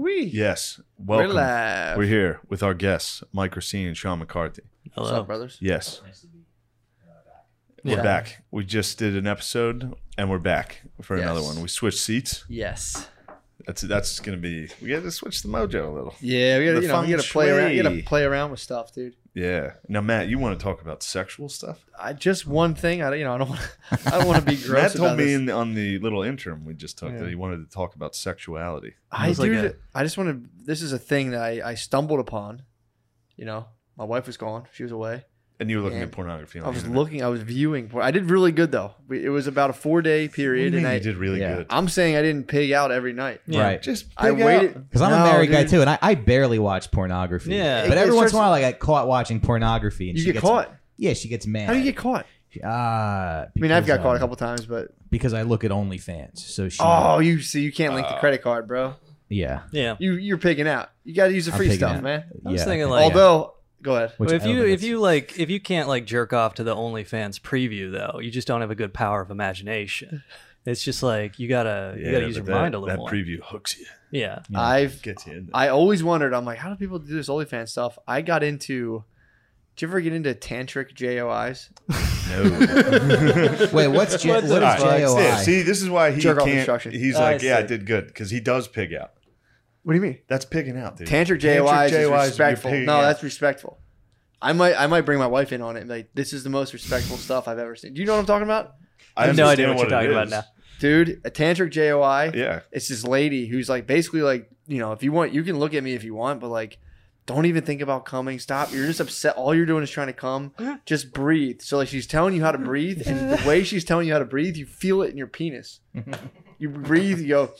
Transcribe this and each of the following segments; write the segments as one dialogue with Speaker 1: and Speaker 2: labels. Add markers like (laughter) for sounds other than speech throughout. Speaker 1: we?
Speaker 2: Yes. Welcome.
Speaker 1: We're live.
Speaker 2: We're here with our guests, Mike Racine and Sean McCarthy.
Speaker 1: What's
Speaker 3: Hello.
Speaker 1: up, brothers?
Speaker 2: Yes.
Speaker 3: Yeah.
Speaker 2: We're back. We just did an episode and we're back for
Speaker 1: Yes.
Speaker 2: another one. We switched seats.
Speaker 1: Yes.
Speaker 2: That's that's gonna be we gotta switch the mojo a little.
Speaker 1: Yeah, we gotta,
Speaker 2: The
Speaker 1: you know, we
Speaker 2: feng
Speaker 1: gotta play around. You gotta
Speaker 2: shui.
Speaker 1: play around with stuff, dude.
Speaker 2: Yeah. Now Matt, you want to talk about sexual stuff?
Speaker 1: I just one thing. I don't- you know I don't want I don't want to be gross.
Speaker 2: Matt told
Speaker 1: about
Speaker 2: me
Speaker 1: this.
Speaker 2: in, on the little interim we just took
Speaker 1: Yeah.
Speaker 2: that he wanted to talk about sexuality.
Speaker 1: I
Speaker 3: was like
Speaker 1: dude,
Speaker 3: a-
Speaker 1: I just want to. This is a thing that I, I stumbled upon. You know, my wife was gone. She was away.
Speaker 2: And you were looking
Speaker 1: Yeah.
Speaker 2: at pornography.
Speaker 1: I
Speaker 2: On the
Speaker 1: was
Speaker 2: internet.
Speaker 1: looking. I was viewing. porn. I did really good though. We- It was about a four day
Speaker 2: What do you
Speaker 1: period,
Speaker 2: mean
Speaker 1: and I
Speaker 2: you did really
Speaker 4: Yeah.
Speaker 2: good.
Speaker 1: I'm saying I didn't pig out every night.
Speaker 3: Yeah.
Speaker 4: Right.
Speaker 2: Just
Speaker 1: I
Speaker 2: big out.
Speaker 1: waited
Speaker 4: Because I'm
Speaker 1: No,
Speaker 4: a married guy
Speaker 1: dude.
Speaker 4: too, and I, I barely watch pornography.
Speaker 3: Yeah.
Speaker 4: But
Speaker 1: It-
Speaker 4: every
Speaker 1: it
Speaker 4: once
Speaker 1: starts-
Speaker 4: in a while, I get caught watching pornography, and
Speaker 1: You
Speaker 4: she
Speaker 1: get
Speaker 4: gets,
Speaker 1: caught.
Speaker 4: Yeah, she gets mad.
Speaker 1: How do you get caught?
Speaker 4: get? Uh,
Speaker 1: I mean, I've
Speaker 4: because,
Speaker 1: got caught a
Speaker 4: um,
Speaker 1: couple times, but
Speaker 4: because I look at OnlyFans. So she.
Speaker 1: oh, you see, you can't link the credit card, bro.
Speaker 4: yeah.
Speaker 3: Yeah.
Speaker 1: You you're picking out. You got to use the
Speaker 4: I'm
Speaker 1: free
Speaker 4: picking
Speaker 1: stuff,
Speaker 4: out.
Speaker 1: man.
Speaker 3: I was
Speaker 4: yeah,
Speaker 3: thinking,
Speaker 4: okay.
Speaker 3: like-
Speaker 1: Although, go ahead.
Speaker 4: Which
Speaker 3: Well,
Speaker 4: I
Speaker 3: if
Speaker 4: don't
Speaker 3: you
Speaker 4: think
Speaker 3: if
Speaker 4: it's-
Speaker 3: you like if you can't like jerk off to the OnlyFans preview though, you just don't have a good power
Speaker 2: (laughs)
Speaker 3: of imagination. It's just like you gotta you gotta use
Speaker 2: but
Speaker 3: your
Speaker 2: that,
Speaker 3: mind a little
Speaker 2: That
Speaker 3: more.
Speaker 2: preview hooks you.
Speaker 3: yeah.
Speaker 4: Yeah.
Speaker 1: I've
Speaker 2: Gets you in there.
Speaker 1: I always wondered. I'm like, how do people do this OnlyFans stuff? I got into. Did you ever get into tantric JOIs? (laughs)
Speaker 2: (laughs) No.
Speaker 4: Wait, what's J- Oh,
Speaker 3: What the
Speaker 4: what
Speaker 2: All right,
Speaker 4: is
Speaker 3: fuck?
Speaker 2: yeah,
Speaker 4: JOI?
Speaker 2: see, this is why he
Speaker 1: Jerk off
Speaker 2: can't.
Speaker 1: instruction.
Speaker 2: He's
Speaker 3: I
Speaker 2: like, yeah, I
Speaker 3: see.
Speaker 2: did good because he does pig out.
Speaker 1: What do you mean?
Speaker 2: That's pigging out, dude.
Speaker 1: Tantric JOIs, is respectful. No, that's respectful. I might I might bring my wife in on it. and be Like this is the most respectful stuff I've ever seen. Do you know what I'm talking about,
Speaker 3: I have no idea what you're talking about
Speaker 1: dude? A tantric JOI.
Speaker 2: Yeah,
Speaker 1: It's this lady who's like basically like you know if you want you can look at me if you want, but like don't even think about coming. Stop. You're just upset. All you're doing is trying to come. Just breathe. So like she's telling you how to breathe, and the way she's telling you how to breathe, you feel it in your penis. You breathe. You go.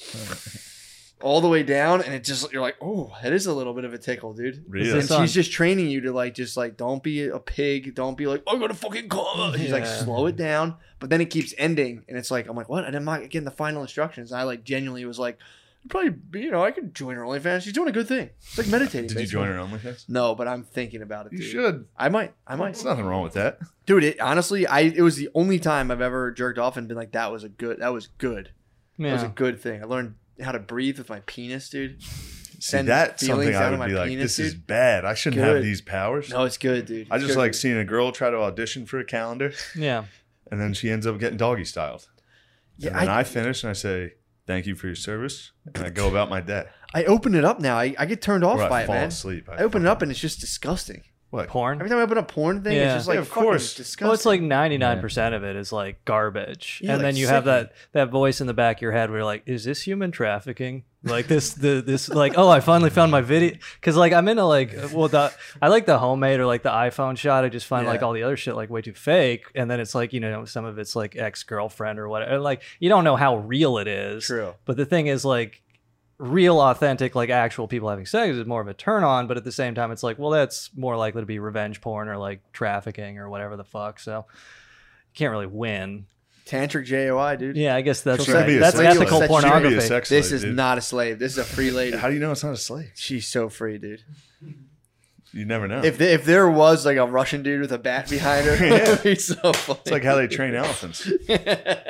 Speaker 1: All the way down, and it just you're like, oh, that is a little bit of a tickle, dude.
Speaker 2: really.
Speaker 3: this-
Speaker 1: And
Speaker 3: Son.
Speaker 1: she's just training you to like, just like, don't be a pig. Don't be like, I'm gonna fucking come. She's like,
Speaker 3: Yeah.
Speaker 1: slow it down. But then it keeps ending, and it's like, I'm like, what? And I'm not getting the final instructions. And I like genuinely was like, probably, you know, I could join her OnlyFans. She's doing a good thing. It's like meditating.
Speaker 2: Did you
Speaker 1: basically.
Speaker 2: join her OnlyFans?
Speaker 1: No, but I'm thinking about it.
Speaker 2: You
Speaker 1: Dude.
Speaker 2: should.
Speaker 1: I might. I might.
Speaker 2: There's nothing wrong with that.
Speaker 1: Dude, it, honestly, I it was the only time I've ever jerked off and been like, that was a good. That was good. That was a
Speaker 3: Yeah.
Speaker 1: good thing. I learned how to breathe with my penis, dude.
Speaker 2: See,
Speaker 1: Send
Speaker 2: that's
Speaker 1: feelings
Speaker 2: something
Speaker 1: out
Speaker 2: I
Speaker 1: of
Speaker 2: would
Speaker 1: my
Speaker 2: be like,
Speaker 1: penis,
Speaker 2: this is
Speaker 1: dude.
Speaker 2: bad. I shouldn't have
Speaker 1: Good.
Speaker 2: these powers.
Speaker 1: No, it's good, dude.
Speaker 2: I
Speaker 1: It's
Speaker 2: just
Speaker 1: good.
Speaker 2: like seeing a girl try to audition for a calendar,
Speaker 3: Yeah.
Speaker 2: and then she ends up getting doggy styled.
Speaker 1: Yeah,
Speaker 2: and
Speaker 1: I-
Speaker 2: then I, finish and I say, "Thank you for your service," and I go about my day.
Speaker 1: I open it up now. I, I get turned off
Speaker 2: Or I
Speaker 1: by it,
Speaker 2: fall
Speaker 1: man.
Speaker 2: asleep.
Speaker 1: I open it up and it's just disgusting.
Speaker 2: What?
Speaker 3: Porn.
Speaker 1: Every time I open a porn thing, it's
Speaker 3: Yeah.
Speaker 1: just like,
Speaker 2: Yeah, of
Speaker 1: fucking
Speaker 2: course.
Speaker 1: disgusting.
Speaker 3: Well, it's like ninety nine percent of it is like garbage,
Speaker 1: Yeah,
Speaker 3: and
Speaker 1: like
Speaker 3: then you have that that voice in the back of your head where you're like, "Is this human trafficking?" Like this, the this like, oh, I finally found my video because like I'm into like, well, the I like the homemade or like the iPhone shot. I just find like
Speaker 1: Yeah.
Speaker 3: all the other shit like way too fake, and then it's like you know some of it's like ex girlfriend or whatever. Like you don't know how real it is.
Speaker 1: True.
Speaker 3: But the thing is like. Real, authentic, like actual people having sex is more of a turn on, but at the same time, it's like, well, that's more likely to be revenge porn or like trafficking or whatever the fuck. So, can't really win.
Speaker 1: tantric JOI, dude.
Speaker 3: Yeah, I guess that's
Speaker 1: She'll
Speaker 3: right.
Speaker 1: be a
Speaker 3: That's
Speaker 1: slave.
Speaker 3: ethical
Speaker 1: She'll be a
Speaker 3: pornography.
Speaker 2: sex
Speaker 1: This
Speaker 2: slave,
Speaker 1: is
Speaker 2: dude.
Speaker 1: not a slave. This is a
Speaker 2: (laughs)
Speaker 1: free lady.
Speaker 2: How do you know it's not a slave?
Speaker 1: She's so free, dude.
Speaker 2: You never know.
Speaker 1: If the, if there was like a Russian dude with a bat behind
Speaker 2: (laughs)
Speaker 1: her, it would be so funny.
Speaker 2: It's like how they
Speaker 1: (laughs)
Speaker 2: train elephants.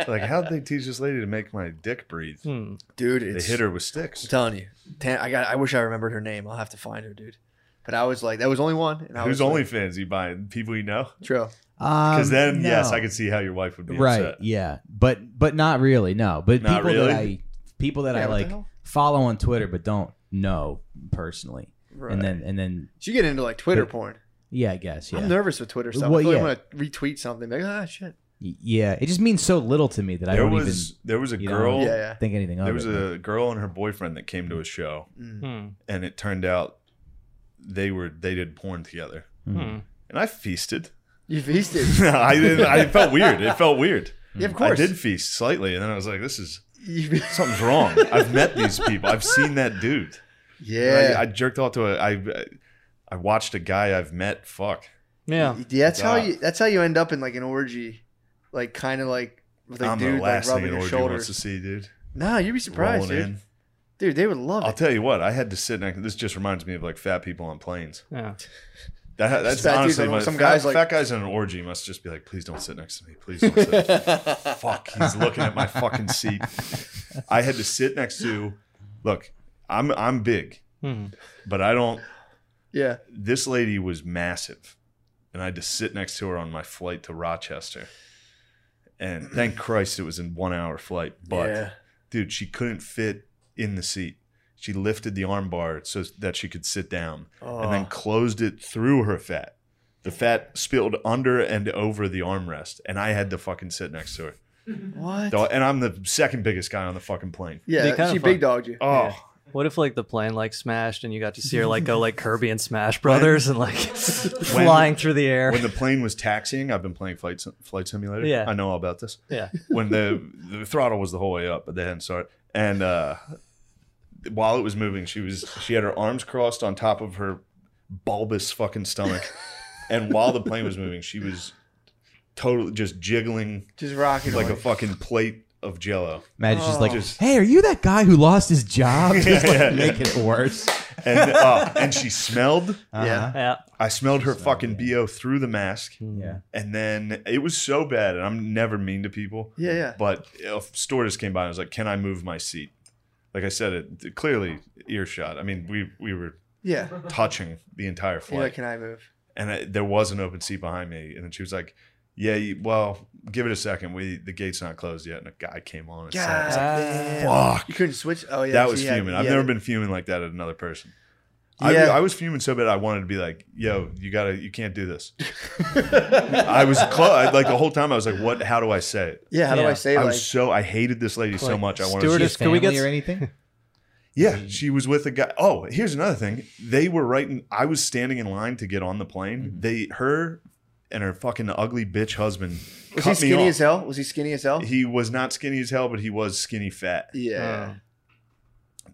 Speaker 2: like how'd they teach this lady to make my dick breathe?
Speaker 3: Hmm.
Speaker 1: dude,
Speaker 2: They
Speaker 1: it's,
Speaker 2: hit her with
Speaker 1: I'm
Speaker 2: sticks.
Speaker 1: telling you, Tan- I got. I wish I remembered her name. I'll have to find her, dude. But I was like, that was only one. And I
Speaker 2: Who's
Speaker 1: was
Speaker 2: OnlyFans you buying? People you know?
Speaker 1: Like, True.
Speaker 2: Because
Speaker 4: Because
Speaker 2: then, yes, I could see how your wife would be
Speaker 4: Um, Right.
Speaker 2: upset.
Speaker 4: Yeah. But but not really. No. But
Speaker 2: Not
Speaker 4: people that
Speaker 2: really?
Speaker 4: I people that
Speaker 1: Yeah,
Speaker 4: I
Speaker 1: what the
Speaker 4: like
Speaker 1: hell?
Speaker 4: follow on Twitter but don't know personally,
Speaker 1: Right.
Speaker 4: and then and then
Speaker 1: So you get into like Twitter porn.
Speaker 4: yeah, I guess yeah.
Speaker 1: I'm nervous with Twitter stuff.
Speaker 4: Well,
Speaker 1: I feel like
Speaker 4: yeah.
Speaker 1: I'm gonna retweet something. Like, ah, shit.
Speaker 4: Y- yeah. It just means so little to me that I
Speaker 2: There
Speaker 4: don't
Speaker 2: was there was a
Speaker 4: you know,
Speaker 2: girl.
Speaker 1: Yeah, yeah.
Speaker 4: even think anything of
Speaker 2: There was
Speaker 4: it.
Speaker 2: a girl and her boyfriend that came to a show,
Speaker 1: Mm.
Speaker 3: Hmm.
Speaker 2: and it turned out they were they did porn together,
Speaker 3: Hmm.
Speaker 2: and I feasted. (laughs)
Speaker 1: You feasted.
Speaker 2: I didn't. I it felt weird. It felt weird.
Speaker 1: Yeah, of course.
Speaker 2: I did feast slightly, and then I was like, "This is
Speaker 1: (laughs) You-
Speaker 2: something's wrong." I've met these people. I've seen that dude.
Speaker 1: yeah.
Speaker 2: I, I jerked off to a. I I watched a guy I've met. Fuck.
Speaker 3: Yeah.
Speaker 1: Y- That's how
Speaker 2: Wow.
Speaker 1: you. That's how you end up in like an orgy, like kind of like with a
Speaker 2: I'm
Speaker 1: dude
Speaker 2: the last
Speaker 1: like rubbing
Speaker 2: thing an
Speaker 1: your
Speaker 2: orgy wants
Speaker 1: shoulders.
Speaker 2: to see, dude.
Speaker 1: Nah, you'd be surprised,
Speaker 2: Rolling
Speaker 1: dude.
Speaker 2: in.
Speaker 1: Dude, they would love
Speaker 2: I'll
Speaker 1: it.
Speaker 2: tell you what. I had to sit next. This just reminds me of like fat people on planes.
Speaker 3: Yeah.
Speaker 2: That, that's
Speaker 1: Fat dudes
Speaker 2: honestly
Speaker 1: on-
Speaker 2: what-
Speaker 1: some
Speaker 2: fat-
Speaker 1: guys, like-
Speaker 2: fat guys in an orgy must just be like, please don't sit next to me. Please don't sit.
Speaker 1: (laughs)
Speaker 2: Fuck, he's looking at my fucking seat. I had to sit next to. Look, I'm I'm big,
Speaker 3: Mhm.
Speaker 2: but I don't.
Speaker 1: Yeah.
Speaker 2: This lady was massive, and I had to sit next to her on my flight to Rochester.
Speaker 1: (clears throat)
Speaker 2: And thank Christ it was a one hour flight, but
Speaker 1: yeah.
Speaker 2: dude, she couldn't fit in the seat. She lifted the arm bar so that she could sit down
Speaker 1: Oh.
Speaker 2: and then closed it through her fat. The fat spilled under and over the armrest, and I had to fucking sit next to her.
Speaker 1: what?
Speaker 2: Though- And I'm the second biggest guy on the fucking plane.
Speaker 1: yeah,
Speaker 3: They kinda
Speaker 1: she
Speaker 3: fuck-
Speaker 1: big dogged you.
Speaker 2: Oh,
Speaker 3: Yeah. What if like the plane like smashed and you got to see her like go like Kirby and Smash Brothers and like (laughs) flying through the air?
Speaker 2: when the plane was taxiing, I've been playing flight Sim- flight simulator.
Speaker 3: Yeah.
Speaker 2: I know all about this.
Speaker 3: yeah.
Speaker 2: When the the throttle was the whole way up, but they hadn't started. And uh, while it was moving, she was she had her arms crossed on top of her bulbous fucking stomach. and while the plane was moving, she was totally just jiggling
Speaker 1: Just rocking
Speaker 2: like a
Speaker 1: on you.
Speaker 2: fucking plate of jello.
Speaker 4: Matt's just like,
Speaker 2: Oh. Just-
Speaker 4: hey, are you that guy who lost
Speaker 2: (laughs)
Speaker 4: his job? Just like
Speaker 2: Yeah.
Speaker 4: making it worse. Uh-huh.
Speaker 2: And uh, and she smelled.
Speaker 1: Yeah.
Speaker 3: Yeah. Oh.
Speaker 2: I smelled her
Speaker 4: Smelled,
Speaker 2: fucking
Speaker 4: yeah.
Speaker 2: bo through the mask.
Speaker 3: Hmm.
Speaker 4: Yeah.
Speaker 2: And then it was so bad, and I'm never mean to people.
Speaker 1: Yeah, yeah.
Speaker 2: But a store just came by and was like, "Can I move my seat?" Like I said, it clearly earshot. I mean, we we were
Speaker 1: Yeah.
Speaker 2: touching the entire
Speaker 1: You're
Speaker 2: flight,
Speaker 1: like, can I move?
Speaker 2: and I, there was an open seat behind me. And then she was like, "Yeah, you, well, give it a second. We the gate's not closed yet." And a guy came on. And sat. I was
Speaker 1: God
Speaker 2: like,
Speaker 1: damn.
Speaker 2: Fuck.
Speaker 1: You couldn't switch. Oh yeah,
Speaker 2: that was
Speaker 1: she had-
Speaker 2: fuming. I've
Speaker 1: yeah.
Speaker 2: never been fuming like that at another person.
Speaker 1: Yeah.
Speaker 2: I, I was fuming so bad I wanted to be like, "Yo, you gotta, you can't do
Speaker 1: (laughs)
Speaker 2: this." I was clo- like the whole time I was like, "What? How do I say it?"
Speaker 1: Yeah, how do I
Speaker 3: Yeah.
Speaker 1: say
Speaker 2: I
Speaker 1: like?
Speaker 2: was so I hated this lady so
Speaker 3: Like,
Speaker 2: much. I wanted
Speaker 3: stewardess-
Speaker 2: to.
Speaker 4: Is
Speaker 3: Just-
Speaker 4: she
Speaker 3: can we
Speaker 4: family
Speaker 3: get- (laughs)
Speaker 4: or anything?
Speaker 2: Yeah, she was with a guy. Oh, here's another thing. They were right. In, I was standing in line to get on the plane.
Speaker 1: Mm-hmm.
Speaker 2: They, her, and her fucking ugly bitch husband.
Speaker 1: was
Speaker 2: cut
Speaker 1: he
Speaker 2: me
Speaker 1: skinny
Speaker 2: off.
Speaker 1: as hell? Was he skinny as hell?
Speaker 2: He was not skinny as hell, but he was skinny fat.
Speaker 3: Oh.
Speaker 1: yeah.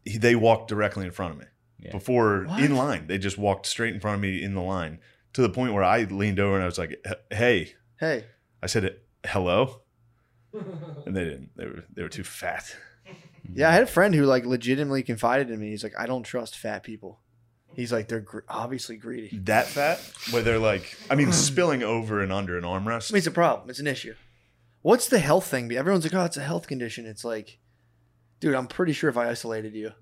Speaker 2: he, they walked directly in front of me
Speaker 4: Yeah.
Speaker 2: before
Speaker 1: What?
Speaker 2: in line. They just walked straight in front of me in the line to the point where I leaned over and I was like, "H- "Hey,"
Speaker 1: Hey,
Speaker 2: I said, "Hello," and they didn't. They were they were too fat.
Speaker 1: yeah, I had a friend who like legitimately confided in me. He's like, I don't trust fat people. He's like, they're gr- obviously greedy.
Speaker 2: That fat, where they're like,
Speaker 1: (laughs)
Speaker 2: I mean, spilling over and under an
Speaker 1: I mean,
Speaker 2: armrest.
Speaker 1: it's a problem. It's an issue. What's the health thing? Everyone's like, oh, it's a health condition. It's like, dude, I'm pretty sure if I isolated you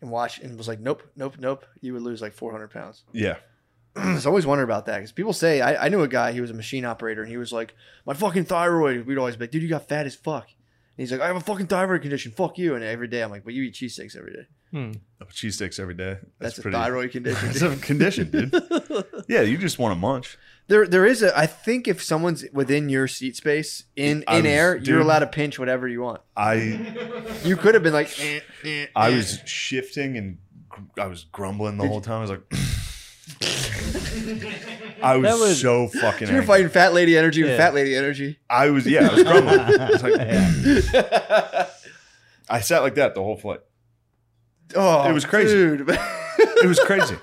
Speaker 1: and watched and was like, nope, nope, nope, you would lose like 400 pounds. (clears throat)
Speaker 2: Yeah,
Speaker 1: So I always wonder about that because people say I, I knew a guy. He was a machine operator, and he was like, "My fucking thyroid." We'd always be like, "Dude, you got fat as fuck." And he's like, "I have a fucking thyroid condition. Fuck you." And every day I'm like, "But you eat cheesesteaks every day.
Speaker 3: Hmm.
Speaker 2: cheese sticks Oh, every day.
Speaker 1: That's,
Speaker 2: That's,
Speaker 1: a
Speaker 2: pretty. (laughs)
Speaker 1: thyroid condition."
Speaker 2: That's
Speaker 1: dude.
Speaker 2: a
Speaker 1: (laughs)
Speaker 2: condition, dude. yeah, you just want a munch.
Speaker 1: there, there is a. I think if someone's within your seat space in
Speaker 2: I
Speaker 1: in
Speaker 2: was-
Speaker 1: air, you're
Speaker 2: dude.
Speaker 1: allowed to pinch whatever you want.
Speaker 2: I
Speaker 1: You could have been like, eh, eh,
Speaker 2: I
Speaker 1: eh.
Speaker 2: was shifting and gr- I was grumbling the
Speaker 1: Did
Speaker 2: whole
Speaker 1: you-
Speaker 2: time. I
Speaker 1: (laughs)
Speaker 2: was like, I was,
Speaker 3: That was-
Speaker 2: so fucking.
Speaker 1: So you're
Speaker 2: angry.
Speaker 1: fighting fat lady energy with
Speaker 3: Yeah.
Speaker 1: fat lady
Speaker 2: (laughs)
Speaker 1: energy.
Speaker 2: I was yeah, I was grumbling. I,
Speaker 1: (laughs)
Speaker 2: was like- I sat like that the whole flight.
Speaker 1: Oh,
Speaker 2: It was crazy. (laughs)
Speaker 1: dude.
Speaker 2: It was crazy.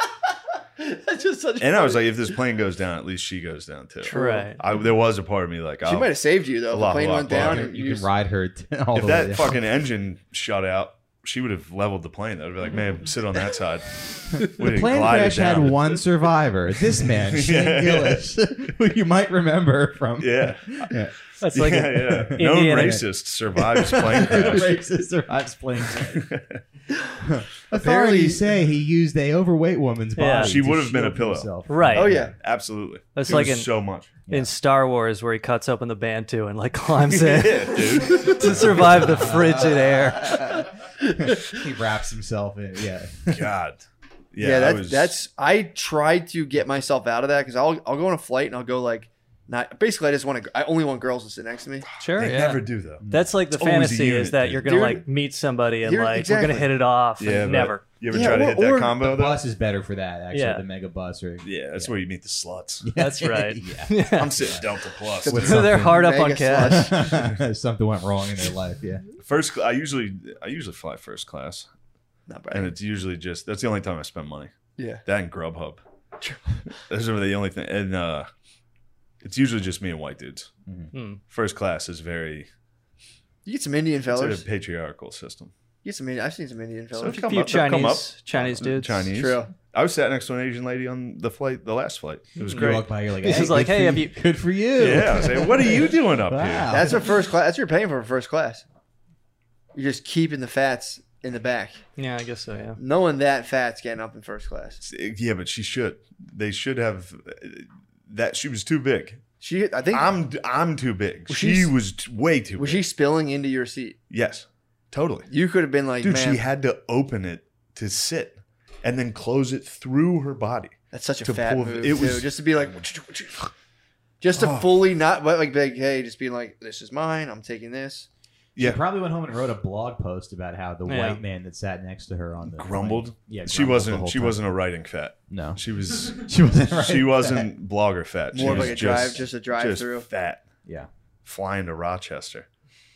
Speaker 1: That's just such.
Speaker 2: and I was like, if this plane goes down, at least she goes down too.
Speaker 1: True.
Speaker 3: Right.
Speaker 2: I, there was a part of me like,
Speaker 1: she
Speaker 2: oh,
Speaker 1: might have saved you though. If the
Speaker 2: Allahu
Speaker 1: plane went
Speaker 2: Akbar.
Speaker 1: down.
Speaker 4: You,
Speaker 1: and
Speaker 4: you
Speaker 1: you
Speaker 4: can (laughs) ride her t- all
Speaker 2: if
Speaker 4: the
Speaker 2: that
Speaker 4: way.
Speaker 2: fucking engine shut out, she would have leveled the plane. I'd be like, man, sit on that side. (laughs)
Speaker 4: the plane crash had one survivor. This man, Shane
Speaker 2: Yeah.
Speaker 4: Gillis, (laughs) who you might remember from.
Speaker 2: Yeah,
Speaker 4: Yeah.
Speaker 3: That's like a-
Speaker 2: (laughs) yeah, yeah. No
Speaker 3: Indiana.
Speaker 2: racist survives (laughs)
Speaker 4: (laughs)
Speaker 2: plane crash.
Speaker 4: Racist survives plane crash.
Speaker 1: Apparently-
Speaker 4: Authorities say he used a overweight woman's body.
Speaker 3: Yeah.
Speaker 2: She
Speaker 4: to
Speaker 2: would have been a
Speaker 4: shield
Speaker 2: pillow.
Speaker 4: himself.
Speaker 3: Right.
Speaker 1: Oh yeah.
Speaker 2: Absolutely,
Speaker 3: That's
Speaker 2: It
Speaker 3: like
Speaker 2: was
Speaker 3: an-
Speaker 2: so much.
Speaker 3: In Star Wars, where he cuts open the Bantu and like (laughs) climbs in
Speaker 2: Yeah,
Speaker 1: (laughs)
Speaker 2: dude.
Speaker 3: to survive the frigid air.
Speaker 4: (laughs) He wraps himself in.
Speaker 2: (laughs)
Speaker 4: Yeah.
Speaker 2: God.
Speaker 1: Yeah,
Speaker 2: I
Speaker 1: that's
Speaker 2: was-
Speaker 1: that's. I try to get myself out of that because I'll I'll go on a flight and I'll go like, not basically I just want to. I only want girls to sit next to me.
Speaker 3: Sure.
Speaker 2: They
Speaker 3: yeah.
Speaker 2: never do though.
Speaker 3: That's like the
Speaker 2: It's always a
Speaker 3: fantasy
Speaker 2: unit,
Speaker 3: is that
Speaker 2: dude.
Speaker 3: you're gonna
Speaker 1: Dude.
Speaker 3: like meet somebody and
Speaker 1: You're-
Speaker 3: like we're
Speaker 1: exactly.
Speaker 3: gonna hit it off.
Speaker 2: Yeah,
Speaker 3: and
Speaker 2: but
Speaker 3: never.
Speaker 2: You ever
Speaker 1: Yeah,
Speaker 2: try to
Speaker 1: or-
Speaker 2: hit that
Speaker 1: or-
Speaker 2: combo
Speaker 4: The
Speaker 2: though?
Speaker 4: bus is better for that, actually.
Speaker 3: Yeah.
Speaker 4: The mega bus. Or,
Speaker 2: Yeah, that's
Speaker 4: Yeah.
Speaker 2: where you meet the sluts.
Speaker 3: That's right.
Speaker 4: (laughs) Yeah.
Speaker 2: (laughs) I'm sitting Delta (laughs) Plus.
Speaker 3: (laughs) They're
Speaker 4: With something.
Speaker 3: hard up on
Speaker 1: Mega
Speaker 3: cash.
Speaker 4: (laughs) Something went wrong in their life. Yeah.
Speaker 2: First, cl- I usually I usually fly first class,
Speaker 1: Not
Speaker 2: and
Speaker 1: bad.
Speaker 2: it's usually just that's the only time I spend money.
Speaker 1: Yeah.
Speaker 2: That and (laughs) Grubhub. Those are the only thing, and uh, it's usually just me and white dudes.
Speaker 3: (laughs) Hmm.
Speaker 2: First class is very
Speaker 1: You get some Indian
Speaker 2: it's a
Speaker 1: fellas. You
Speaker 2: patriarchal system.
Speaker 1: get some. Indian- I've seen some Indian
Speaker 2: So
Speaker 1: fellas.
Speaker 2: they'll come
Speaker 3: few
Speaker 2: up, they'll come up.
Speaker 3: Chinese Chinese dudes.
Speaker 2: Chinese.
Speaker 1: True.
Speaker 2: I was sat next to an Asian lady on the flight, the last flight. It was
Speaker 1: Mm-hmm.
Speaker 4: You
Speaker 2: great.
Speaker 4: walk by, you're like,
Speaker 3: This
Speaker 4: hey,
Speaker 3: is like,
Speaker 4: good
Speaker 3: hey,
Speaker 4: for
Speaker 3: have you-
Speaker 4: (laughs) Good for you.
Speaker 2: Yeah, I was like, what are you doing up
Speaker 4: Wow.
Speaker 2: here?
Speaker 1: That's a first class. That's what you're paying for a first class. You're just keeping the fats in the back.
Speaker 3: Yeah, I guess so. Yeah.
Speaker 1: No one that fat's getting up in first class.
Speaker 2: Yeah, but she should. They should have. uh, That she was too big.
Speaker 1: She, I think,
Speaker 2: I'm I'm too big.
Speaker 1: Was
Speaker 2: she
Speaker 1: she-
Speaker 2: was t- way too.
Speaker 1: was
Speaker 2: big.
Speaker 1: she spilling into your seat?
Speaker 2: Yes, totally.
Speaker 1: You could have been like,
Speaker 2: Dude,
Speaker 1: man,
Speaker 2: she had to open it to sit, and then close it through her body.
Speaker 1: that's such a
Speaker 2: to
Speaker 1: fat
Speaker 2: pull-
Speaker 1: move.
Speaker 2: it
Speaker 1: It
Speaker 2: was-
Speaker 1: was just to be like, just to
Speaker 2: Oh.
Speaker 1: fully not, but like, be like, hey, just being like, this is mine. I'm taking this.
Speaker 4: (laughs) She
Speaker 2: Yeah,
Speaker 4: probably went home and wrote a blog post about how the
Speaker 3: Yeah.
Speaker 4: white man that sat next to her on the
Speaker 2: Grumbled?
Speaker 4: plane- Yeah,
Speaker 2: she
Speaker 4: grumbled the
Speaker 2: wasn't.
Speaker 4: whole
Speaker 2: She
Speaker 4: time.
Speaker 2: wasn't a writing fat.
Speaker 4: No,
Speaker 2: She
Speaker 1: (laughs)
Speaker 2: was.
Speaker 4: (laughs) she wasn't. right
Speaker 2: she
Speaker 4: at
Speaker 2: wasn't blogger fat. She
Speaker 1: More of
Speaker 2: was
Speaker 1: like a drive, just a drive through.
Speaker 2: Fat
Speaker 4: that. (laughs) Yeah.
Speaker 2: flying to Rochester.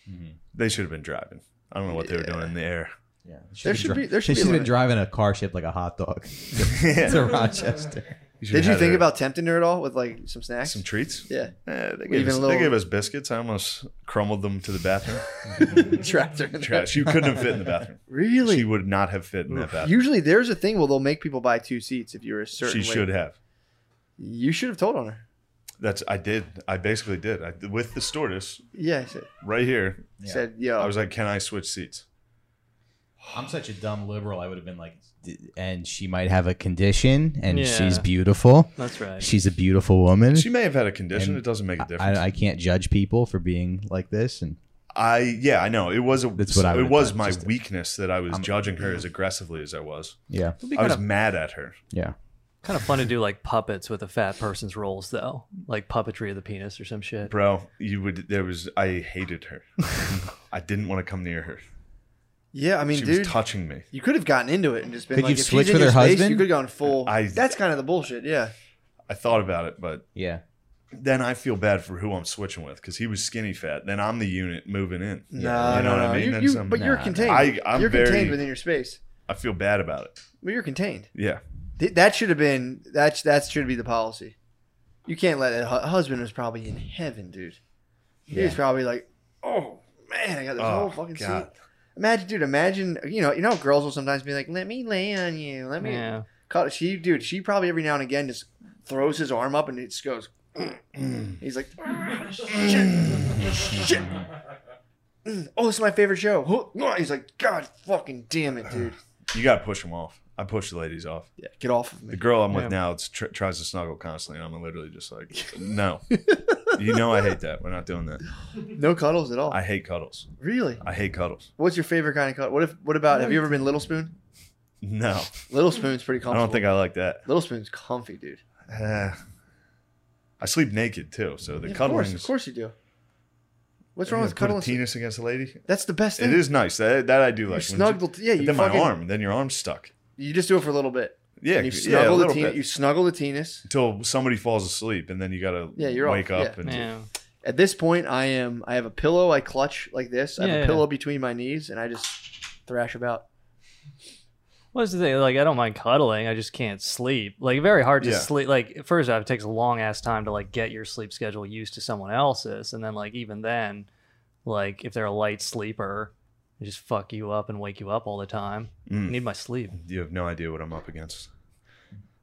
Speaker 4: Mhm.
Speaker 2: They should have been driving. I don't know what they were doing in the
Speaker 4: (laughs)
Speaker 2: air.
Speaker 4: Yeah.
Speaker 1: There should be- there should be a
Speaker 4: She's been
Speaker 1: limit.
Speaker 4: driving a car shaped like a hot dog (laughs) to Rochester.
Speaker 1: Did you think about tempting her at all with like some snacks?
Speaker 2: some treats? (laughs)
Speaker 1: yeah,
Speaker 2: Eh, they,
Speaker 1: Even
Speaker 2: gave us,
Speaker 1: a
Speaker 2: they
Speaker 1: little-
Speaker 2: gave us biscuits. I almost crumbled them to
Speaker 1: (laughs)
Speaker 2: the bathroom.
Speaker 1: trapped her in there.
Speaker 2: Trash. You couldn't have fit in the bathroom. She
Speaker 1: Really?
Speaker 2: would not have fit in that bathroom.
Speaker 1: Usually, there's a thing where they'll make people buy two seats if you're a certain.
Speaker 2: She
Speaker 1: weight.
Speaker 2: should have.
Speaker 1: You should have told on her.
Speaker 2: That's I did. I basically did. I, with the stewardess
Speaker 1: Yeah, I said,
Speaker 2: right here,
Speaker 4: Yeah.
Speaker 1: said yo.
Speaker 2: I was like, "Can I switch seats?"
Speaker 4: I'm such a dumb liberal. I would have been like, "D- and she might have a condition, and
Speaker 3: Yeah.
Speaker 4: she's beautiful.
Speaker 3: That's right.
Speaker 2: (laughs)
Speaker 4: She's a beautiful woman.
Speaker 2: She may have had a condition.
Speaker 4: And
Speaker 2: it doesn't make a difference.
Speaker 4: I, I can't judge people for being like this. And
Speaker 2: I yeah, I know. It was a
Speaker 4: That's what I
Speaker 2: it
Speaker 4: would've
Speaker 2: was
Speaker 4: done,
Speaker 2: my
Speaker 4: just to-
Speaker 2: weakness that I was
Speaker 4: I'm-
Speaker 2: judging her as aggressively as I was.
Speaker 4: yeah,
Speaker 3: It'd be
Speaker 2: I
Speaker 3: kind
Speaker 2: was
Speaker 3: of,
Speaker 2: mad at her.
Speaker 4: yeah.
Speaker 3: kind of fun to do like puppets with a fat person's roles, though, like puppetry of the penis or some shit.
Speaker 2: Bro, you would there was I
Speaker 1: (laughs)
Speaker 2: hated her. I didn't want to come near her.
Speaker 1: yeah, I mean,
Speaker 2: she
Speaker 1: dude,
Speaker 2: was touching me.
Speaker 1: you could have gotten into it and just been
Speaker 4: Could
Speaker 1: like,
Speaker 4: you
Speaker 1: if she's
Speaker 4: switch
Speaker 1: in
Speaker 4: with
Speaker 1: your
Speaker 4: her
Speaker 1: space,
Speaker 4: husband?
Speaker 1: You could have gone full.
Speaker 2: I-
Speaker 1: that's kind of the bullshit. Yeah,
Speaker 2: I thought about it, but
Speaker 4: Yeah.
Speaker 2: then I feel bad for who I'm switching with because he was skinny fat. Then I'm the unit moving in.
Speaker 1: no,
Speaker 2: You know
Speaker 1: no,
Speaker 2: what
Speaker 1: no.
Speaker 2: I mean?
Speaker 1: You-
Speaker 2: That's
Speaker 1: you-
Speaker 2: some-
Speaker 1: but you're
Speaker 4: Nah,
Speaker 1: contained.
Speaker 2: I- I'm
Speaker 1: you're
Speaker 2: very-
Speaker 1: contained within your space.
Speaker 2: I feel bad about it.
Speaker 1: Well, you're contained.
Speaker 2: Yeah.
Speaker 1: Th- that should have been that's that should be the policy. You can't let that hu- husband was probably in heaven, dude. He was
Speaker 4: Yeah.
Speaker 1: probably like, oh man, I got this whole fucking
Speaker 2: Oh, God.
Speaker 1: seat. Imagine, dude. Imagine, you know, you know, how girls will sometimes be like, "Let me lay on you, let me."
Speaker 3: Yeah.
Speaker 1: Call she, dude. She probably every now and again just throws his arm up and it just goes. (clears throat) He's like, shit, shit. (clears throat) Oh, this is my favorite show. He's like, God fucking damn it, dude.
Speaker 2: You gotta push him off. I push the ladies off.
Speaker 1: Yeah, get off of
Speaker 2: The
Speaker 1: me.
Speaker 2: girl I'm with
Speaker 3: Yeah.
Speaker 2: now it's tr- tries to snuggle constantly, and I'm literally
Speaker 1: (laughs)
Speaker 2: just like, no. you know I hate that. We're not doing that.
Speaker 1: No cuddles at all.
Speaker 2: I hate cuddles.
Speaker 1: really?
Speaker 2: I hate cuddles.
Speaker 1: What's your favorite kind of cuddle? What if? What about? Have you ever been Little Spoon?
Speaker 2: No,
Speaker 1: Little Spoon's pretty
Speaker 2: I
Speaker 1: comfortable.
Speaker 2: don't think I like that.
Speaker 1: Little Spoon's comfy, dude.
Speaker 2: Eh. I sleep naked too, so the
Speaker 1: Yeah, of
Speaker 2: cuddling.
Speaker 1: course, of course you do. What's wrong with
Speaker 2: put a
Speaker 1: cuddling?
Speaker 2: penis against a lady?
Speaker 1: That's the best
Speaker 2: It
Speaker 1: thing.
Speaker 2: is nice. That, that I do
Speaker 1: You
Speaker 2: like. When
Speaker 1: snuggle. t- yeah,
Speaker 2: but
Speaker 1: you
Speaker 2: then
Speaker 1: fucking,
Speaker 2: my arm. Then your arm's stuck.
Speaker 1: You just do it for a little bit.
Speaker 2: Yeah,
Speaker 1: And you
Speaker 2: yeah, a
Speaker 1: snuggle the
Speaker 2: little
Speaker 1: teen-
Speaker 2: bit.
Speaker 1: You snuggle the tennis.
Speaker 2: Until somebody falls asleep, and then you gotta
Speaker 1: Yeah, you're
Speaker 2: wake
Speaker 1: off.
Speaker 2: up.
Speaker 1: Yeah.
Speaker 2: And
Speaker 3: Yeah.
Speaker 1: At this point, I am. I have a pillow. I clutch like this. I have
Speaker 3: Yeah,
Speaker 1: a
Speaker 3: yeah.
Speaker 1: pillow between my knees, and I just thrash about.
Speaker 3: What's the thing? Like, I don't mind cuddling. I just can't sleep. Like, very hard to
Speaker 2: Yeah.
Speaker 3: sleep. Like, first off, it takes a long ass time to like get your sleep schedule used to someone else's, and then like even then, like if they're a light sleeper, they just fuck you up and wake you up all the time. I
Speaker 2: Mm.
Speaker 3: need my sleep.
Speaker 2: you have no idea what I'm up against.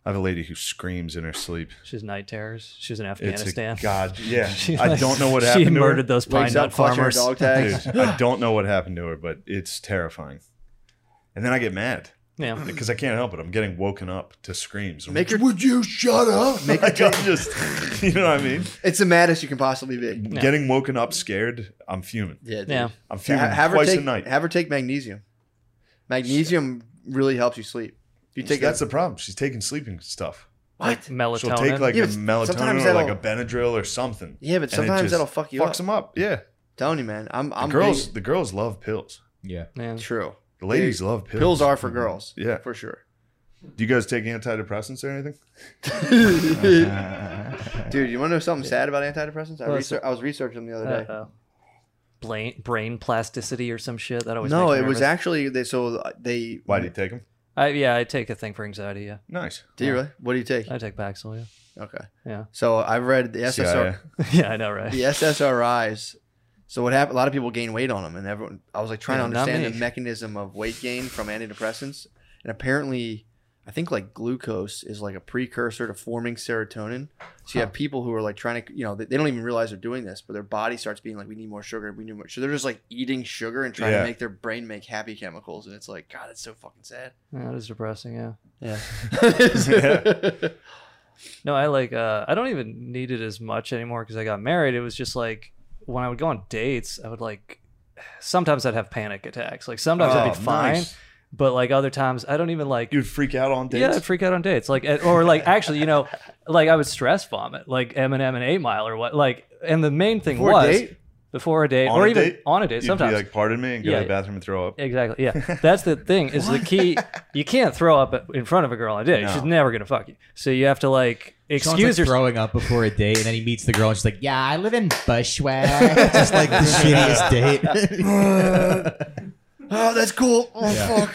Speaker 2: I have a lady who screams in her sleep.
Speaker 3: She's night terrors. She's in
Speaker 2: It's a
Speaker 3: Afghanistan.
Speaker 2: god. Yeah,
Speaker 3: (laughs) She,
Speaker 2: I
Speaker 3: like,
Speaker 2: don't know what
Speaker 3: she
Speaker 2: happened to her.
Speaker 3: murdered those pine
Speaker 1: Legs
Speaker 3: nut
Speaker 1: up, clutching her
Speaker 3: farmers.
Speaker 1: dog tags.
Speaker 2: Dude, I don't know what happened to her, but it's terrifying. And then I get mad
Speaker 3: Yeah.
Speaker 2: because I can't help it. I'm getting woken up to screams. I'm
Speaker 1: Make
Speaker 2: like,
Speaker 1: her-
Speaker 2: Would you shut up?
Speaker 1: (laughs) Make her
Speaker 2: like, I'm just, you know what I mean?
Speaker 1: It's the maddest you can possibly be.
Speaker 3: Yeah.
Speaker 2: Getting woken up scared, I'm fuming.
Speaker 1: Yeah. Dude.
Speaker 3: Yeah.
Speaker 2: I'm fuming
Speaker 1: Ha- have her
Speaker 2: twice
Speaker 1: take.
Speaker 2: a night.
Speaker 1: Have her take magnesium. Magnesium really helps you sleep. If you take
Speaker 2: That's
Speaker 1: a,
Speaker 2: the problem. She's taking sleeping stuff.
Speaker 3: Like melatonin.
Speaker 2: She'll take like
Speaker 1: Yeah,
Speaker 2: a
Speaker 1: but
Speaker 2: melatonin
Speaker 1: sometimes
Speaker 2: or like a
Speaker 1: that'll-
Speaker 2: Benadryl or something.
Speaker 1: yeah, but
Speaker 2: it
Speaker 1: sometimes
Speaker 2: just
Speaker 1: that'll fuck you up.
Speaker 2: Fucks them up. Yeah.
Speaker 1: telling you, man. I'm.
Speaker 2: The
Speaker 1: I'm
Speaker 2: girls, the girls love pills.
Speaker 4: Yeah.
Speaker 3: yeah.
Speaker 1: big- True.
Speaker 2: The ladies love pills.
Speaker 1: Pills are for girls.
Speaker 2: Yeah.
Speaker 1: for
Speaker 2: (laughs)
Speaker 1: sure.
Speaker 2: Do you guys take antidepressants or anything?
Speaker 1: Dude, you want to know something sad about antidepressants? I,
Speaker 3: What's
Speaker 1: research- I was researching them the other day.
Speaker 3: Uh-oh. Brain, brain plasticity or some shit. That always
Speaker 1: no,
Speaker 3: makes
Speaker 1: it
Speaker 3: me
Speaker 1: was
Speaker 3: nervous.
Speaker 1: actually they. So uh, they.
Speaker 2: Why do you take them?
Speaker 3: I, yeah, I take a thing for anxiety. Yeah,
Speaker 2: Nice.
Speaker 1: Do you really? What do you take?
Speaker 3: I take Paxil.
Speaker 1: Okay.
Speaker 3: Yeah,
Speaker 1: So I read the SSR,
Speaker 3: yeah, (laughs) yeah. I know, right?
Speaker 1: the SSRIs. So what happened? A lot of people gain weight on them, and everyone. I was like trying
Speaker 3: Yeah,
Speaker 1: to
Speaker 3: not
Speaker 1: understand
Speaker 3: me.
Speaker 1: the mechanism of weight gain from antidepressants, and apparently, I think like glucose is like a precursor to forming serotonin. So you have people who are like trying to, you know, they, they don't even realize they're doing this, but their body starts being like, we need more sugar, we need more. So they're just like eating sugar and trying
Speaker 2: Yeah.
Speaker 1: to make their brain make happy chemicals, and it's like, God, that's so fucking sad.
Speaker 3: Yeah, that is depressing. Yeah.
Speaker 1: Yeah.
Speaker 3: No, I like. Uh, I don't even need it as much anymore because I got married. It was just like when I would go on dates, I would like. (sighs) Sometimes I'd have panic attacks. Like sometimes I'd be
Speaker 2: Oh,
Speaker 3: fine,
Speaker 2: nice.
Speaker 3: but like other times I don't even like.
Speaker 2: You'd freak out on dates.
Speaker 3: Yeah, I'd freak out on dates. Like, at- or like, actually,
Speaker 2: (laughs)
Speaker 3: you know, like I would stress vomit, like Eminem and Eight Mile, or what. Like, and the main thing
Speaker 1: Before a
Speaker 3: was
Speaker 1: date?
Speaker 3: before a date,
Speaker 2: On
Speaker 3: or
Speaker 2: a
Speaker 3: even
Speaker 2: date?
Speaker 3: on a date.
Speaker 2: You'd
Speaker 3: sometimes
Speaker 2: be like, "Pardon me," and go
Speaker 3: Yeah.
Speaker 2: to the bathroom and throw up. (laughs)
Speaker 3: Exactly. Yeah. That's the thing
Speaker 4: (laughs)
Speaker 3: is the key. You can't throw up in front of a girl on a date.
Speaker 2: No.
Speaker 3: She's never going to fuck you. So you have to like
Speaker 4: Sean's,
Speaker 3: excuse
Speaker 4: like,
Speaker 3: yourself.
Speaker 4: throwing up before a date, and then he meets the girl, and she's like, "Yeah, I live in Bushwick." (laughs) Just like the (laughs) shittiest date.
Speaker 1: (laughs) oh, that's cool. Oh
Speaker 4: Yeah.
Speaker 1: fuck.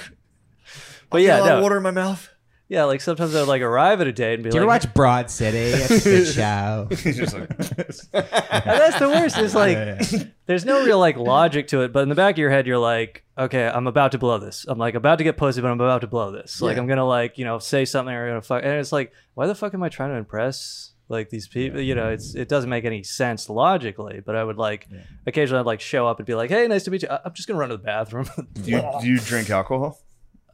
Speaker 3: But
Speaker 1: Got
Speaker 3: yeah,
Speaker 1: a lot of
Speaker 3: no.
Speaker 1: water in my mouth.
Speaker 3: Yeah. Like sometimes I would like arrive at a date and be
Speaker 4: Do you ever
Speaker 3: like,
Speaker 4: watch Broad City? It's the show.
Speaker 2: He's just like,
Speaker 3: (laughs) And (laughs) that's the worst. Is like
Speaker 4: (laughs) Yeah, yeah.
Speaker 3: there's no real like logic to it, but in the back of your head, you're like, okay, I'm about to blow this. I'm like about to get pussy, but I'm about to blow this. Like
Speaker 1: Yeah.
Speaker 3: I'm gonna like you know say something or gonna fuck, and it's like, why the fuck am I trying to impress like these people? You know, it's it doesn't make any sense logically. But I would like occasionally I'd like show up and be like, hey, nice to meet you. I- I'm just gonna run to the bathroom.
Speaker 2: do you, do you drink alcohol?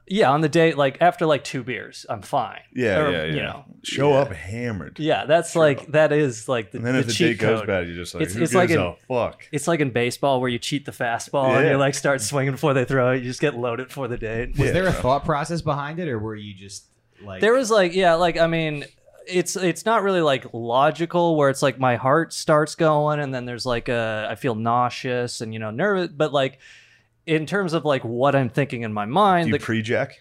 Speaker 3: yeah, on the date, like after like two beers, I'm fine.
Speaker 2: Yeah,
Speaker 3: Or,
Speaker 2: yeah, yeah.
Speaker 3: You know,
Speaker 2: Show up hammered.
Speaker 3: yeah, that's like that is like the,
Speaker 2: And then
Speaker 3: the
Speaker 2: if the
Speaker 3: cheat
Speaker 2: date goes
Speaker 3: code.
Speaker 2: bad, you're just like,
Speaker 3: It's-
Speaker 2: "Who
Speaker 3: it's like
Speaker 2: gives
Speaker 3: an-
Speaker 2: a fuck?"
Speaker 3: It's like in baseball where you cheat the fastball and
Speaker 2: Yeah.
Speaker 3: you like start swinging before they throw it. You just get loaded for the
Speaker 2: (laughs)
Speaker 3: date.
Speaker 4: Was
Speaker 2: Yeah,
Speaker 4: there a
Speaker 2: bro.
Speaker 4: thought process behind it, or were you just like
Speaker 3: There was like yeah, like I mean, it's it's not really like logical where it's like my heart starts going and then there's like a I feel nauseous and you know nervous, but like in terms of like what I'm thinking in my
Speaker 2: Do
Speaker 3: mind,
Speaker 2: you
Speaker 3: the,
Speaker 2: pre-jack?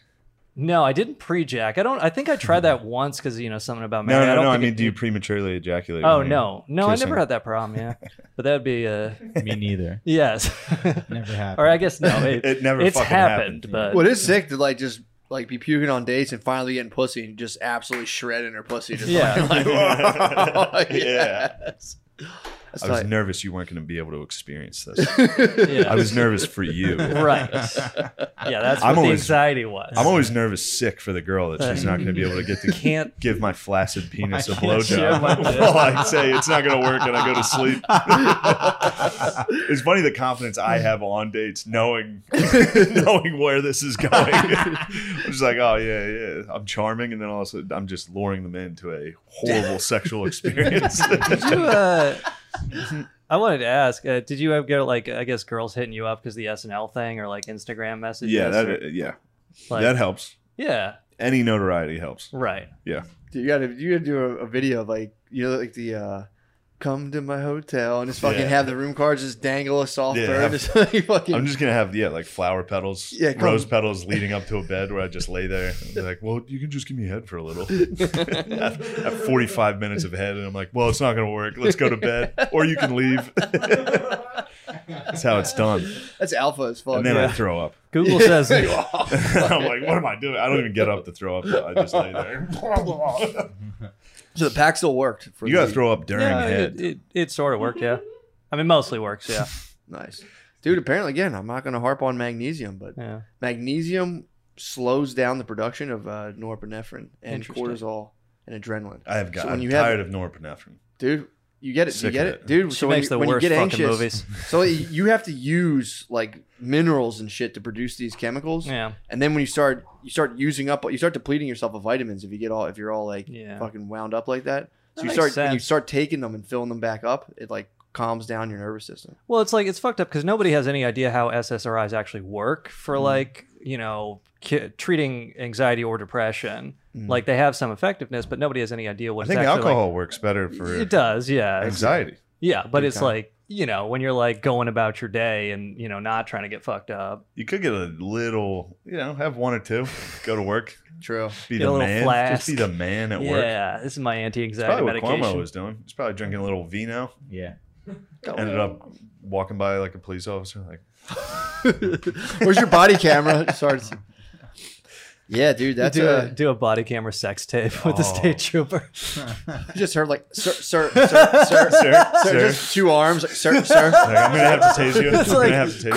Speaker 3: no, I didn't pre-jack. I don't. I think I
Speaker 2: (laughs)
Speaker 3: tried that once because you know something about
Speaker 2: No,
Speaker 3: marriage.
Speaker 2: no,
Speaker 3: Oh, I don't
Speaker 2: no. I
Speaker 3: think
Speaker 2: mean,
Speaker 3: it-
Speaker 2: do you prematurely ejaculate?
Speaker 3: Oh
Speaker 2: when you-
Speaker 3: no, no, I
Speaker 2: kissing?
Speaker 3: never had that
Speaker 2: (laughs)
Speaker 3: problem. Yeah, but that'd be uh,
Speaker 4: me neither?
Speaker 3: yes, (laughs)
Speaker 4: Never happened.
Speaker 3: or I guess no,
Speaker 2: (laughs)
Speaker 3: it,
Speaker 2: It never
Speaker 3: it's
Speaker 2: fucking
Speaker 3: happened,
Speaker 2: happened.
Speaker 3: but
Speaker 1: Well, it is sick to like just like be puking on dates and finally getting pussy and just absolutely shredding her pussy. Just
Speaker 3: Yeah.
Speaker 1: like, like, (laughs)
Speaker 2: (laughs) Yeah.
Speaker 1: yes. That's
Speaker 2: I was
Speaker 1: tight.
Speaker 2: nervous you weren't going to be able to experience this.
Speaker 1: (laughs)
Speaker 3: yeah.
Speaker 2: I was nervous for you.
Speaker 3: right.
Speaker 4: (laughs)
Speaker 3: Yeah, that's
Speaker 2: I'm
Speaker 3: what the
Speaker 2: always-
Speaker 3: anxiety was.
Speaker 1: (laughs)
Speaker 2: I'm always nervous sick for the girl that she's not going to be able to get to
Speaker 3: Can't.
Speaker 2: give my
Speaker 3: (laughs)
Speaker 2: flaccid penis a
Speaker 4: My- Yeah,
Speaker 2: blowjob. (laughs)
Speaker 3: my-
Speaker 2: Well, I say it's not going to work, and I go to sleep. (laughs) it's funny the confidence I have on dates, knowing knowing where this is going. I'm just like, oh yeah, yeah, I'm charming, and then also I'm just luring them into a horrible sexual experience.
Speaker 3: Did you, uh, I wanted to ask, uh, did you ever get like, I guess, girls hitting you up because the SNL thing or like Instagram messages?
Speaker 2: yeah,
Speaker 3: or,
Speaker 2: that uh, yeah,
Speaker 3: like,
Speaker 2: that helps.
Speaker 3: yeah,
Speaker 2: Any notoriety helps.
Speaker 3: right.
Speaker 1: Dude, you gotta you gotta do a, a video of like you know like the uh come to my hotel and just fucking
Speaker 2: Yeah.
Speaker 1: have the room cards just dangle a soft
Speaker 2: Yeah,
Speaker 1: bird. (laughs)
Speaker 2: I'm-
Speaker 1: Just, like, fucking,
Speaker 2: I'm just gonna have yeah, like flower petals,
Speaker 1: Yeah, come-
Speaker 2: rose petals leading up to a bed where I just
Speaker 1: (laughs)
Speaker 2: lay there. And they're like, well, you can just give me head for a little. I have 45 minutes of head, and I'm like, well, it's not gonna work. Let's go to bed, or you can leave. (laughs) That's how it's done.
Speaker 1: (laughs) that's alpha as fuck.
Speaker 2: And then I
Speaker 1: yeah.
Speaker 2: throw up. (laughs)
Speaker 1: (laughs)
Speaker 3: Google says
Speaker 2: I'm like, what am I doing? I don't even get up to throw up. I just lay there.
Speaker 1: so the Paxil worked. For
Speaker 2: You gotta
Speaker 1: the-
Speaker 2: throw up during
Speaker 3: Yeah,
Speaker 2: head.
Speaker 3: it, it, it sort of worked, yeah. I mean, mostly works, yeah.
Speaker 1: nice, dude. Apparently, again, I'm not gonna harp on magnesium, but
Speaker 3: Yeah.
Speaker 1: magnesium slows down the production of uh, norepinephrine and
Speaker 3: Interesting.
Speaker 1: cortisol and adrenaline.
Speaker 2: I have got.
Speaker 1: So when
Speaker 2: I'm
Speaker 1: you have-
Speaker 2: tired of norepinephrine.
Speaker 1: dude. You get it. You
Speaker 2: Sick
Speaker 1: get
Speaker 2: of
Speaker 1: it,
Speaker 2: it.
Speaker 1: dude.
Speaker 3: She
Speaker 1: so when
Speaker 3: makes
Speaker 1: you,
Speaker 3: the
Speaker 1: when you
Speaker 3: worst
Speaker 1: get
Speaker 3: fucking
Speaker 1: anxious,
Speaker 3: movies.
Speaker 1: so you have to use like minerals and shit to produce these chemicals.
Speaker 3: Yeah.
Speaker 1: And then when you start, you start using up, you start depleting yourself of vitamins if you get all if you're all like
Speaker 3: Yeah.
Speaker 1: fucking wound up like that. So
Speaker 3: That
Speaker 1: you
Speaker 3: makes
Speaker 1: start when you
Speaker 3: sense.
Speaker 1: start taking them and filling them back up. It like calms down your nervous system.
Speaker 3: Well, it's like it's fucked up because nobody has any idea how SSRIs actually work
Speaker 2: Mm.
Speaker 3: for like you know ki- treating anxiety or depression. Like they have some effectiveness, but nobody has any idea what
Speaker 2: Mm. I
Speaker 3: it's
Speaker 2: think
Speaker 3: actually like.
Speaker 2: alcohol works better for
Speaker 3: It does, yeah, It's-
Speaker 2: anxiety.
Speaker 3: yeah, but
Speaker 1: Big
Speaker 3: it's
Speaker 1: time.
Speaker 3: like you know when you're like going about your day and you know not trying to get fucked up,
Speaker 2: You could get a little, you know, have one or two, go to work,
Speaker 1: True.
Speaker 2: be
Speaker 3: Get a
Speaker 2: the
Speaker 3: little
Speaker 2: man.
Speaker 3: flask.
Speaker 2: Just be the man at work.
Speaker 3: yeah, this is my
Speaker 2: That's
Speaker 3: anti-anxiety
Speaker 2: probably what
Speaker 3: medication.
Speaker 2: Cuomo was doing. He's probably drinking a little vino.
Speaker 4: (laughs) yeah.
Speaker 3: Oh,
Speaker 2: Ended up walking by like a police officer,
Speaker 3: (laughs)
Speaker 2: like
Speaker 1: Where's your body
Speaker 2: (laughs)
Speaker 1: camera? Starts. Yeah, dude. That's
Speaker 3: do, a,
Speaker 1: uh,
Speaker 3: do a body camera sex tape (laughs) with the
Speaker 2: Oh. (laughs)
Speaker 3: state trooper.
Speaker 1: just heard like sir, sir, sir, sir,
Speaker 2: sir,
Speaker 1: sir,
Speaker 2: sir.
Speaker 1: just two arms, like, sir, sir.
Speaker 2: Like, I'm gonna have to tase you.
Speaker 3: (laughs) It's
Speaker 2: I'm
Speaker 3: like
Speaker 2: gonna have to tase you.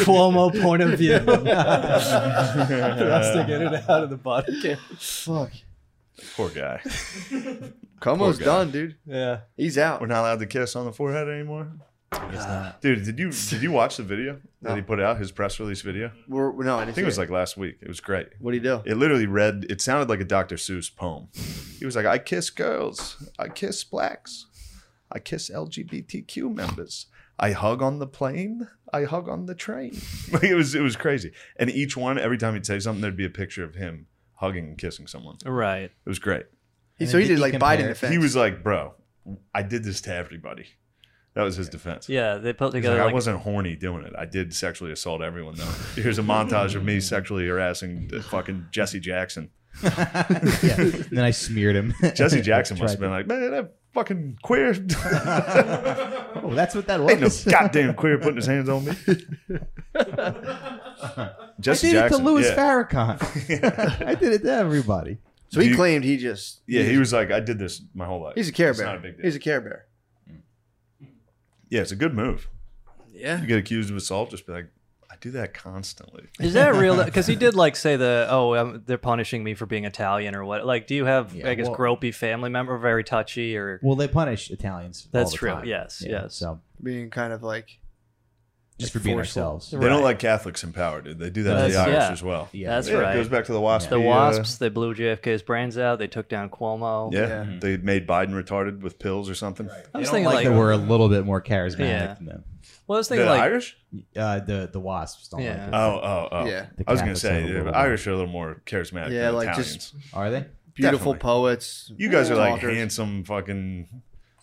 Speaker 2: (laughs)
Speaker 3: Cuomo (laughs) point of view. Thrusting in and out of the body cam.
Speaker 1: Fuck.
Speaker 2: Poor guy.
Speaker 1: Como's
Speaker 2: guy.
Speaker 1: done, dude.
Speaker 3: Yeah.
Speaker 1: He's out.
Speaker 2: We're not allowed to kiss on the forehead anymore. Dude, did you did you watch the video that
Speaker 1: No.
Speaker 2: he put out? His press release video.
Speaker 1: We're, no, I,
Speaker 2: I think it was like last week. It was great.
Speaker 1: what do you do?
Speaker 2: It literally read. It sounded like a Dr. Seuss poem. He was like, "I kiss girls. I kiss blacks. I kiss LGBTQ members. I hug on the plane. I hug on the train." (laughs) Like it was it was crazy. And each one, every time he'd say something, there'd be a picture of him hugging and kissing someone.
Speaker 3: Right.
Speaker 2: It was great.
Speaker 1: He,
Speaker 4: And
Speaker 1: so he
Speaker 4: then
Speaker 1: did
Speaker 4: he
Speaker 1: like
Speaker 4: compared-
Speaker 1: Biden defense.
Speaker 2: He was like, "Bro, I did this to everybody." That was his defense.
Speaker 3: Yeah. They
Speaker 2: He's
Speaker 3: put
Speaker 2: like,
Speaker 3: together
Speaker 2: I
Speaker 3: like,
Speaker 2: wasn't horny doing it. I did sexually assault everyone though. Here's a montage of me sexually harassing the fucking Jesse Jackson.
Speaker 4: yeah. And then I smeared him. (laughs)
Speaker 2: Jesse Jackson must have
Speaker 4: Tried
Speaker 2: been like, man, that fucking queer. (laughs)
Speaker 4: to- Oh, that's what that
Speaker 2: Ain't no
Speaker 4: was.
Speaker 2: goddamn queer putting his hands on me.
Speaker 4: (laughs) I
Speaker 2: Jesse
Speaker 4: did
Speaker 2: Jackson.
Speaker 4: it to Louis
Speaker 2: yeah.
Speaker 4: Farrakhan. I did it to everybody.
Speaker 1: so he
Speaker 2: you-
Speaker 1: claimed he just.
Speaker 2: (laughs) yeah, he was like, I did this my whole life.
Speaker 1: He's a Care
Speaker 2: It's
Speaker 1: Bear.
Speaker 2: not a big deal.
Speaker 1: He's a Care Bear.
Speaker 2: yeah, it's a good move.
Speaker 1: Yeah.
Speaker 2: You get accused of assault, just be like, I do that constantly.
Speaker 3: Is
Speaker 2: (laughs)
Speaker 3: that real? Because he did like say the oh um, they're punishing me for being Italian or what? Like, do you have
Speaker 4: Yeah,
Speaker 3: I guess
Speaker 4: well-
Speaker 3: gropey family member, very touchy or
Speaker 4: Well, they punish Italians. all
Speaker 3: That's
Speaker 4: the
Speaker 3: true.
Speaker 4: time.
Speaker 3: Yes, yes.
Speaker 4: So
Speaker 1: Being kind of like.
Speaker 4: just for being
Speaker 1: forceful.
Speaker 4: ourselves.
Speaker 2: They don't
Speaker 3: Right.
Speaker 2: like Catholics in power, dude. They do that to the
Speaker 3: That's-
Speaker 2: Irish
Speaker 3: yeah.
Speaker 2: as well.
Speaker 4: Yeah.
Speaker 3: That's
Speaker 2: Yeah,
Speaker 3: right.
Speaker 2: It goes back to the uh, wasp.
Speaker 3: the wasps? They blew JFK's brains out. They took down Cuomo.
Speaker 2: Yeah,
Speaker 1: Yeah.
Speaker 2: they made Biden retarded with pills or something.
Speaker 3: I
Speaker 4: They
Speaker 3: was
Speaker 4: don't
Speaker 3: thinking
Speaker 4: like,
Speaker 3: like,
Speaker 4: that we're a little bit more charismatic
Speaker 3: Yeah.
Speaker 4: than them.
Speaker 3: well, I was
Speaker 2: The
Speaker 3: thinking like
Speaker 2: Irish?
Speaker 4: Uh, the the wasps don't
Speaker 3: Yeah.
Speaker 4: like
Speaker 2: Oh, oh, oh.
Speaker 1: Yeah.
Speaker 4: The
Speaker 2: I was gonna
Speaker 4: Catholics
Speaker 2: say
Speaker 4: have a
Speaker 2: yeah,
Speaker 4: little-
Speaker 2: Irish are a little more charismatic.
Speaker 1: Yeah,
Speaker 2: than
Speaker 1: like
Speaker 2: Italians.
Speaker 1: just
Speaker 4: it. Are they?
Speaker 1: beautiful
Speaker 2: Definitely.
Speaker 1: poets.
Speaker 2: you guys are like
Speaker 1: talkers.
Speaker 2: handsome fucking.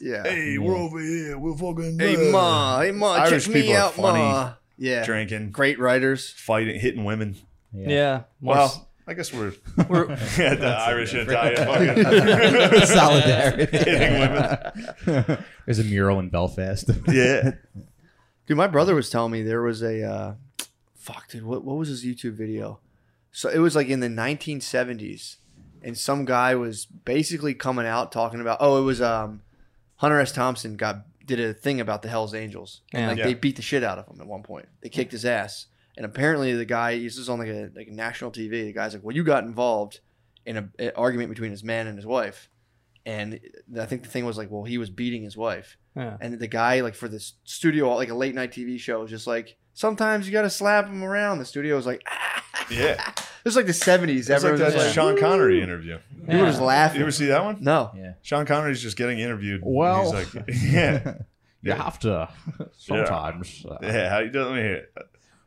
Speaker 1: Yeah.
Speaker 2: Hey, we're over here. We're fucking.
Speaker 1: Hey,
Speaker 2: uh,
Speaker 1: ma. Hey, ma.
Speaker 2: Irish
Speaker 1: check me
Speaker 2: people are
Speaker 1: out, ma.
Speaker 2: funny.
Speaker 1: Yeah.
Speaker 2: Drinking,
Speaker 1: Great writers.
Speaker 2: fighting, hitting women.
Speaker 3: yeah, more s-
Speaker 2: Well, I guess
Speaker 4: (laughs)
Speaker 2: we're (laughs)
Speaker 3: we're,
Speaker 2: yeah, the Irish and Italian fucking
Speaker 3: (laughs)
Speaker 4: (laughs) Solidarity.
Speaker 2: hitting women.
Speaker 4: (laughs) There's a mural in Belfast.
Speaker 2: (laughs)
Speaker 4: (laughs)
Speaker 2: Yeah,
Speaker 1: Dude, my brother was telling me there was a uh, fuck, dude. What what was his YouTube video? So it was like in the 1970s, and some guy was basically coming out talking about. Oh, it was um, Hunter S. Thompson got did a thing about the Hell's Angels, and
Speaker 3: Yeah.
Speaker 1: like
Speaker 2: Yeah.
Speaker 1: they beat the shit out of him at one point. They kicked his ass, and apparently the guy this is on like a like national TV. The guy's like, "Well, you got involved in a, an argument between his man and his wife," and uh, I think the thing was like, "Well, he was beating his wife."
Speaker 3: yeah.
Speaker 1: And the guy, like for this studio, like a late night TV show, was just like, sometimes you got to slap him around. The studio was like, (laughs)
Speaker 2: yeah.
Speaker 1: this is like the 70s.
Speaker 2: That's like
Speaker 1: Everyone
Speaker 2: that
Speaker 1: was like,
Speaker 2: Sean Connery interview.
Speaker 1: people were
Speaker 3: Yeah.
Speaker 1: just
Speaker 2: You
Speaker 1: laughing.
Speaker 2: ever see that one?
Speaker 1: no.
Speaker 4: yeah.
Speaker 2: Sean Connery's just getting interviewed. and
Speaker 4: Well.
Speaker 2: he's
Speaker 4: (laughs)
Speaker 2: like, (laughs) yeah,
Speaker 4: You
Speaker 2: Yeah.
Speaker 4: have to sometimes. uh,
Speaker 2: yeah. How you doing here?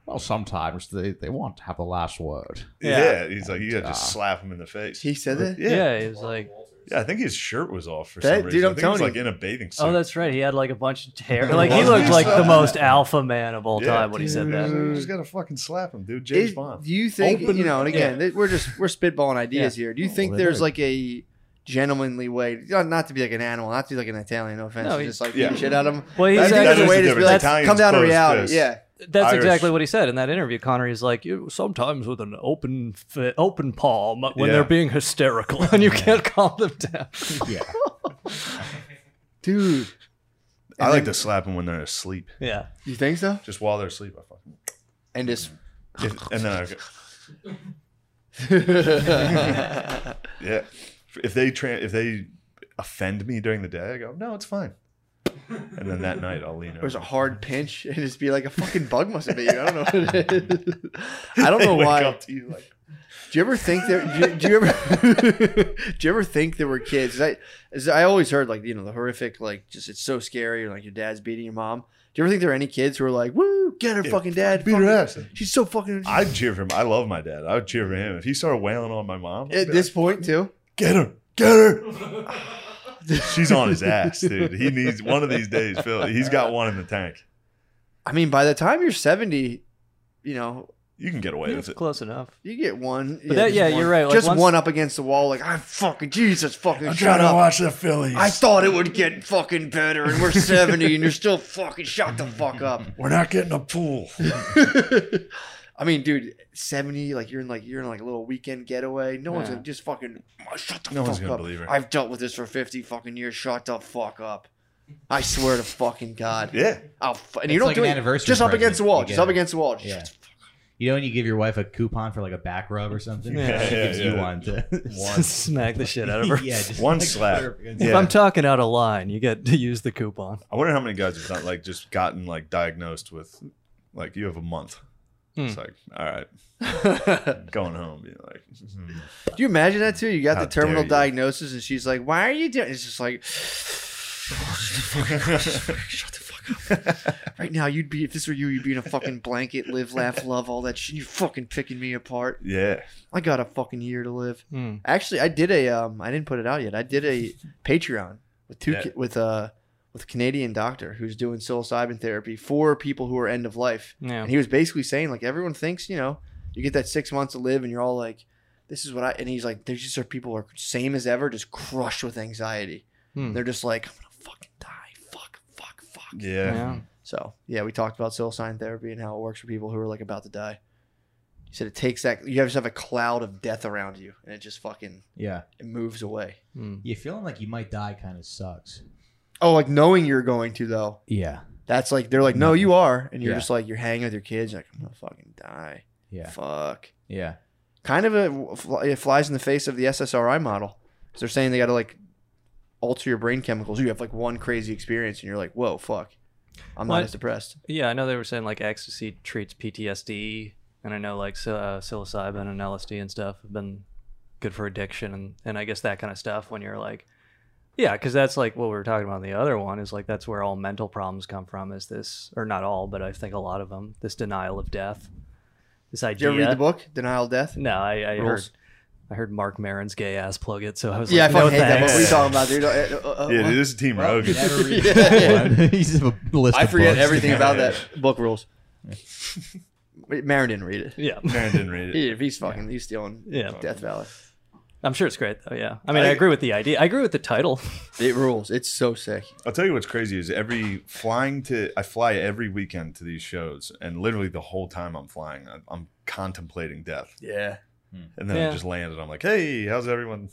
Speaker 4: Well, sometimes they, they want to have the last word.
Speaker 2: Yeah.
Speaker 3: Yeah.
Speaker 2: He's like, you gotta just
Speaker 4: Ah.
Speaker 2: slap him in the face.
Speaker 1: He said that?
Speaker 2: Yeah.
Speaker 3: yeah, he was like,
Speaker 2: Yeah, I think his shirt was off for
Speaker 1: That-
Speaker 2: some
Speaker 1: dude,
Speaker 2: reason. i
Speaker 1: I'm
Speaker 2: think he was
Speaker 1: telling
Speaker 2: like in a bathing suit.
Speaker 3: oh, that's right. He had like a bunch of
Speaker 2: (laughs)
Speaker 3: hair. Like he
Speaker 2: Was
Speaker 3: looked
Speaker 2: he?
Speaker 3: like the most alpha man of all
Speaker 2: Yeah,
Speaker 3: time when he said
Speaker 2: dude,
Speaker 3: that.
Speaker 2: You just gotta fucking slap him, dude. James
Speaker 1: Is-
Speaker 2: Bond.
Speaker 1: Do you think,
Speaker 4: Open-
Speaker 1: you know, and again, th- we're just, we're spitballing ideas here. Do you
Speaker 4: Oh,
Speaker 1: think
Speaker 4: they
Speaker 1: there's
Speaker 4: did.
Speaker 1: like a gentlemanly way, not, not to be like an animal, not to be like an Italian, no offense,
Speaker 3: No,
Speaker 1: to
Speaker 3: he-
Speaker 1: just like
Speaker 2: Yeah.
Speaker 1: beat shit out of him?
Speaker 3: Well,
Speaker 1: I
Speaker 3: he's
Speaker 1: think
Speaker 2: That
Speaker 1: there's
Speaker 2: is
Speaker 1: a
Speaker 2: the
Speaker 1: way to
Speaker 2: difference.
Speaker 1: be like,
Speaker 2: Italians
Speaker 1: come down to
Speaker 2: close
Speaker 1: reality.
Speaker 2: fist.
Speaker 1: Yeah.
Speaker 3: That's
Speaker 2: Irish.
Speaker 3: exactly what he said in that interview. Connery's like, you sometimes with an open fi- open palm when
Speaker 2: Yeah.
Speaker 3: they're being hysterical and you can't calm them down.
Speaker 4: (laughs) Yeah.
Speaker 1: Dude.
Speaker 2: I like to slap them when they're asleep.
Speaker 3: yeah.
Speaker 1: You think so?
Speaker 2: Just while they're asleep, I (laughs) fucking.
Speaker 1: And just,
Speaker 2: If, and then I go, (laughs)
Speaker 1: (laughs)
Speaker 2: yeah. If they tra- if they offend me during the day, I go, no, it's fine. And then that night, I'll lean over.
Speaker 1: there's a hard pinch (laughs) and just be like a fucking bug must have been you. I don't know what it
Speaker 2: (laughs)
Speaker 1: is. I don't
Speaker 2: They
Speaker 1: know
Speaker 2: wake
Speaker 1: why.
Speaker 2: up to you like,
Speaker 1: Do you ever think there? Do you, do you ever? (laughs) do you ever think there were kids? 'Cause I, 'cause I always heard like you know the horrific like just it's so scary or like your dad's beating your mom. Do you ever think there were any kids who were like, "Woo, get her
Speaker 2: Yeah,
Speaker 1: fucking dad,
Speaker 2: beat her
Speaker 1: fucking-
Speaker 2: ass."
Speaker 1: She's so fucking."
Speaker 2: I'd cheer for him. I love my dad. I would cheer for him. If he started wailing on my mom, I'd
Speaker 1: at
Speaker 2: be
Speaker 1: this point too.
Speaker 2: get her, get her. She's on his ass, dude. He needs one of these days, Phil. He's got one in the tank.
Speaker 1: I mean, by the time you're seventy, you know
Speaker 2: You can get away with it.
Speaker 3: Close enough.
Speaker 1: you get one.
Speaker 3: that-
Speaker 1: just
Speaker 3: yeah,
Speaker 1: one-
Speaker 3: you're right, like,
Speaker 1: just
Speaker 3: once-
Speaker 1: one up against the wall, like I fucking Jesus fucking.
Speaker 2: I'm
Speaker 1: shut
Speaker 2: trying
Speaker 1: up.
Speaker 2: to watch the Phillies.
Speaker 1: I thought it would get fucking better, and we're 70, and you're still fucking shut the fuck
Speaker 2: (laughs)
Speaker 1: up.
Speaker 2: We're not getting a pool.
Speaker 1: I mean, dude, 70, like you're in like you're in like a little weekend getaway. No one's
Speaker 3: Yeah.
Speaker 1: gonna just fucking shut the
Speaker 2: No
Speaker 1: fuck
Speaker 2: one's gonna
Speaker 1: up.
Speaker 2: believe her.
Speaker 1: I've dealt with this for 50 fucking years. Shut the fuck up. I swear to fucking God.
Speaker 2: (laughs) Yeah.
Speaker 1: I'll fu- and you
Speaker 4: It's
Speaker 1: don't
Speaker 4: like
Speaker 1: do
Speaker 4: an
Speaker 1: it.
Speaker 4: anniversary
Speaker 1: Just up
Speaker 4: present
Speaker 1: against the wall.
Speaker 4: you
Speaker 1: Just
Speaker 4: get.
Speaker 1: up against the wall. Just
Speaker 4: Yeah. You know when you give your wife a coupon for like a back rub or something?
Speaker 3: Yeah,
Speaker 4: she
Speaker 2: yeah,
Speaker 4: gives you
Speaker 2: yeah.
Speaker 4: one
Speaker 3: (laughs)
Speaker 4: to (laughs)
Speaker 3: Smack the shit out of her.
Speaker 4: yeah, just
Speaker 2: One
Speaker 4: like
Speaker 2: slap.
Speaker 4: slurp against-
Speaker 3: If
Speaker 2: Yeah.
Speaker 3: I'm talking out of line, you get to use the coupon.
Speaker 2: I wonder how many guys have not like just gotten like diagnosed with like you have a month. It's like all right,
Speaker 1: (laughs) Do
Speaker 2: going home. You're like, hmm.
Speaker 1: you imagine that too? You got
Speaker 2: How
Speaker 1: the terminal
Speaker 2: dare you.
Speaker 1: diagnosis, and she's like, "Why are you doing?" It's just like, "Shut the fuck up!" right now, you'd be if this were you, you'd be in a fucking blanket, live, laugh, love, all that shit. You're fucking picking me apart.
Speaker 2: (laughs) yeah,
Speaker 1: I got a fucking year to live.
Speaker 3: Hmm.
Speaker 1: Actually, I did a um, I didn't put it out yet. I did a Patreon with two
Speaker 2: Yeah.
Speaker 1: ki- with uh with a Canadian doctor who's doing psilocybin therapy for people who are end of life.
Speaker 3: Yeah.
Speaker 1: And he was basically saying like everyone thinks, you know, you get that six months to live and you're all like, this is what I and he's like, there's just are people who are same as ever, just crushed with anxiety.
Speaker 3: Hmm.
Speaker 1: They're just like, I'm gonna fucking die. Fuck, fuck, fuck.
Speaker 2: yeah.
Speaker 3: Yeah.
Speaker 1: So yeah, we talked about psilocybin therapy and how it works for people who are like about to die. He said it takes that you just have a cloud of death around you and it just fucking
Speaker 4: yeah.
Speaker 1: it moves away.
Speaker 3: Hmm.
Speaker 4: You feeling like you might die kind of sucks.
Speaker 1: Oh, like knowing you're going to though.
Speaker 4: Yeah.
Speaker 1: That's like they're like, no, you are, and you're
Speaker 4: Yeah.
Speaker 1: just like you're hanging with your kids. You're like I'm gonna fucking die.
Speaker 4: Yeah.
Speaker 1: Fuck.
Speaker 4: Yeah.
Speaker 1: Kind of a fl- it flies in the face of the SSRI model because they're saying they got to like alter your brain chemicals. You have like one crazy experience, and you're like, whoa, fuck, I'm
Speaker 3: What?
Speaker 1: not as depressed.
Speaker 3: Yeah, I know they were saying like ecstasy treats PTSD, and I know like psil- uh, psilocybin and LSD and stuff have been good for addiction, and, and I guess that kind of stuff when you're like, yeah, because that's like what we were talking about. in The other one is like that's where all mental problems come from. Is this or not all, but I think a lot of them. This denial of death, this
Speaker 1: Did you
Speaker 3: idea.
Speaker 1: ever read the book Denial of Death?
Speaker 3: No, I, I heard.
Speaker 1: Rules.
Speaker 3: I heard Mark Maron's gay ass plug it, so I was
Speaker 1: yeah, I
Speaker 3: like,
Speaker 1: fucking
Speaker 3: no
Speaker 1: hate that. book. What are you
Speaker 3: thanks.
Speaker 2: book.
Speaker 1: talking about, dude? Uh, uh, uh,
Speaker 2: Yeah,
Speaker 1: what?
Speaker 2: dude, this is Team
Speaker 4: Well,
Speaker 2: Rogan.
Speaker 4: you
Speaker 2: (laughs)
Speaker 4: never read
Speaker 1: Yeah.
Speaker 4: that one. you just have a list
Speaker 1: I
Speaker 4: of
Speaker 1: forget (laughs)
Speaker 4: books. (laughs)
Speaker 1: everything about
Speaker 2: (laughs)
Speaker 1: that book rules. (laughs) Wait, Marin didn't read it.
Speaker 3: Yeah, (laughs)
Speaker 2: Aaron didn't read it.
Speaker 1: He- He's fucking. He's stealing.
Speaker 3: Yeah.
Speaker 1: Death Valley.
Speaker 3: I'm sure it's great though. Yeah, I mean, I,
Speaker 1: I-
Speaker 3: agree with the idea. I agree with the title. (laughs)
Speaker 1: It rules. It's so sick.
Speaker 2: I'll tell you what's crazy is every flying to I fly every weekend to these shows, and literally the whole time I'm flying, I'm, I'm contemplating death,
Speaker 1: Yeah.
Speaker 2: and then
Speaker 3: Yeah.
Speaker 2: I just landed. I'm like, hey, how's everyone?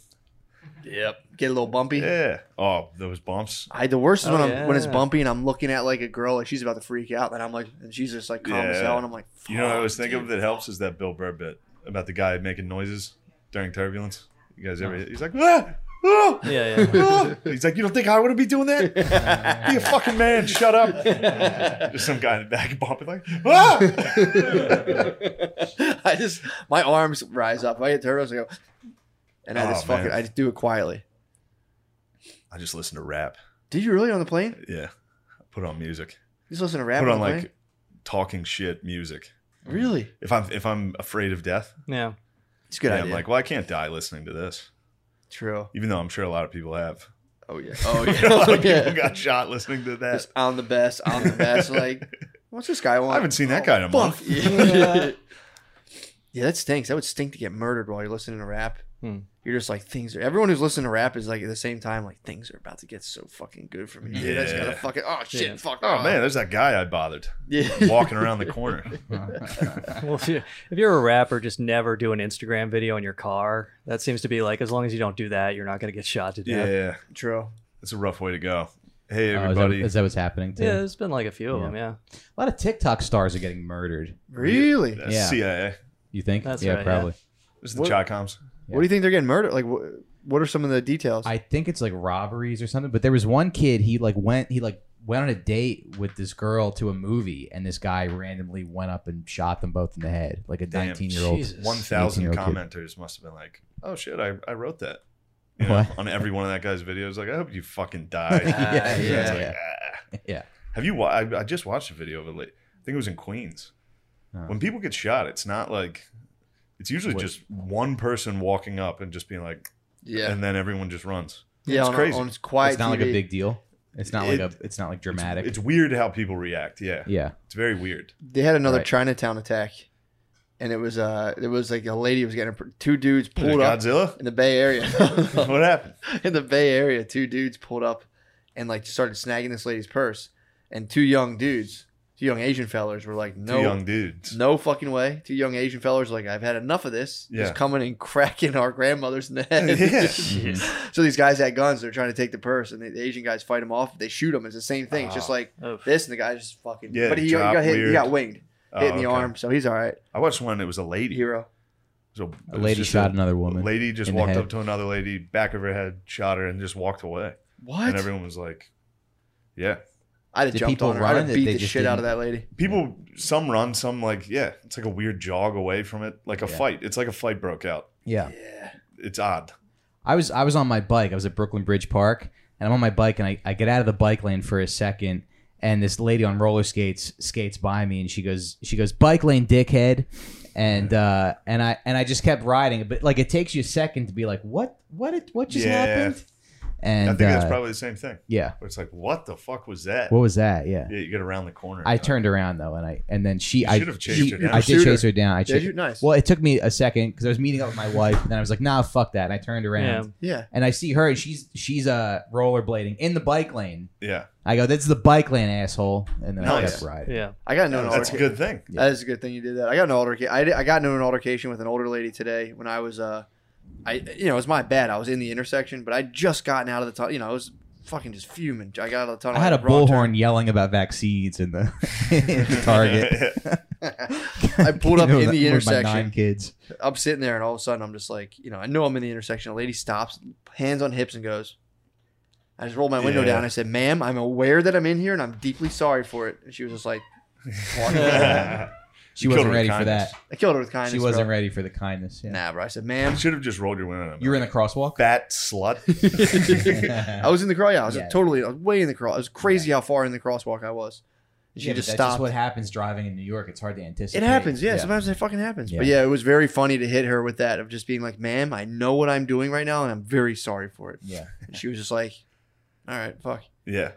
Speaker 1: Yep. Get a little bumpy.
Speaker 2: Yeah. Oh, those bumps.
Speaker 1: I the worst is when
Speaker 3: Oh,
Speaker 1: I'm when it's
Speaker 3: yeah.
Speaker 1: bumpy and I'm looking at like a girl like she's about to freak out and I'm like and she's just like calm as
Speaker 2: Yeah.
Speaker 1: hell and I'm like Fuck,
Speaker 2: You know, what I was thinking of
Speaker 1: dude.
Speaker 2: that helps is that Bill Burr bit about the guy making noises during turbulence. You guys ever? He's like, ah, ah,
Speaker 3: Yeah,
Speaker 1: (laughs)
Speaker 3: yeah.
Speaker 2: ah." He's like, you don't think I would be doing that? Be a fucking man. Shut up. Just some guy in the back (laughs) bumping like,
Speaker 1: (laughs)
Speaker 2: ah.
Speaker 1: I just my arms rise up. I get turtles. I go and I
Speaker 2: Oh,
Speaker 1: just fucking
Speaker 2: man.
Speaker 1: I just do it quietly.
Speaker 2: I just listen to rap.
Speaker 1: Did you really on the plane?
Speaker 2: Yeah. Put on music.
Speaker 1: Just listen to rap
Speaker 2: Put
Speaker 1: on
Speaker 2: on
Speaker 1: the
Speaker 2: like
Speaker 1: plane?
Speaker 2: talking shit music.
Speaker 1: Really?
Speaker 2: If I'm if I'm afraid of death,
Speaker 3: yeah.
Speaker 1: It's a good
Speaker 2: yeah, I'm
Speaker 1: idea.
Speaker 2: like, well, I can't die listening to this.
Speaker 1: True.
Speaker 2: Even though I'm sure a lot of
Speaker 1: (laughs)
Speaker 2: people have. (laughs)
Speaker 1: Oh yeah. Oh
Speaker 2: a
Speaker 1: yeah.
Speaker 2: lot of
Speaker 1: Oh, yeah.
Speaker 2: (laughs) people got shot listening to that.
Speaker 1: Just on the best. On the best. like what's this guy want?
Speaker 2: I haven't seen that guy in a month.
Speaker 1: Fuck. Yeah. yeah, that stinks. That would stink to get murdered while you're listening to rap.
Speaker 3: Hmm.
Speaker 1: You're just like things are. Everyone who's listening to rap is like at the same time like things are about to get so fucking good for me. Yeah, that's
Speaker 2: Yeah.
Speaker 1: gotta fucking oh shit,
Speaker 3: Yeah.
Speaker 1: fuck.
Speaker 2: Oh man, there's that guy
Speaker 1: (laughs)
Speaker 2: I bothered (laughs)
Speaker 1: yeah.
Speaker 2: walking around the corner.
Speaker 4: Oh,
Speaker 3: Well, if, you, if you're a rapper, just never do an Instagram video in your car. That seems to be like, as long as you don't do that, you're not going to get shot to
Speaker 2: Yeah,
Speaker 3: death.
Speaker 1: True.
Speaker 2: it's a rough way to go. Hey
Speaker 4: Oh, is, that,
Speaker 2: everybody,
Speaker 4: is that what's happening too?
Speaker 3: Yeah, there's been like a few of
Speaker 4: Yeah.
Speaker 3: them. Yeah.
Speaker 4: A lot of TikTok stars are getting murdered.
Speaker 1: Really?
Speaker 2: That's
Speaker 4: Yeah.
Speaker 2: CIA.
Speaker 4: You think?
Speaker 3: That's
Speaker 4: yeah,
Speaker 3: right, yeah.
Speaker 4: probably.
Speaker 2: This is the
Speaker 1: What-
Speaker 2: Chi-Coms.
Speaker 1: What do you think they're getting murdered? Like, wh- what are some of the details?
Speaker 4: I think it's like robberies or something. But there was one kid. He like went. He like went on a date with this girl to a movie, and this guy randomly went up and shot them both in the head, like a
Speaker 2: Damn,
Speaker 4: nineteen-year-old.
Speaker 3: Jesus.
Speaker 2: One thousand
Speaker 4: 18-year-old kid.
Speaker 2: commenters must have been like, "Oh shit, I, I wrote that." You know,
Speaker 4: What?
Speaker 2: on every one of that guy's videos, like, "I hope you
Speaker 4: (laughs)
Speaker 2: fucking die."
Speaker 4: yeah,
Speaker 2: (laughs) It's
Speaker 4: yeah,
Speaker 2: like,
Speaker 4: yeah.
Speaker 2: ah.
Speaker 4: Yeah.
Speaker 2: Have you? Wa- I, I just watched a video of it. Late. I think it was in Queens.
Speaker 4: Oh.
Speaker 2: When people get shot, it's not like. It's usually
Speaker 4: What-
Speaker 2: just one person walking up and just being like,
Speaker 1: yeah.
Speaker 2: and then everyone just runs.
Speaker 1: yeah.
Speaker 2: it's
Speaker 1: on,
Speaker 2: crazy.
Speaker 1: On quiet
Speaker 4: It's not like
Speaker 1: TV.
Speaker 4: a big deal. It's not
Speaker 2: It-
Speaker 4: like a. It's not like
Speaker 2: It's-
Speaker 4: dramatic.
Speaker 2: It's, weird how people react. Yeah. (laughs)
Speaker 4: yeah.
Speaker 2: It's very weird.
Speaker 1: They had another
Speaker 4: Right.
Speaker 1: Chinatown attack, and it was uh, it was like a lady was getting two dudes
Speaker 2: Is it
Speaker 1: pulled up
Speaker 2: Godzilla?
Speaker 1: in the Bay Area. (laughs)
Speaker 4: (laughs)
Speaker 2: what happened?
Speaker 1: in the Bay Area, two dudes pulled up and like started snagging this lady's purse, and two young dudes, two young Asian fellers, were like,
Speaker 2: Two
Speaker 1: "No,
Speaker 2: young dudes.
Speaker 1: no fucking way!" Two young Asian fellers were like, "I've had enough of this."
Speaker 2: Yeah.
Speaker 1: Just coming and (laughs) cracking our grandmothers in the (laughs) head.
Speaker 2: (laughs) Yeah.
Speaker 4: Mm-hmm. Mhm.
Speaker 1: so these guys had guns. They're trying to take the purse, and the, the Asian guys fight them off. They shoot them. It's the same thing. It's just like
Speaker 3: Oh.
Speaker 1: this, and the guy just fucking.
Speaker 2: Ah. Yeah,
Speaker 1: but he, he
Speaker 2: drop
Speaker 1: got hit. He
Speaker 2: weird.
Speaker 1: got winged. hit in the
Speaker 2: Oh, okay.
Speaker 1: arm, so he's all right.
Speaker 2: I watched one. It was a lady. It
Speaker 1: Hero.
Speaker 2: was it
Speaker 4: A
Speaker 2: was
Speaker 4: lady
Speaker 2: just
Speaker 4: shot
Speaker 2: a-
Speaker 4: another
Speaker 2: a
Speaker 4: woman.
Speaker 2: lady just
Speaker 4: in the
Speaker 2: walked
Speaker 4: head.
Speaker 2: up to another lady, back of her head, shot her, and just walked away.
Speaker 1: What?
Speaker 2: And everyone was like, "Yeah."
Speaker 1: I'd have
Speaker 4: Did
Speaker 1: jumped
Speaker 4: people
Speaker 1: on her. I'd
Speaker 4: run
Speaker 1: have
Speaker 4: it?
Speaker 1: beat
Speaker 4: They
Speaker 1: the
Speaker 4: just
Speaker 1: shit out of that
Speaker 4: didn't-
Speaker 1: lady.
Speaker 2: People, some run, some like, yeah. It's like a weird jog away from it, like a
Speaker 4: Yeah.
Speaker 2: fight. It's like a fight broke out.
Speaker 4: Yeah.
Speaker 2: It's odd.
Speaker 4: I was I was on my bike. I was at Brooklyn Bridge Park, and I'm on my bike, and I, I get out of the bike lane for a second, and this lady on roller skates skates by me, and she goes she goes bike lane dickhead, and uh and I and I just kept riding, but like it takes you a second to be like what what it, what just
Speaker 2: Yeah.
Speaker 4: happened, and
Speaker 2: I think that's
Speaker 4: uh,
Speaker 2: probably the same thing.
Speaker 4: yeah.
Speaker 2: Where it's like, what the fuck was that?
Speaker 4: What was that? Yeah.
Speaker 2: yeah, you get around the corner.
Speaker 4: I turned around though, and I and then she
Speaker 2: You
Speaker 4: I
Speaker 2: should have chased
Speaker 4: she-
Speaker 2: her down.
Speaker 4: I
Speaker 1: Shoot
Speaker 4: did chase
Speaker 1: her.
Speaker 4: her down. I
Speaker 1: Did
Speaker 4: chased,
Speaker 1: you? Nice.
Speaker 4: Well, it took me a second because I was meeting up with my wife, and then I was like, "Nah, fuck that." And I turned around,
Speaker 3: Yeah.
Speaker 1: yeah.
Speaker 4: and I see her, and she's she's uh rollerblading in the bike lane.
Speaker 2: Yeah,
Speaker 4: I go, "That's the bike lane, asshole," and then I
Speaker 2: Nice.
Speaker 4: kept riding.
Speaker 3: Yeah.
Speaker 1: I got into an
Speaker 2: that's a
Speaker 1: altercation.
Speaker 2: good thing.
Speaker 4: Yeah.
Speaker 1: That is a good thing you did that. I got an altercation. I, did- I got into an altercation with an older lady today when I was, uh, I you know, it was my bad. I was in the intersection, but I just gotten out of the tunnel. You know, I was fucking just fuming. I got out of the tunnel.
Speaker 4: I had a
Speaker 1: wrong
Speaker 4: bullhorn
Speaker 1: turn.
Speaker 4: yelling about vaccines in the, (laughs) in (laughs) the Target.
Speaker 1: (laughs)
Speaker 4: (laughs)
Speaker 1: I pulled up
Speaker 4: You know,
Speaker 1: in the
Speaker 4: with my nine
Speaker 1: intersection.
Speaker 4: kids.
Speaker 1: I'm sitting there, and all of a sudden, I'm just like, you know, I know I'm in the intersection. A lady stops, hands on hips, and goes. I just rolled my window
Speaker 2: Yeah.
Speaker 1: down. I said, "Ma'am, I'm aware that I'm in here, and I'm deeply sorry for it." And she was just like,
Speaker 4: (laughs)
Speaker 1: walking away.
Speaker 4: She
Speaker 2: You killed her
Speaker 4: wasn't
Speaker 2: with
Speaker 4: ready for
Speaker 2: kindness.
Speaker 4: that.
Speaker 1: I killed her with kindness.
Speaker 4: She wasn't
Speaker 1: bro.
Speaker 4: ready for the kindness. Yeah.
Speaker 1: Nah, bro. I said, "Ma'am,
Speaker 2: (laughs) You should have just rolled your window.
Speaker 4: You were in
Speaker 1: (laughs)
Speaker 4: the crosswalk.
Speaker 2: fat
Speaker 4: (laughs)
Speaker 2: slut.
Speaker 1: I was in the cross. Yeah, I was
Speaker 4: Yeah.
Speaker 1: totally, I was way in the cross. It was crazy how far in the crosswalk I was. And she
Speaker 4: Yeah, but
Speaker 1: just
Speaker 4: that's
Speaker 1: stopped.
Speaker 4: what happens driving in New York. It's hard to anticipate.
Speaker 1: it happens. Yeah, sometimes it fucking happens. But
Speaker 4: Yeah.
Speaker 1: yeah, it was very funny to hit her with that of just being like, "Ma'am, I know what I'm doing right now, and I'm very sorry for it."
Speaker 4: Yeah.
Speaker 1: And she was just like, "All right, fuck."
Speaker 2: yeah.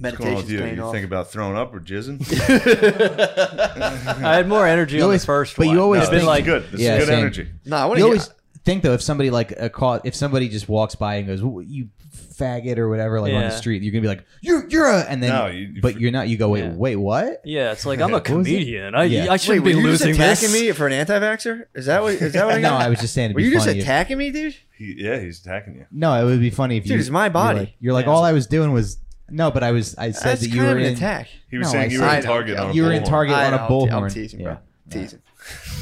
Speaker 2: What's going on
Speaker 1: Meditation's
Speaker 2: with you?
Speaker 1: paying
Speaker 2: You
Speaker 1: off.
Speaker 2: think about throwing up or jizzing?
Speaker 3: I had more energy
Speaker 4: You
Speaker 3: on
Speaker 4: always-
Speaker 3: the first
Speaker 4: but
Speaker 3: one.
Speaker 4: you always
Speaker 2: no,
Speaker 3: It's been
Speaker 2: this
Speaker 3: like
Speaker 2: is good. This
Speaker 4: Yeah,
Speaker 2: is good
Speaker 4: same.
Speaker 2: energy.
Speaker 1: no, I want
Speaker 4: You
Speaker 1: to.
Speaker 4: always think though if somebody like a call if somebody just walks by and goes "Ooh, you faggot or whatever like on the
Speaker 3: Yeah.
Speaker 4: street you're gonna be like you're you're a and then
Speaker 2: No, you-
Speaker 4: but you're not you go wait
Speaker 3: Yeah.
Speaker 4: wait what
Speaker 3: Yeah, it's like I'm a
Speaker 2: What
Speaker 4: was it?
Speaker 3: comedian. I
Speaker 4: Yeah.
Speaker 3: I shouldn't
Speaker 1: wait,
Speaker 3: be
Speaker 1: were you
Speaker 3: losing
Speaker 1: just attacking
Speaker 3: this.
Speaker 1: me for an anti-vaxer? Is that what? Is that what I
Speaker 4: (laughs) no
Speaker 1: got?
Speaker 4: I was
Speaker 1: (laughs)
Speaker 4: just saying it'd
Speaker 1: were
Speaker 4: be
Speaker 1: you just
Speaker 4: funny if-
Speaker 1: attacking me, dude?
Speaker 2: He, yeah, he's attacking you.
Speaker 4: no it would be funny if
Speaker 1: Dude,
Speaker 4: you
Speaker 1: it's my
Speaker 4: you're
Speaker 1: body.
Speaker 4: like- you're like, all I was doing was no but I was I said
Speaker 1: That's
Speaker 4: that you
Speaker 1: kind
Speaker 4: were
Speaker 1: of an
Speaker 4: in
Speaker 1: attack.
Speaker 2: He was
Speaker 4: No, I
Speaker 2: saying you were
Speaker 1: saw-
Speaker 2: in Target
Speaker 1: I know,
Speaker 2: on a
Speaker 4: you were in
Speaker 2: bullhorn.
Speaker 4: Target
Speaker 1: I
Speaker 4: on a
Speaker 1: know, I'm
Speaker 4: bullhorn
Speaker 1: teasing,
Speaker 4: yeah
Speaker 1: bro. Teasing.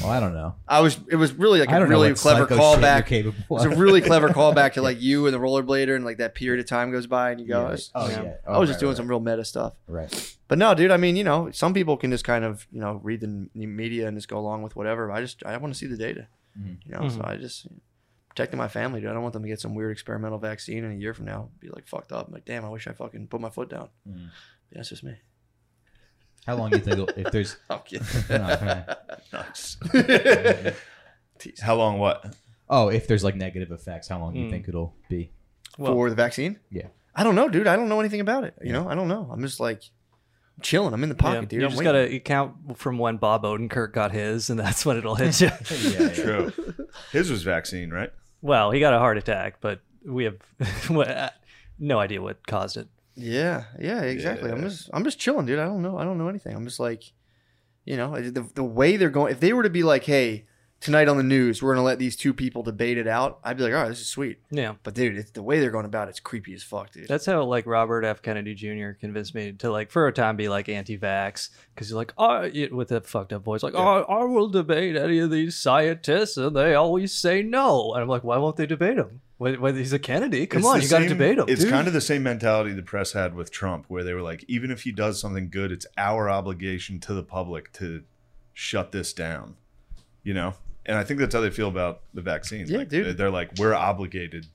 Speaker 4: well I don't know
Speaker 1: I was. It was really like
Speaker 4: I
Speaker 1: a
Speaker 4: don't know
Speaker 1: really
Speaker 4: what
Speaker 1: clever
Speaker 4: psycho shit you're
Speaker 1: callback.
Speaker 4: capable
Speaker 1: It's a
Speaker 4: of.
Speaker 1: really clever callback to like you and the rollerblader, and like that period of time goes by, and you
Speaker 4: (laughs) Yeah,
Speaker 1: go,
Speaker 4: right. oh yeah Oh,
Speaker 1: I was just
Speaker 4: right,
Speaker 1: doing
Speaker 4: right,
Speaker 1: some real meta stuff.
Speaker 4: right
Speaker 1: But no, dude, I mean, you know, some people can just kind of, you know, read the n- media and just go along with whatever. I just, I want to see the data,
Speaker 4: Mhm.
Speaker 1: you know, so
Speaker 3: Mhm.
Speaker 1: I just protecting my family, dude. I don't want them to get some weird experimental vaccine in a year from now, be like fucked up. like, damn, I wish I fucking put my foot down.
Speaker 3: Mm-hmm.
Speaker 4: Mhm.
Speaker 1: Yeah, that's just me.
Speaker 4: how long do you think it'll- if
Speaker 1: (laughs)
Speaker 4: there's (laughs)
Speaker 3: Oh,
Speaker 1: I'm kidding.
Speaker 4: No.
Speaker 2: Nice. (laughs)
Speaker 1: Tease.
Speaker 2: How long? What?
Speaker 4: oh if there's like negative effects how long do you
Speaker 3: Mm.
Speaker 4: think it'll
Speaker 1: (laughs)
Speaker 4: be
Speaker 3: Well-
Speaker 1: For the vaccine?
Speaker 4: Yeah.
Speaker 1: I don't know, dude. I don't know anything about it. You know, I don't know. I'm just like chilling. I'm in the pocket,
Speaker 3: Yeah,
Speaker 1: dude.
Speaker 3: you
Speaker 1: I'm
Speaker 3: just
Speaker 1: waiting.
Speaker 3: gotta you count from when Bob Odenkirk got his, and that's when it'll hit you.
Speaker 4: yeah, yeah.
Speaker 2: True. His was vaccine, right?
Speaker 3: well, he got a heart attack, but we have (laughs) well, no idea what caused it.
Speaker 1: Yeah, yeah, exactly. I'm
Speaker 2: Yeah.
Speaker 1: just I'm just chilling, dude. I don't know. I don't know anything. I'm just like, you know, I- the the way they're going. If they were to be like, hey, tonight on the news, we're gonna let these two people debate it out. I'd be like, all right, this is sweet.
Speaker 3: Yeah,
Speaker 1: But dude, it's the way they're going about it, it's creepy as fuck, dude.
Speaker 3: that's how like Robert F. Kennedy Jr. convinced me to like for a time be like anti-vax because he's like oh you- with that fucked up voice like oh I will debate any of these scientists and they always say no and I'm like why won't they debate him? Wh- wh- he's a Kennedy, come
Speaker 2: It's
Speaker 3: on,
Speaker 2: the
Speaker 3: you got to
Speaker 2: same-
Speaker 3: debate him.
Speaker 2: It's
Speaker 3: dude.
Speaker 2: kind of the same mentality the press had with Trump, where they were like, even if he does something good, it's our obligation to the public to shut this down. You know, and I think that's how they feel about the vaccines.
Speaker 1: Yeah,
Speaker 2: like,
Speaker 1: dude.
Speaker 2: they- They're like, we're obligated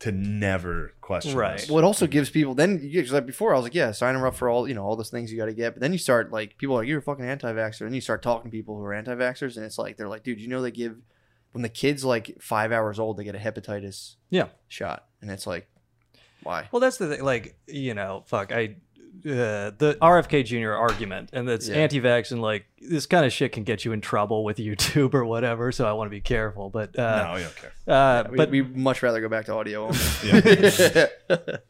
Speaker 2: to never question.
Speaker 3: Right.
Speaker 2: this."
Speaker 1: well, it also gives people. Then, you- 'cause like before, I was like, "Yeah, sign them up for all you know, all those things you got to get." But then you start like, people are like, "You're a fucking anti-vaxxer," and you start talking to people who are anti-vaxxers, and it's like they're like, "Dude, you know they give when the kid's like five hours old, they get a hepatitis
Speaker 3: Yeah.
Speaker 1: shot," and it's like, why?
Speaker 3: Well, that's the thing. Like, you know, fuck, I. Uh, the RFK Jr. argument, and that's
Speaker 1: Yeah.
Speaker 3: anti-vax, and like this kind of shit can get you in trouble with (laughs) YouTube or whatever. So I want to be careful. But uh,
Speaker 2: no, you don't care.
Speaker 3: uh,
Speaker 1: We,
Speaker 3: but
Speaker 1: we much rather go back to audio. Only.
Speaker 2: Yeah.
Speaker 1: (laughs) But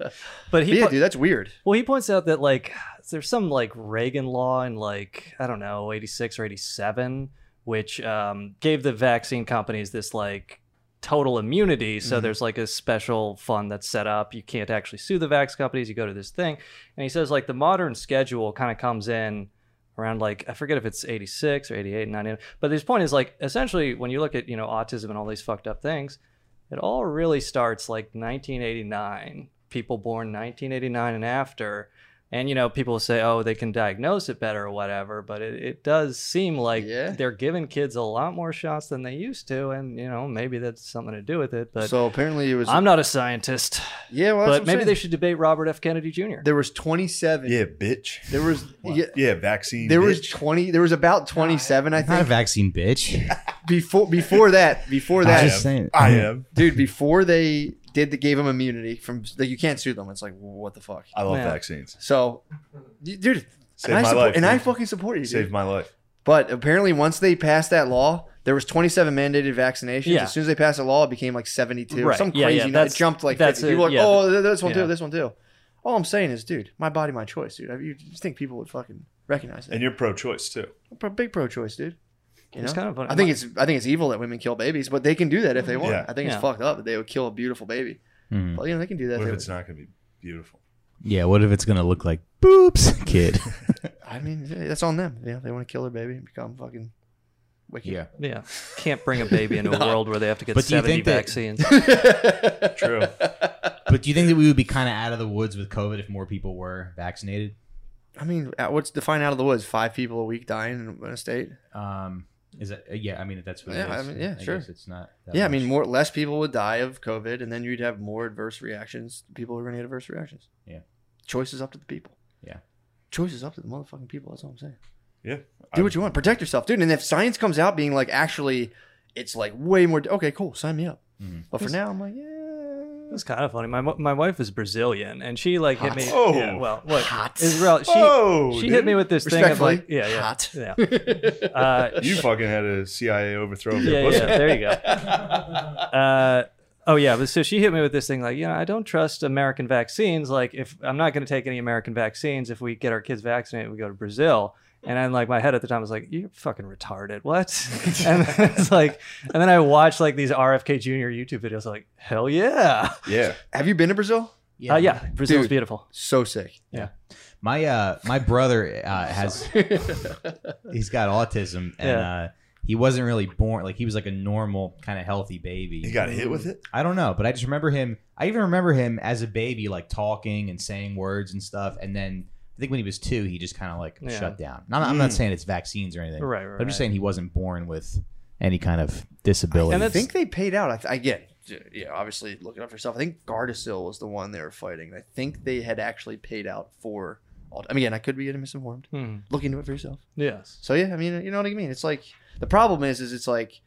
Speaker 3: but (laughs) he
Speaker 1: yeah,
Speaker 3: po-
Speaker 1: dude, that's weird.
Speaker 3: well he points out that like there's some like Reagan law in like I don't know 86 or 87, which um, gave the vaccine companies this like total immunity. So
Speaker 1: Mhm.
Speaker 3: there's like a special fund that's set up. You can't actually sue the vax companies. You go to this thing. And he says, like, the modern schedule kind of comes in around like I forget if it's 86 or 88, 99. But his point is like essentially when you look at you know autism and all these fucked up things, it all really starts like 1989. People born 1989 and after. And you know, people say, "Oh, they can diagnose it better or whatever," but it, it does seem like
Speaker 1: Yeah.
Speaker 3: they're giving kids a lot more shots than they used to, and you know, maybe that's something to do with it. But
Speaker 1: so apparently it was.
Speaker 3: I'm not a scientist,
Speaker 1: yeah, well, that's
Speaker 3: but maybe they should debate Robert F. Kennedy Jr.
Speaker 1: There was 27.
Speaker 2: Yeah, bitch.
Speaker 1: There was yeah,
Speaker 2: Yeah, vaccine.
Speaker 1: there was
Speaker 2: bitch.
Speaker 1: 20. There was about 27. I
Speaker 4: Not a
Speaker 1: think
Speaker 4: vaccine, bitch.
Speaker 1: before before that before
Speaker 4: I
Speaker 1: that
Speaker 3: (laughs)
Speaker 4: just saying.
Speaker 2: (laughs)
Speaker 4: Mm-hmm.
Speaker 2: I am.
Speaker 1: dude before they did they gave him immunity from like you can't sue them. It's like what the fuck.
Speaker 2: I love
Speaker 3: Yeah.
Speaker 2: vaccines.
Speaker 1: So, y- dude,
Speaker 2: Saved
Speaker 1: and, I,
Speaker 2: my
Speaker 1: support,
Speaker 2: life.
Speaker 1: and
Speaker 2: dude.
Speaker 1: I fucking support you, dude.
Speaker 2: saved my life.
Speaker 1: But apparently, once they passed that law, there was 27 mandated vaccinations.
Speaker 3: Yeah.
Speaker 1: As soon as they passed the law, it became like 72.
Speaker 3: Right.
Speaker 1: Some
Speaker 3: Yeah,
Speaker 1: crazy.
Speaker 3: yeah,
Speaker 1: nut.
Speaker 3: that's-
Speaker 1: it jumped like
Speaker 3: that's
Speaker 1: 50. People
Speaker 3: it,
Speaker 1: were like,
Speaker 3: yeah.
Speaker 1: oh, th- this one
Speaker 3: Yeah.
Speaker 1: too, this one too. All I'm saying is, dude, my body, my choice, dude. I, you just think people would fucking recognize it?
Speaker 2: And you're pro-choice too.
Speaker 1: I'm pro- big pro-choice, dude. You know?
Speaker 3: It's kind of funny.
Speaker 1: I think it's I think it's evil that women kill babies, but they can do that if they want.
Speaker 2: Yeah.
Speaker 1: I think
Speaker 3: Yeah.
Speaker 1: it's fucked up that they would kill a beautiful baby.
Speaker 4: Hmm.
Speaker 1: But you know they can do that. if
Speaker 2: What if
Speaker 1: they
Speaker 2: it's not going to be beautiful?
Speaker 4: Yeah, what if it's gonna look like boops,
Speaker 1: (laughs)
Speaker 4: (laughs) kid?
Speaker 1: I mean, yeah, that's on them. You know, they want to kill their baby and become fucking wicked.
Speaker 4: yeah.
Speaker 3: Yeah, can't bring a
Speaker 1: (laughs)
Speaker 3: baby into a world where they have to get
Speaker 4: But do you
Speaker 3: 70
Speaker 4: think that-
Speaker 1: (laughs)
Speaker 3: vaccines.
Speaker 2: True.
Speaker 4: But do you think that we would be kind of out of the woods with COVID if more people were vaccinated?
Speaker 1: I mean, at what's defined out of the woods? Five people a week dying in a state.
Speaker 4: Um, is that uh, yeah? I mean, if that's what
Speaker 1: Yeah,
Speaker 4: it
Speaker 1: I
Speaker 4: is.
Speaker 1: mean, yeah, sure.
Speaker 4: guess it's not. that
Speaker 1: yeah, I mean,
Speaker 4: much.
Speaker 1: more less people would die of COVID, and then you'd have more adverse reactions. People are going to get adverse reactions.
Speaker 4: Yeah.
Speaker 1: choices up to the people.
Speaker 4: Yeah.
Speaker 1: choices up to the motherfucking people. That's all I'm saying.
Speaker 2: Yeah.
Speaker 1: Do
Speaker 2: I-
Speaker 1: what you want. Protect yourself, dude. And if science comes out being like, actually, it's like way more. Okay, cool. Sign me up.
Speaker 4: Mhm.
Speaker 1: But for now, I'm like, yeah.
Speaker 3: It's kind of funny. My mo- my wife is Brazilian, and she like hit me.
Speaker 2: Hot.
Speaker 3: yeah,
Speaker 2: Oh.
Speaker 3: well, what
Speaker 1: Hot.
Speaker 3: Israel? She
Speaker 2: Whoa,
Speaker 3: she hit
Speaker 2: dude.
Speaker 3: me with this thing of like,
Speaker 1: Respectfully,
Speaker 3: yeah, yeah,
Speaker 1: hot.
Speaker 3: yeah. (laughs)
Speaker 1: (laughs)
Speaker 3: Uh,
Speaker 2: You fucking had a CIA overthrow of your
Speaker 3: yeah,
Speaker 2: pussy.
Speaker 3: yeah. There you go. Uh, oh yeah, but so she hit me with this thing like, you know, I don't trust American vaccines. Like, if I'm not going to take any American vaccines, if we get our kids vaccinated, we go to Brazil. And I'm like, my head at the time was like, you're fucking retarded. What? (laughs) and then it's like, and then I watched like these RFK Jr. YouTube videos. Like, hell yeah,
Speaker 2: (laughs) Yeah.
Speaker 1: Have you been to Brazil?
Speaker 3: yeah, uh, yeah. Brazil's
Speaker 1: Dude.
Speaker 3: beautiful.
Speaker 1: So sick.
Speaker 4: My uh, my brother
Speaker 1: (laughs)
Speaker 4: uh, has he's got autism, and
Speaker 3: Yeah.
Speaker 4: uh, he wasn't really born like he was like a normal kind of healthy baby.
Speaker 2: You got hit with it?
Speaker 4: I don't know, but I just remember him. I even remember him as a baby, like talking and saying words and stuff. And then I think when he was two, he just kind of like
Speaker 3: Yeah.
Speaker 4: shut down. And I'm, I'm not
Speaker 2: Mm.
Speaker 4: saying it's vaccines or anything.
Speaker 3: Right, right.
Speaker 4: but I'm just
Speaker 3: right.
Speaker 4: saying he wasn't born with any kind of disability.
Speaker 3: And
Speaker 1: I
Speaker 3: that's-
Speaker 1: think they paid out. I, th- I get, yeah, obviously look it up yourself. I think Gardasil was the one they were fighting. I think they had actually paid out for. All, I mean, again, I could be getting misinformed.
Speaker 3: Hmm.
Speaker 1: Look into it for yourself.
Speaker 3: Yes.
Speaker 1: So yeah, I mean, you know what I mean. It's like the problem is, is it's like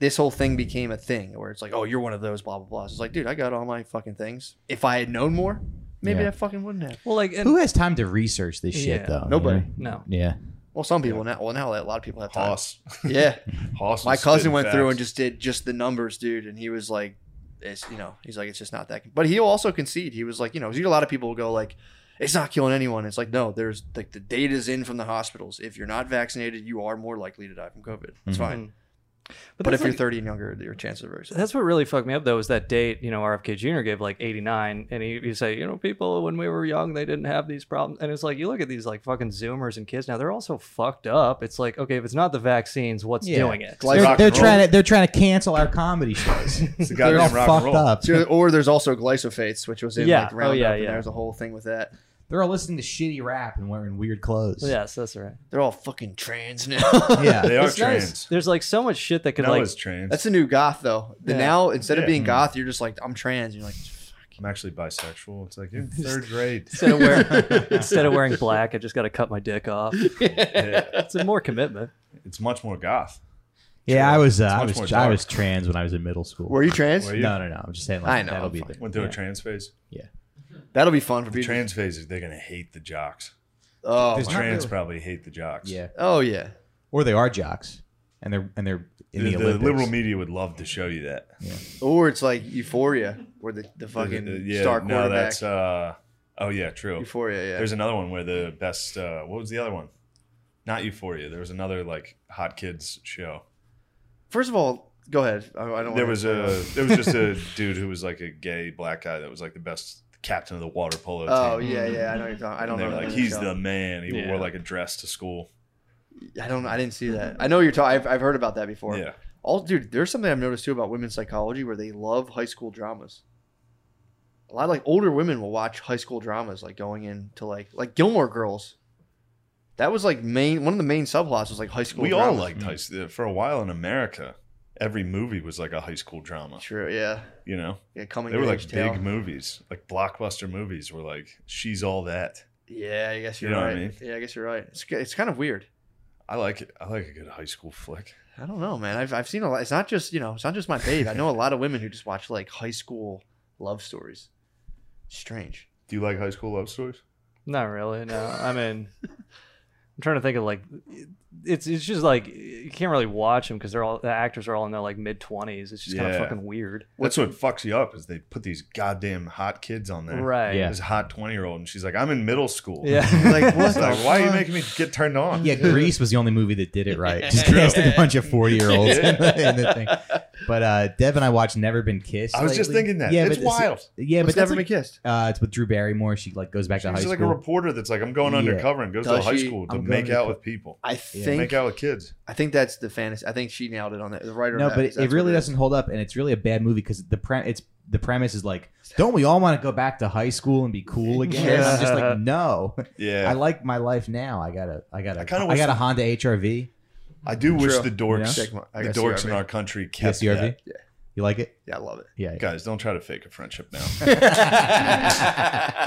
Speaker 1: this whole thing became a thing where it's like, oh, you're one of those, blah blah blah. So it's like, dude, I got all my fucking things. If I had known more, maybe
Speaker 4: Yeah.
Speaker 1: I fucking wouldn't have.
Speaker 3: Well, like, and,
Speaker 4: Who has time to research this
Speaker 3: Yeah.
Speaker 4: shit though? you
Speaker 1: Nobody.
Speaker 4: know?
Speaker 3: no.
Speaker 4: Yeah.
Speaker 1: Well, some people now. Well, now a lot of people have time.
Speaker 2: Hoss.
Speaker 1: Yeah,
Speaker 2: Hoss.
Speaker 1: my
Speaker 2: was
Speaker 1: cousin
Speaker 2: spitting
Speaker 1: went through and
Speaker 2: facts.
Speaker 1: just did just the numbers, dude, and he was like, it's you know, he's like, it's just not that. But he'll also concede. He was like, you know, 'cause you- a lot of people will go like, it's not killing anyone. It's like no, there's like the data's in from the hospitals. If you're not vaccinated, you are more likely to die from COVID. It's
Speaker 4: Mhm.
Speaker 1: fine. But,
Speaker 3: Hmm. that's
Speaker 1: if you're
Speaker 3: like-
Speaker 1: 30 and younger, your chances are
Speaker 3: (laughs)
Speaker 1: very slim.
Speaker 3: That's what really fucked me up though was that date, you know, RFK Jr. gave like 89 and he, he say, you know, people when we were young, they didn't have these problems. And it's like, you look at these like fucking zoomers and kids now, they're all so fucked up. It's like, okay, if it's not the vaccines, what's
Speaker 4: Yeah.
Speaker 3: doing it?
Speaker 2: Like
Speaker 4: They're,
Speaker 2: rock
Speaker 4: they're
Speaker 2: and roll.
Speaker 4: trying to they're trying to cancel our comedy shows.
Speaker 2: (laughs) It's the
Speaker 4: they're all
Speaker 2: goddamn rock and
Speaker 4: fucked
Speaker 2: roll.
Speaker 4: up.
Speaker 1: So- or there's also glyphosates, which was in
Speaker 3: Yeah.
Speaker 1: like
Speaker 3: Oh,
Speaker 1: Roundup,
Speaker 3: yeah,
Speaker 1: and
Speaker 3: yeah.
Speaker 1: there's a whole thing with that.
Speaker 4: They're all listening to shitty rap and wearing weird clothes.
Speaker 3: yes, that's right.
Speaker 1: They're all fucking trans now.
Speaker 4: (laughs)
Speaker 2: (laughs)
Speaker 4: Yeah.
Speaker 2: They are
Speaker 4: It's nice.
Speaker 2: trans.
Speaker 3: There's like so much shit that could
Speaker 2: That
Speaker 3: like
Speaker 2: was trans.
Speaker 1: That's the new goth though. The
Speaker 3: Yeah.
Speaker 1: now instead of
Speaker 2: Yeah.
Speaker 1: being goth, you're just like I'm trans. And you're like,
Speaker 2: I'm actually bisexual. It's like you're in third grade.
Speaker 3: instead of wearing (laughs) instead of wearing black, I just gotta cut my
Speaker 2: (laughs)
Speaker 3: dick off.
Speaker 2: Yeah.
Speaker 3: It's a more commitment.
Speaker 2: It's much more goth.
Speaker 4: Yeah, I was uh,
Speaker 2: It's
Speaker 4: I
Speaker 2: much
Speaker 4: was
Speaker 2: more
Speaker 4: I
Speaker 2: dark.
Speaker 4: was trans when I was in middle school.
Speaker 1: were you trans?
Speaker 2: Were you?
Speaker 4: No, no, no. I'm just saying like
Speaker 1: I know,
Speaker 4: that'll
Speaker 1: I'm
Speaker 4: be
Speaker 1: fine.
Speaker 4: the
Speaker 2: Went through
Speaker 4: yeah.
Speaker 2: a trans phase.
Speaker 1: That'll be fun for people.
Speaker 2: Trans phase, they're gonna hate the jocks.
Speaker 1: oh,
Speaker 4: There's
Speaker 1: my-
Speaker 4: Not
Speaker 2: Trans
Speaker 4: really.
Speaker 2: probably hate the jocks.
Speaker 4: Yeah.
Speaker 1: oh yeah.
Speaker 4: Or they are jocks. And they're and they're in
Speaker 2: The,
Speaker 4: the,
Speaker 2: the
Speaker 4: Olympics.
Speaker 2: liberal media would love to show you that.
Speaker 1: Or it's like Euphoria, where the, the fucking
Speaker 2: Uh, yeah,
Speaker 1: star
Speaker 2: no,
Speaker 1: quarterback.
Speaker 2: that's uh, oh yeah, true.
Speaker 1: Euphoria, yeah.
Speaker 2: There's another one where the best. Uh, what was the other one? Not Euphoria. There was another like hot kids show.
Speaker 1: First of all, go ahead. I, I don't.
Speaker 2: There
Speaker 1: wanna-
Speaker 2: was a there was just a
Speaker 1: (laughs)
Speaker 2: dude who was like a gay black guy that was like the best captain of the water polo team.
Speaker 1: Oh yeah, yeah. Oh, I know what you're talking. I don't
Speaker 2: And
Speaker 1: know.
Speaker 2: they were
Speaker 1: the
Speaker 2: like
Speaker 1: name
Speaker 2: he's
Speaker 1: of
Speaker 2: the man. He
Speaker 3: Yeah.
Speaker 2: wore like a dress to school.
Speaker 1: I don't. I didn't see that. I know you're talking. I've, I've heard about that before.
Speaker 2: Yeah.
Speaker 1: All dude, there's something I've noticed too about women's psychology where they love high school dramas. A lot of like older women will watch high school dramas, like going into like like Gilmore Girls. That was like main one of the main subplots was like high school.
Speaker 2: we all
Speaker 1: dramas.
Speaker 2: liked high school for a while in America. Every movie was like a high school drama.
Speaker 1: True. Yeah.
Speaker 2: You know,
Speaker 1: Yeah. Coming.
Speaker 2: they were
Speaker 1: of
Speaker 2: like
Speaker 1: age tale.
Speaker 2: big movies, like blockbuster movies. Were like, she's all that.
Speaker 1: Yeah, I guess
Speaker 2: You
Speaker 1: you're
Speaker 2: know what I
Speaker 1: right.
Speaker 2: mean?
Speaker 1: Yeah, I guess you're right. It's, it's kind of weird.
Speaker 2: I like it. I like a good high school flick.
Speaker 1: I don't know, man. I've, I've seen a lot. It's not just you know, it's not just my babe. I know a lot of women who just watch like high school love stories. Strange.
Speaker 2: Do you like high school love stories?
Speaker 3: Not really. No, I mean, I'm trying to think of like, it's it's just like you can't really watch them because they're all the actors are all in their like mid 20s. It's just kind
Speaker 2: Yeah.
Speaker 3: of fucking weird.
Speaker 2: That's what fucks you up is they put these goddamn hot kids on there.
Speaker 3: Right.
Speaker 4: Yeah.
Speaker 2: This hot twenty year old, and she's like, I'm in middle school. (laughs)
Speaker 3: Yeah.
Speaker 1: Like what
Speaker 4: (laughs)
Speaker 2: It's
Speaker 1: the?
Speaker 2: like, why are you
Speaker 1: fuck?
Speaker 2: making me get turned on?
Speaker 4: Yeah, Greece was the only movie that did
Speaker 1: (laughs)
Speaker 4: it right. Just casted a bunch of forty year olds (laughs) in, the- in the thing. But uh, Dev and I watched Never Been Kissed.
Speaker 2: I was just
Speaker 4: lately.
Speaker 2: thinking that.
Speaker 4: Yeah,
Speaker 2: It's
Speaker 4: but this-
Speaker 2: wild.
Speaker 4: Yeah,
Speaker 1: What's
Speaker 4: but that's
Speaker 1: never
Speaker 4: like,
Speaker 1: been kissed.
Speaker 4: uh, it's with Drew Barrymore. She like goes back to high
Speaker 2: She's
Speaker 4: school.
Speaker 2: like a reporter that's like, I'm going
Speaker 4: Yeah.
Speaker 2: undercover and goes
Speaker 1: Does
Speaker 2: to high
Speaker 1: she-
Speaker 2: school to
Speaker 4: I'm going
Speaker 2: make
Speaker 4: to-
Speaker 2: out with people,
Speaker 1: I
Speaker 2: make
Speaker 1: think
Speaker 2: out with kids.
Speaker 1: I think that's the fantasy. I think she nailed it on that. The writer.
Speaker 4: no,
Speaker 1: on that
Speaker 4: but
Speaker 1: is-
Speaker 4: it,
Speaker 1: that's
Speaker 4: it
Speaker 1: what
Speaker 4: really
Speaker 1: is.
Speaker 4: doesn't hold up, and it's really a bad movie because the pre- it's the premise is like, don't we all want to go back to high school and be cool again? And I'm just like, no, I
Speaker 2: Yeah,
Speaker 4: like my life now. I gotta, I gotta,
Speaker 2: I
Speaker 4: I,
Speaker 2: kinda
Speaker 4: got a
Speaker 2: wish-
Speaker 4: Honda HRV,
Speaker 2: I, do wish
Speaker 1: True.
Speaker 2: the dorks,
Speaker 1: Yeah. (laughs) Check my- I
Speaker 2: the
Speaker 1: got
Speaker 2: dorks
Speaker 1: CRV.
Speaker 2: in our country kept
Speaker 4: CRV.
Speaker 2: that.
Speaker 1: Yeah.
Speaker 4: You like it?
Speaker 1: Yeah, I love it.
Speaker 4: Yeah.
Speaker 2: Guys, don't try to fake a friendship now. (laughs)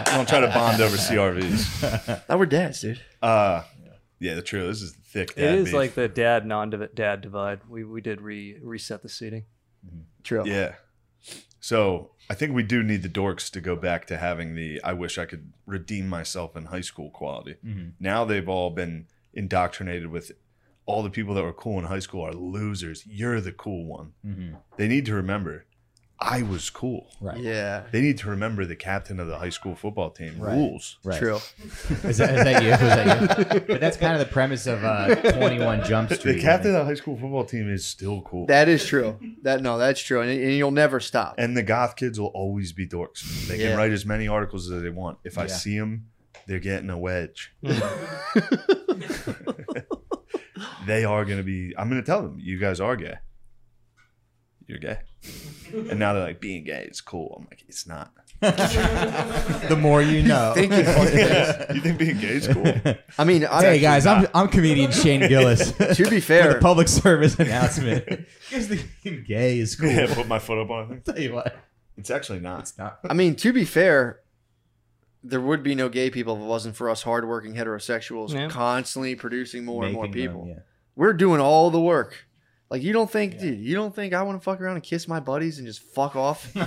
Speaker 2: don't try to bond over CRVs.
Speaker 4: Mm-hmm.
Speaker 1: Now we're dads, dude.
Speaker 2: Uh, yeah, the true. This is thick.
Speaker 3: (laughs) It
Speaker 2: Dad
Speaker 3: is
Speaker 2: beef.
Speaker 3: like the dad non dad divide. We we did re reset the seating.
Speaker 1: True.
Speaker 2: Yeah. So I think we do need the dorks to go back to having the I wish I could redeem myself in high school quality.
Speaker 4: Mhm.
Speaker 2: Now they've all been indoctrinated with all the people that were cool in high school are losers. You're the cool one.
Speaker 4: Mhm.
Speaker 2: They need to remember I was cool.
Speaker 4: Right.
Speaker 1: Yeah.
Speaker 2: They need to remember the captain of the high school football team
Speaker 4: Right.
Speaker 2: rules.
Speaker 4: Right.
Speaker 1: True.
Speaker 4: Is that, is that you?
Speaker 1: (laughs)
Speaker 4: Is that you? But that's kind of the premise of uh, 21 Jump Street.
Speaker 2: The captain of the high school football team is still cool.
Speaker 1: That is true. That no, that's true, and, and you'll never stop.
Speaker 2: and the goth kids will always be dorks. They
Speaker 1: Yeah.
Speaker 2: can write as many articles as they want. If I
Speaker 4: Yeah.
Speaker 2: see them, they're getting a wedge.
Speaker 3: Mm.
Speaker 2: they are going to be. I'm going to tell them, you guys are gay. You're gay. (laughs) And now they're like, being gay is cool. I'm like, it's not.
Speaker 1: (laughs)
Speaker 4: the more you know.
Speaker 1: Thank you.
Speaker 2: (laughs) you think being gay is cool?
Speaker 1: (laughs) I mean, I,
Speaker 4: (laughs) Hey guys, I'm, I'm comedian Shane Gillis.
Speaker 1: To be
Speaker 4: (laughs)
Speaker 1: (laughs)
Speaker 4: For
Speaker 1: fair,
Speaker 4: the public service
Speaker 1: (laughs)
Speaker 4: announcement. Here's the gay is cool.
Speaker 2: Yeah, put my foot up on it.
Speaker 4: Tell you what,
Speaker 2: It's actually not.
Speaker 4: it's not.
Speaker 1: I mean, to be fair, there would be no gay people if it wasn't for us hardworking heterosexuals
Speaker 3: Yeah.
Speaker 1: constantly producing more and more
Speaker 4: Making them,
Speaker 1: people.
Speaker 4: yeah.
Speaker 1: We're doing all the work. Like you don't think, dude, you don't think I want to fuck around and kiss my buddies and just fuck off? you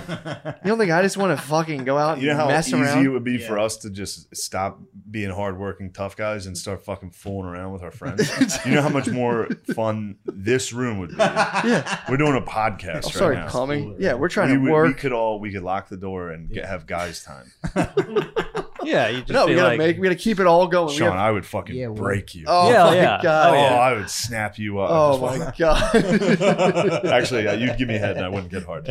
Speaker 1: don't think I just
Speaker 2: (laughs)
Speaker 1: want to fucking go out and
Speaker 2: You know how
Speaker 1: mess
Speaker 2: easy
Speaker 1: around? (laughs)
Speaker 2: it would be for us to just stop being hardworking tough guys and start fucking fooling around with our
Speaker 4: (laughs)
Speaker 2: friends. you know how much more fun this room would be. We're doing a
Speaker 1: (laughs)
Speaker 2: podcast
Speaker 1: oh,
Speaker 2: right
Speaker 1: sorry,
Speaker 2: now.
Speaker 1: coming. Yeah, we're trying
Speaker 2: we,
Speaker 1: to
Speaker 2: would-
Speaker 1: work.
Speaker 2: we could all we could lock the door and get, have guys time.
Speaker 3: Yeah, you just
Speaker 1: no, we
Speaker 3: be
Speaker 1: gotta
Speaker 3: like,
Speaker 1: make. We gotta keep it all going. Oh, We
Speaker 2: Sean,
Speaker 1: have-
Speaker 2: I would fucking
Speaker 4: Yeah, we-
Speaker 2: break you.
Speaker 1: oh
Speaker 3: Yeah,
Speaker 1: my
Speaker 3: yeah.
Speaker 2: Oh,
Speaker 1: god.
Speaker 3: yeah.
Speaker 2: I would snap you up.
Speaker 1: Oh my
Speaker 2: (laughs)
Speaker 1: god.
Speaker 2: Actually, yeah, you'd give me head and I wouldn't get
Speaker 1: (laughs)
Speaker 2: hard.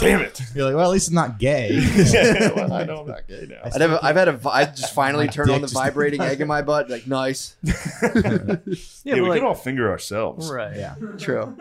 Speaker 2: Damn it.
Speaker 4: You're like, well, at least it's
Speaker 2: (laughs)
Speaker 4: not gay.
Speaker 2: Well, I know I'm not gay now.
Speaker 1: I'd have, I've had a. vi- I just finally
Speaker 4: My
Speaker 1: turned on
Speaker 4: dick
Speaker 1: the
Speaker 4: just-
Speaker 2: (laughs)
Speaker 1: vibrating egg in my butt. Like nice,
Speaker 2: Yeah,
Speaker 3: yeah,
Speaker 2: we
Speaker 3: but like,
Speaker 2: could all finger ourselves.
Speaker 3: right.
Speaker 4: yeah.
Speaker 1: true.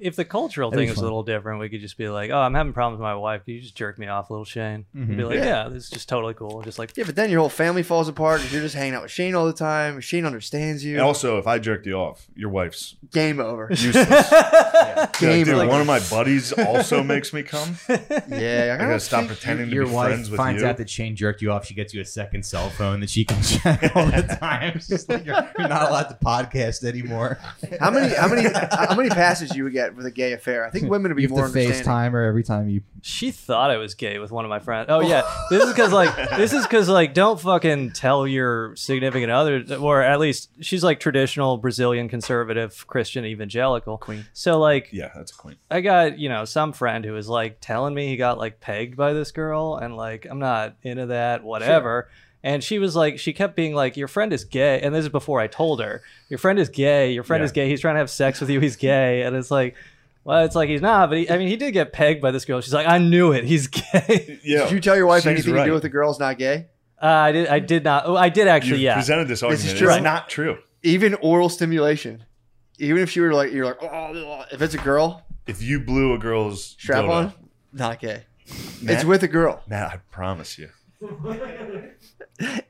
Speaker 3: If the cultural
Speaker 4: That'd be
Speaker 3: thing was a
Speaker 4: fun.
Speaker 3: little different, we could just be like, "Oh, I'm having problems with my wife. Can you just jerk me off, little Shane?" And be like,
Speaker 1: Yeah.
Speaker 3: yeah. this is just totally cool." Just like,
Speaker 1: Yeah, but then your whole family falls apart because you're just hanging out with Shane all the time. Shane understands you.
Speaker 2: And also, if I jerked you off, your wife's
Speaker 1: Game
Speaker 2: (laughs)
Speaker 1: over.
Speaker 3: (laughs)
Speaker 2: useless. You're like,
Speaker 1: Game
Speaker 2: dude,
Speaker 1: over.
Speaker 2: one of my buddies also makes
Speaker 1: (laughs)
Speaker 2: me come.
Speaker 1: yeah,
Speaker 2: I gotta stop pretending to
Speaker 4: Your
Speaker 2: be
Speaker 4: wife
Speaker 2: friends with
Speaker 4: finds
Speaker 2: you.
Speaker 4: out that Shane jerked you off. She gets you a second cell phone that she can (laughs) check all the time. It's just like, you're, you're not allowed to podcast anymore.
Speaker 1: How many? How
Speaker 2: (laughs)
Speaker 1: many? How many passes you would get with a gay affair? I think women would be
Speaker 4: You
Speaker 1: more
Speaker 4: have to
Speaker 1: understanding.
Speaker 4: FaceTime her every time you.
Speaker 3: She thought I was gay with one of my friends. Oh yeah, this is because like this is because like don't fucking tell your significant other, or at least she's like traditional Brazilian conservative Christian evangelical queen. So like
Speaker 2: yeah, that's a queen.
Speaker 3: I got you know some friend who was like telling me he got like pegged by this girl, and like I'm not into that, whatever. And she was like, she kept being like, "Your friend is gay," and this is before I told her, "Your friend is gay. Your friend
Speaker 2: Yeah.
Speaker 3: is gay. He's trying to have sex with you. He's gay." And it's like. Well, it's like he's not, but he, I mean, he did get pegged by this girl. She's like, I knew it. He's (laughs) gay.
Speaker 2: Yeah.
Speaker 1: Did you tell your wife
Speaker 2: She's
Speaker 1: anything to
Speaker 2: right.
Speaker 1: do with the girl's not gay?
Speaker 3: Uh, I did. I did not. Oh, I did
Speaker 2: You
Speaker 3: actually.
Speaker 2: have
Speaker 3: yeah.
Speaker 2: presented this argument.
Speaker 1: is true.
Speaker 2: It's not true.
Speaker 1: Even oral stimulation. Even if you were like, you're like, oh, if it's a girl,
Speaker 2: If you blew a girl's
Speaker 1: strap
Speaker 2: dildo,
Speaker 1: on, not gay. It's
Speaker 2: Matt-
Speaker 1: with a girl.
Speaker 2: Matt, I promise you.
Speaker 1: (laughs)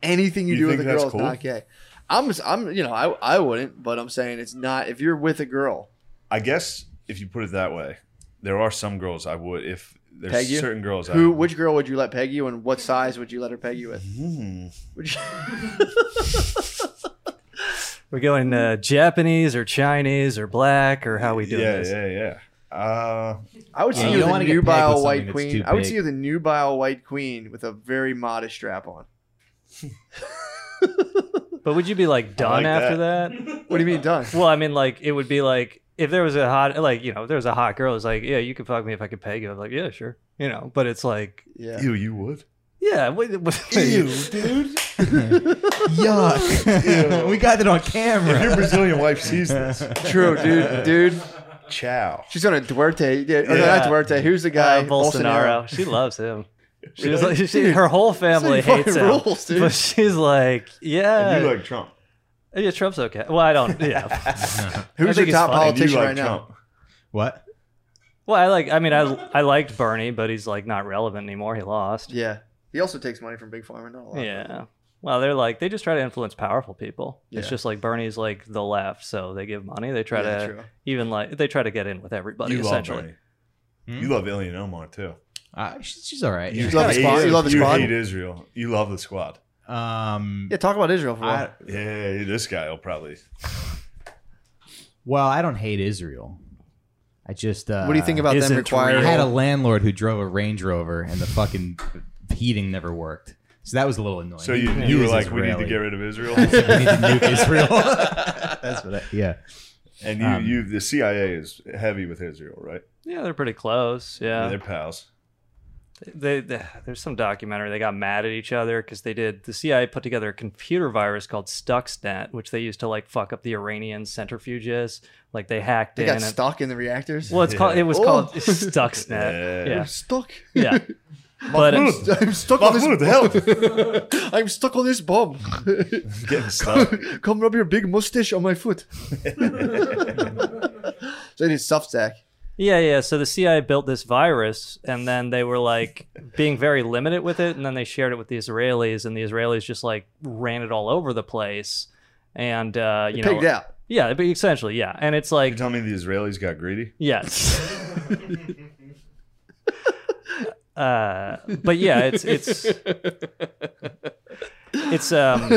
Speaker 1: Anything you,
Speaker 2: You
Speaker 1: do with a
Speaker 2: think that's
Speaker 1: girl is not gay. I'm, I'm, you know, I, I wouldn't, but I'm saying it's not. If you're with a girl,
Speaker 2: I guess if you put it that way, there are some girls I would. If there's
Speaker 1: Peg you?
Speaker 2: certain girls,
Speaker 1: who,
Speaker 2: I,
Speaker 1: which girl would you let peg you, and what size would you let her peg you with?
Speaker 2: Hmm.
Speaker 1: Would you- (laughs)
Speaker 3: We're going uh, Japanese or Chinese or black or how we doing
Speaker 2: yeah,
Speaker 3: this?
Speaker 2: yeah, yeah, Uh,
Speaker 1: I would see
Speaker 4: Yeah, you
Speaker 1: you,
Speaker 4: don't
Speaker 1: with
Speaker 4: wanna
Speaker 1: the
Speaker 4: get pegged with
Speaker 1: nubile
Speaker 4: something
Speaker 1: white
Speaker 4: that's
Speaker 1: queen.
Speaker 4: too
Speaker 1: I would
Speaker 4: big.
Speaker 1: see you the nubile white queen with a very modest strap on.
Speaker 3: But would you be like done
Speaker 2: like
Speaker 3: after that?
Speaker 1: What do you mean done?
Speaker 3: Well, I mean, like it would be like if there was a hot, like you know, if there was a hot girl, it's like, yeah, you could fuck me if I could peg you. I'm like, yeah, sure, you know. But it's like,
Speaker 1: Yeah.
Speaker 2: Ew, you would.
Speaker 3: yeah, what, what, uh,
Speaker 2: dude.
Speaker 4: Yuck. (laughs) we got it on
Speaker 2: If your
Speaker 4: camera. (laughs)
Speaker 2: Brazilian wife
Speaker 1: (laughs)
Speaker 2: sees this,
Speaker 1: (laughs) True, dude. Dude,
Speaker 2: chow.
Speaker 1: she's on a Duarte. Yeah, or
Speaker 2: Yeah.
Speaker 1: not Duarte. Who's the guy?
Speaker 3: Uh, Bolsonaro. She loves him. She's
Speaker 2: Really?
Speaker 3: like, she, her whole family
Speaker 1: fucking
Speaker 3: hates him.
Speaker 1: rules, dude.
Speaker 3: But she's like, yeah,
Speaker 1: (laughs)
Speaker 2: And you like Trump.
Speaker 3: yeah, Trump's okay. Well, I don't. Yeah.
Speaker 4: (laughs)
Speaker 3: I
Speaker 1: Who's
Speaker 3: think
Speaker 1: your
Speaker 3: he's
Speaker 1: top
Speaker 3: funny.
Speaker 2: And you
Speaker 1: politician
Speaker 2: like
Speaker 1: right now?
Speaker 2: Trump.
Speaker 4: what?
Speaker 3: well, I like. I mean, I I liked Bernie, but he's like not relevant anymore. He lost.
Speaker 1: Yeah. He also takes money from Big Pharma. Not a lot.
Speaker 3: Yeah. Well, they're like they just try to influence powerful people. It's
Speaker 1: Yeah.
Speaker 3: just like Bernie's like the left, so they give money. They try
Speaker 1: Yeah,
Speaker 3: to
Speaker 1: true.
Speaker 3: even like they try to get in with everybody
Speaker 2: you love
Speaker 3: essentially.
Speaker 2: Bernie.
Speaker 4: Hmm?
Speaker 2: You love Ilhan Omar too.
Speaker 4: Uh, she's, she's all right.
Speaker 1: You love the
Speaker 2: hate-
Speaker 1: squad? You love the squad?
Speaker 2: hate Israel. You love the squad.
Speaker 4: Um,
Speaker 1: Yeah, talk about Israel for a
Speaker 4: I,
Speaker 1: while.
Speaker 2: Yeah, this guy will probably.
Speaker 4: well, I don't hate Israel. I just. Uh,
Speaker 1: What do you think about
Speaker 3: is
Speaker 1: them
Speaker 3: it
Speaker 4: I
Speaker 1: requiring?
Speaker 4: had a landlord who drove a Range Rover, and the fucking heating never worked. So that was a little annoying.
Speaker 2: So you,
Speaker 4: He
Speaker 2: you were
Speaker 4: is
Speaker 2: like, we need to
Speaker 4: Israeli.
Speaker 2: get rid
Speaker 1: (laughs)
Speaker 2: of Israel,
Speaker 4: we need to nuke Israel.
Speaker 2: (laughs)
Speaker 4: That's what. I, yeah.
Speaker 2: and you,
Speaker 4: Um,
Speaker 2: you, the CIA is heavy with Israel, right?
Speaker 3: Yeah, they're pretty close. Yeah.
Speaker 2: They're
Speaker 3: (laughs)
Speaker 2: pals.
Speaker 3: they, they, there's some documentary they got mad at each other because they did the CIA put together a computer virus called Stuxnet, which they used to like fuck up the Iranian centrifuges. Like they hacked
Speaker 1: They
Speaker 3: in.
Speaker 1: got
Speaker 3: and-
Speaker 1: stuck in the reactors.
Speaker 3: well, it's called
Speaker 2: (laughs)
Speaker 3: it was
Speaker 1: Oh.
Speaker 3: called Stuxnet.
Speaker 2: Yeah.
Speaker 1: I'm stuck.
Speaker 3: Yeah,
Speaker 1: (laughs)
Speaker 3: but it's-
Speaker 1: I'm stuck on
Speaker 2: Mahmoud,
Speaker 1: this. (laughs)
Speaker 2: help! (laughs)
Speaker 1: I'm stuck on this bomb.
Speaker 2: Getting stuck.
Speaker 1: (laughs) Come rub your big mustache on my
Speaker 2: (laughs)
Speaker 1: foot. so it is soft sack.
Speaker 3: yeah, yeah. So the CIA built this virus, and then they were like being very limited with it, and then they shared it with the Israelis, and the Israelis just like ran it all over the place, and uh, you know,
Speaker 1: Pigged out.
Speaker 3: yeah, but essentially, yeah, and it's
Speaker 2: You
Speaker 3: like
Speaker 2: tell me the Israelis got greedy?
Speaker 3: Yes. (laughs) uh, but yeah, it's it's it's um.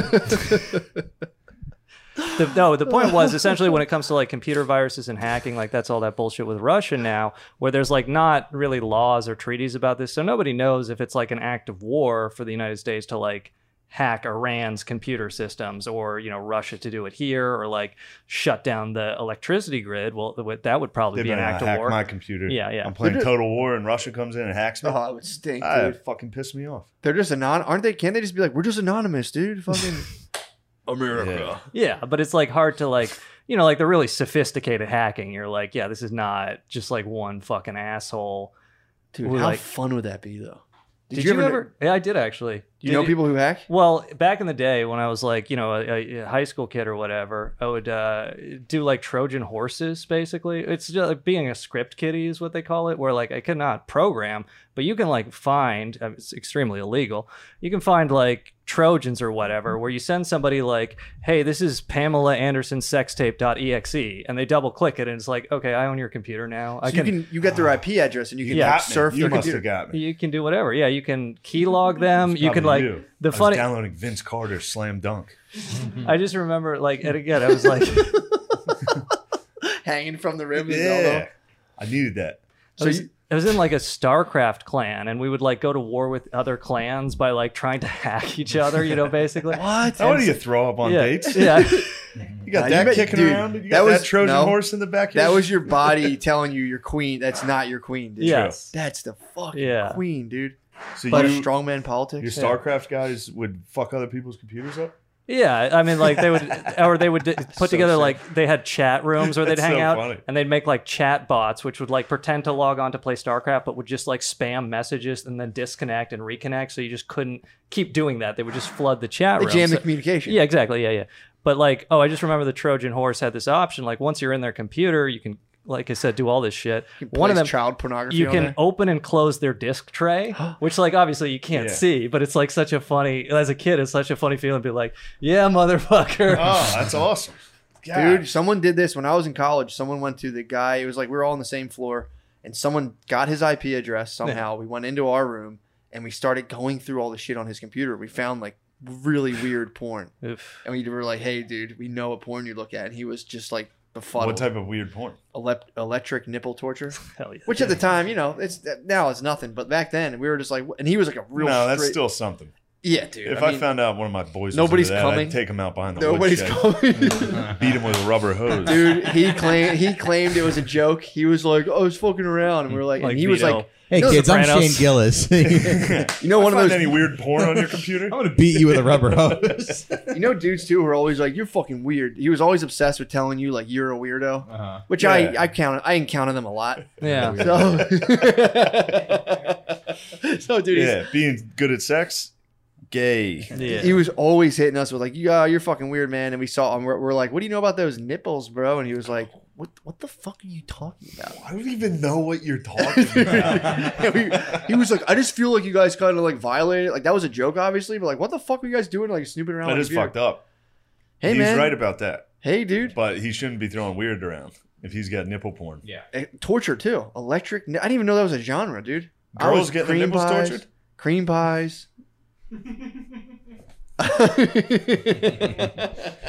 Speaker 3: The, no, the point was essentially when it comes to like computer viruses and hacking, like that's all that bullshit with Russia now, where there's like not really laws or treaties about this, so nobody knows if it's like an act of war for the United States to like hack Iran's computer systems or you know Russia to do it here or like shut down the electricity grid. Well, th- what- that would probably
Speaker 2: They
Speaker 3: be an
Speaker 2: better not
Speaker 3: act of
Speaker 2: hack
Speaker 3: war.
Speaker 2: my computer.
Speaker 3: Yeah, yeah.
Speaker 2: I'm playing Total War, and Russia comes in and hacks me.
Speaker 1: Oh, it would stink,
Speaker 2: Ah,
Speaker 1: dude.
Speaker 2: it fucking pissed me off.
Speaker 1: They're just anon. Aren't they? Can't they just be like, we're just anonymous,
Speaker 2: (laughs)
Speaker 1: dude? Fucking.
Speaker 2: America.
Speaker 3: Yeah, but it's like hard to like, you know, like the really sophisticated hacking. You're like, yeah, this is not just like one fucking asshole.
Speaker 1: Dude,
Speaker 3: We're
Speaker 1: how
Speaker 3: like-
Speaker 1: fun would that be, though?
Speaker 3: Did, you, ever? Yeah, I did actually.
Speaker 1: You
Speaker 3: Did
Speaker 1: know people who hack?
Speaker 3: Well, back in the day when I was like, you know, a, a high school kid or whatever, I would uh, do like Trojan horses, basically. It's just like being a script kiddie is what they call it, where like I could not program, but you can like find, uh, it's extremely illegal, you can find like Trojans or whatever, where you send somebody like, hey, this is Pamela Anderson sextape.exe, and they double click it and it's like, okay, I own your computer now. I
Speaker 1: So
Speaker 3: can,
Speaker 1: you can. You get
Speaker 2: (sighs)
Speaker 1: their IP address and you can
Speaker 3: Yeah.
Speaker 2: Got me.
Speaker 1: surf
Speaker 2: you
Speaker 1: their
Speaker 2: must
Speaker 1: computer.
Speaker 2: have got me.
Speaker 3: you can do whatever. Yeah, you can keylog them. You can like,
Speaker 2: Probably you.
Speaker 3: the
Speaker 2: I was
Speaker 3: funny.
Speaker 2: downloading Vince Carter's Slam Dunk.
Speaker 3: I just remember,
Speaker 2: (laughs)
Speaker 3: like, and again, I was like,
Speaker 1: Hanging from the rim.
Speaker 2: Yeah, I needed that.
Speaker 3: I
Speaker 1: So
Speaker 3: was,
Speaker 1: you-
Speaker 3: I was in like a StarCraft clan, and we would like go to war with other clans by like trying to (laughs) hack each other, you
Speaker 2: (laughs)
Speaker 3: know, basically.
Speaker 1: What?
Speaker 2: How do you throw up on
Speaker 3: yeah,
Speaker 2: dates?
Speaker 3: (laughs) yeah.
Speaker 2: You
Speaker 1: Nah,
Speaker 2: got that
Speaker 1: you bet-
Speaker 2: kicking
Speaker 1: dude,
Speaker 2: around. You
Speaker 1: that
Speaker 2: got
Speaker 1: was-
Speaker 2: that Trojan
Speaker 1: no.
Speaker 2: horse in the backyard.
Speaker 1: That was
Speaker 3: (laughs)
Speaker 1: your body telling you your queen. That's not your queen, dude.
Speaker 3: Yes.
Speaker 1: That's the fucking
Speaker 3: Yeah.
Speaker 1: queen, dude.
Speaker 2: so
Speaker 1: But
Speaker 2: you,
Speaker 1: strongman
Speaker 2: your
Speaker 1: politics.
Speaker 2: StarCraft guys would fuck other people's computers up.
Speaker 3: Yeah, I mean, like they would, or they would d- put together
Speaker 2: sick.
Speaker 3: like they had chat rooms where they'd
Speaker 2: That's
Speaker 3: hang
Speaker 2: so
Speaker 3: out
Speaker 2: funny.
Speaker 3: and they'd make like chat bots, which would like pretend to log on to play StarCraft, but would just like spam messages and then disconnect and reconnect. So you just couldn't keep doing that. They would just flood the chat
Speaker 1: They
Speaker 3: room.
Speaker 1: jam the
Speaker 3: So-
Speaker 1: communication.
Speaker 3: yeah, exactly. Yeah, yeah. But like, oh, I just remember the Trojan horse had this option. Like, once you're in their computer, you can, like I said, do all this shit. One
Speaker 1: Place
Speaker 3: of them,
Speaker 1: child pornography.
Speaker 3: you
Speaker 1: on
Speaker 3: can
Speaker 1: there.
Speaker 3: open and close their disc
Speaker 1: (gasps)
Speaker 3: tray, which like obviously you can't
Speaker 2: Yeah.
Speaker 3: see, but it's like such a funny as a kid, it's such a funny feeling to be like, yeah,
Speaker 1: (laughs)
Speaker 3: motherfucker.
Speaker 2: Oh, that's awesome.
Speaker 1: Dude, someone did this when I was in college. Someone went to the guy. It was like we were all on the same floor, and someone got his IP address somehow. We went into our room and we started going through all the shit on his computer. We found like really weird porn,
Speaker 3: (laughs) Oof.
Speaker 1: and we were like, "Hey, dude, we know what porn you look at." And he was just like befuddled.
Speaker 2: What type of weird porn?
Speaker 1: Elep- electric nipple torture?
Speaker 3: Hell yeah.
Speaker 1: Which at the time, you know, it's now it's nothing, but back then we were just like, and he was like a real.
Speaker 2: no, that's
Speaker 1: straight-
Speaker 2: still something.
Speaker 1: yeah, dude.
Speaker 2: if
Speaker 1: I,
Speaker 2: I,
Speaker 1: mean,
Speaker 2: found out one of my boys,
Speaker 1: nobody's
Speaker 2: nobody's that,
Speaker 1: coming.
Speaker 2: I'd take him out behind the
Speaker 1: nobody's
Speaker 2: nobody's
Speaker 1: coming.
Speaker 2: beat him with a rubber
Speaker 1: (laughs)
Speaker 2: hose. (laughs)
Speaker 1: dude he claimed he claimed it was a joke he was like oh, i was fucking around and we were like,
Speaker 3: Like
Speaker 1: and he was
Speaker 3: Vito.
Speaker 1: like
Speaker 4: (laughs) Hey
Speaker 1: You know
Speaker 4: kids, I'm
Speaker 3: Sopranos?
Speaker 4: Shane Gillis.
Speaker 2: (laughs)
Speaker 4: I'm
Speaker 1: you know
Speaker 2: I
Speaker 1: (laughs) one of those
Speaker 2: find any weird porn on your
Speaker 4: (laughs)
Speaker 2: computer?
Speaker 4: gonna beat you with a rubber
Speaker 2: (laughs)
Speaker 4: hose.
Speaker 1: you know dudes too who are always like you're fucking weird he was always obsessed with telling you like you're a weirdo
Speaker 4: Uh-huh.
Speaker 1: which
Speaker 2: Yeah.
Speaker 1: i i count i encounter them a lot
Speaker 3: (laughs)
Speaker 1: (laughs)
Speaker 3: Yeah.
Speaker 1: so so dude he's-
Speaker 2: yeah, being good at sex, gay.
Speaker 3: Yeah.
Speaker 1: He was always hitting us with like, "Yeah, you're fucking weird, man." And we saw him. We're, we're like, "What do you know about those nipples, bro?" And he was like, "What? What the fuck are you talking about?"
Speaker 2: I don't even know what (laughs) you're
Speaker 1: (laughs)
Speaker 2: talking about.
Speaker 1: Yeah, we- he was like, I just feel like you guys kind of like violated. Like that was a joke, obviously, but like, what the fuck were you guys doing? Like snooping around.
Speaker 2: that is fucked up.
Speaker 1: Hey
Speaker 2: he's
Speaker 1: man,
Speaker 2: right about that,
Speaker 1: hey dude,
Speaker 2: but he shouldn't be throwing weird around if he's got nipple porn.
Speaker 4: Yeah.
Speaker 1: Eh, torture too. Electric. I didn't even know that was a genre, dude. I
Speaker 2: Girls
Speaker 1: was
Speaker 2: get their
Speaker 1: cream
Speaker 2: nipples
Speaker 1: pies,
Speaker 2: tortured?
Speaker 1: Cream pies.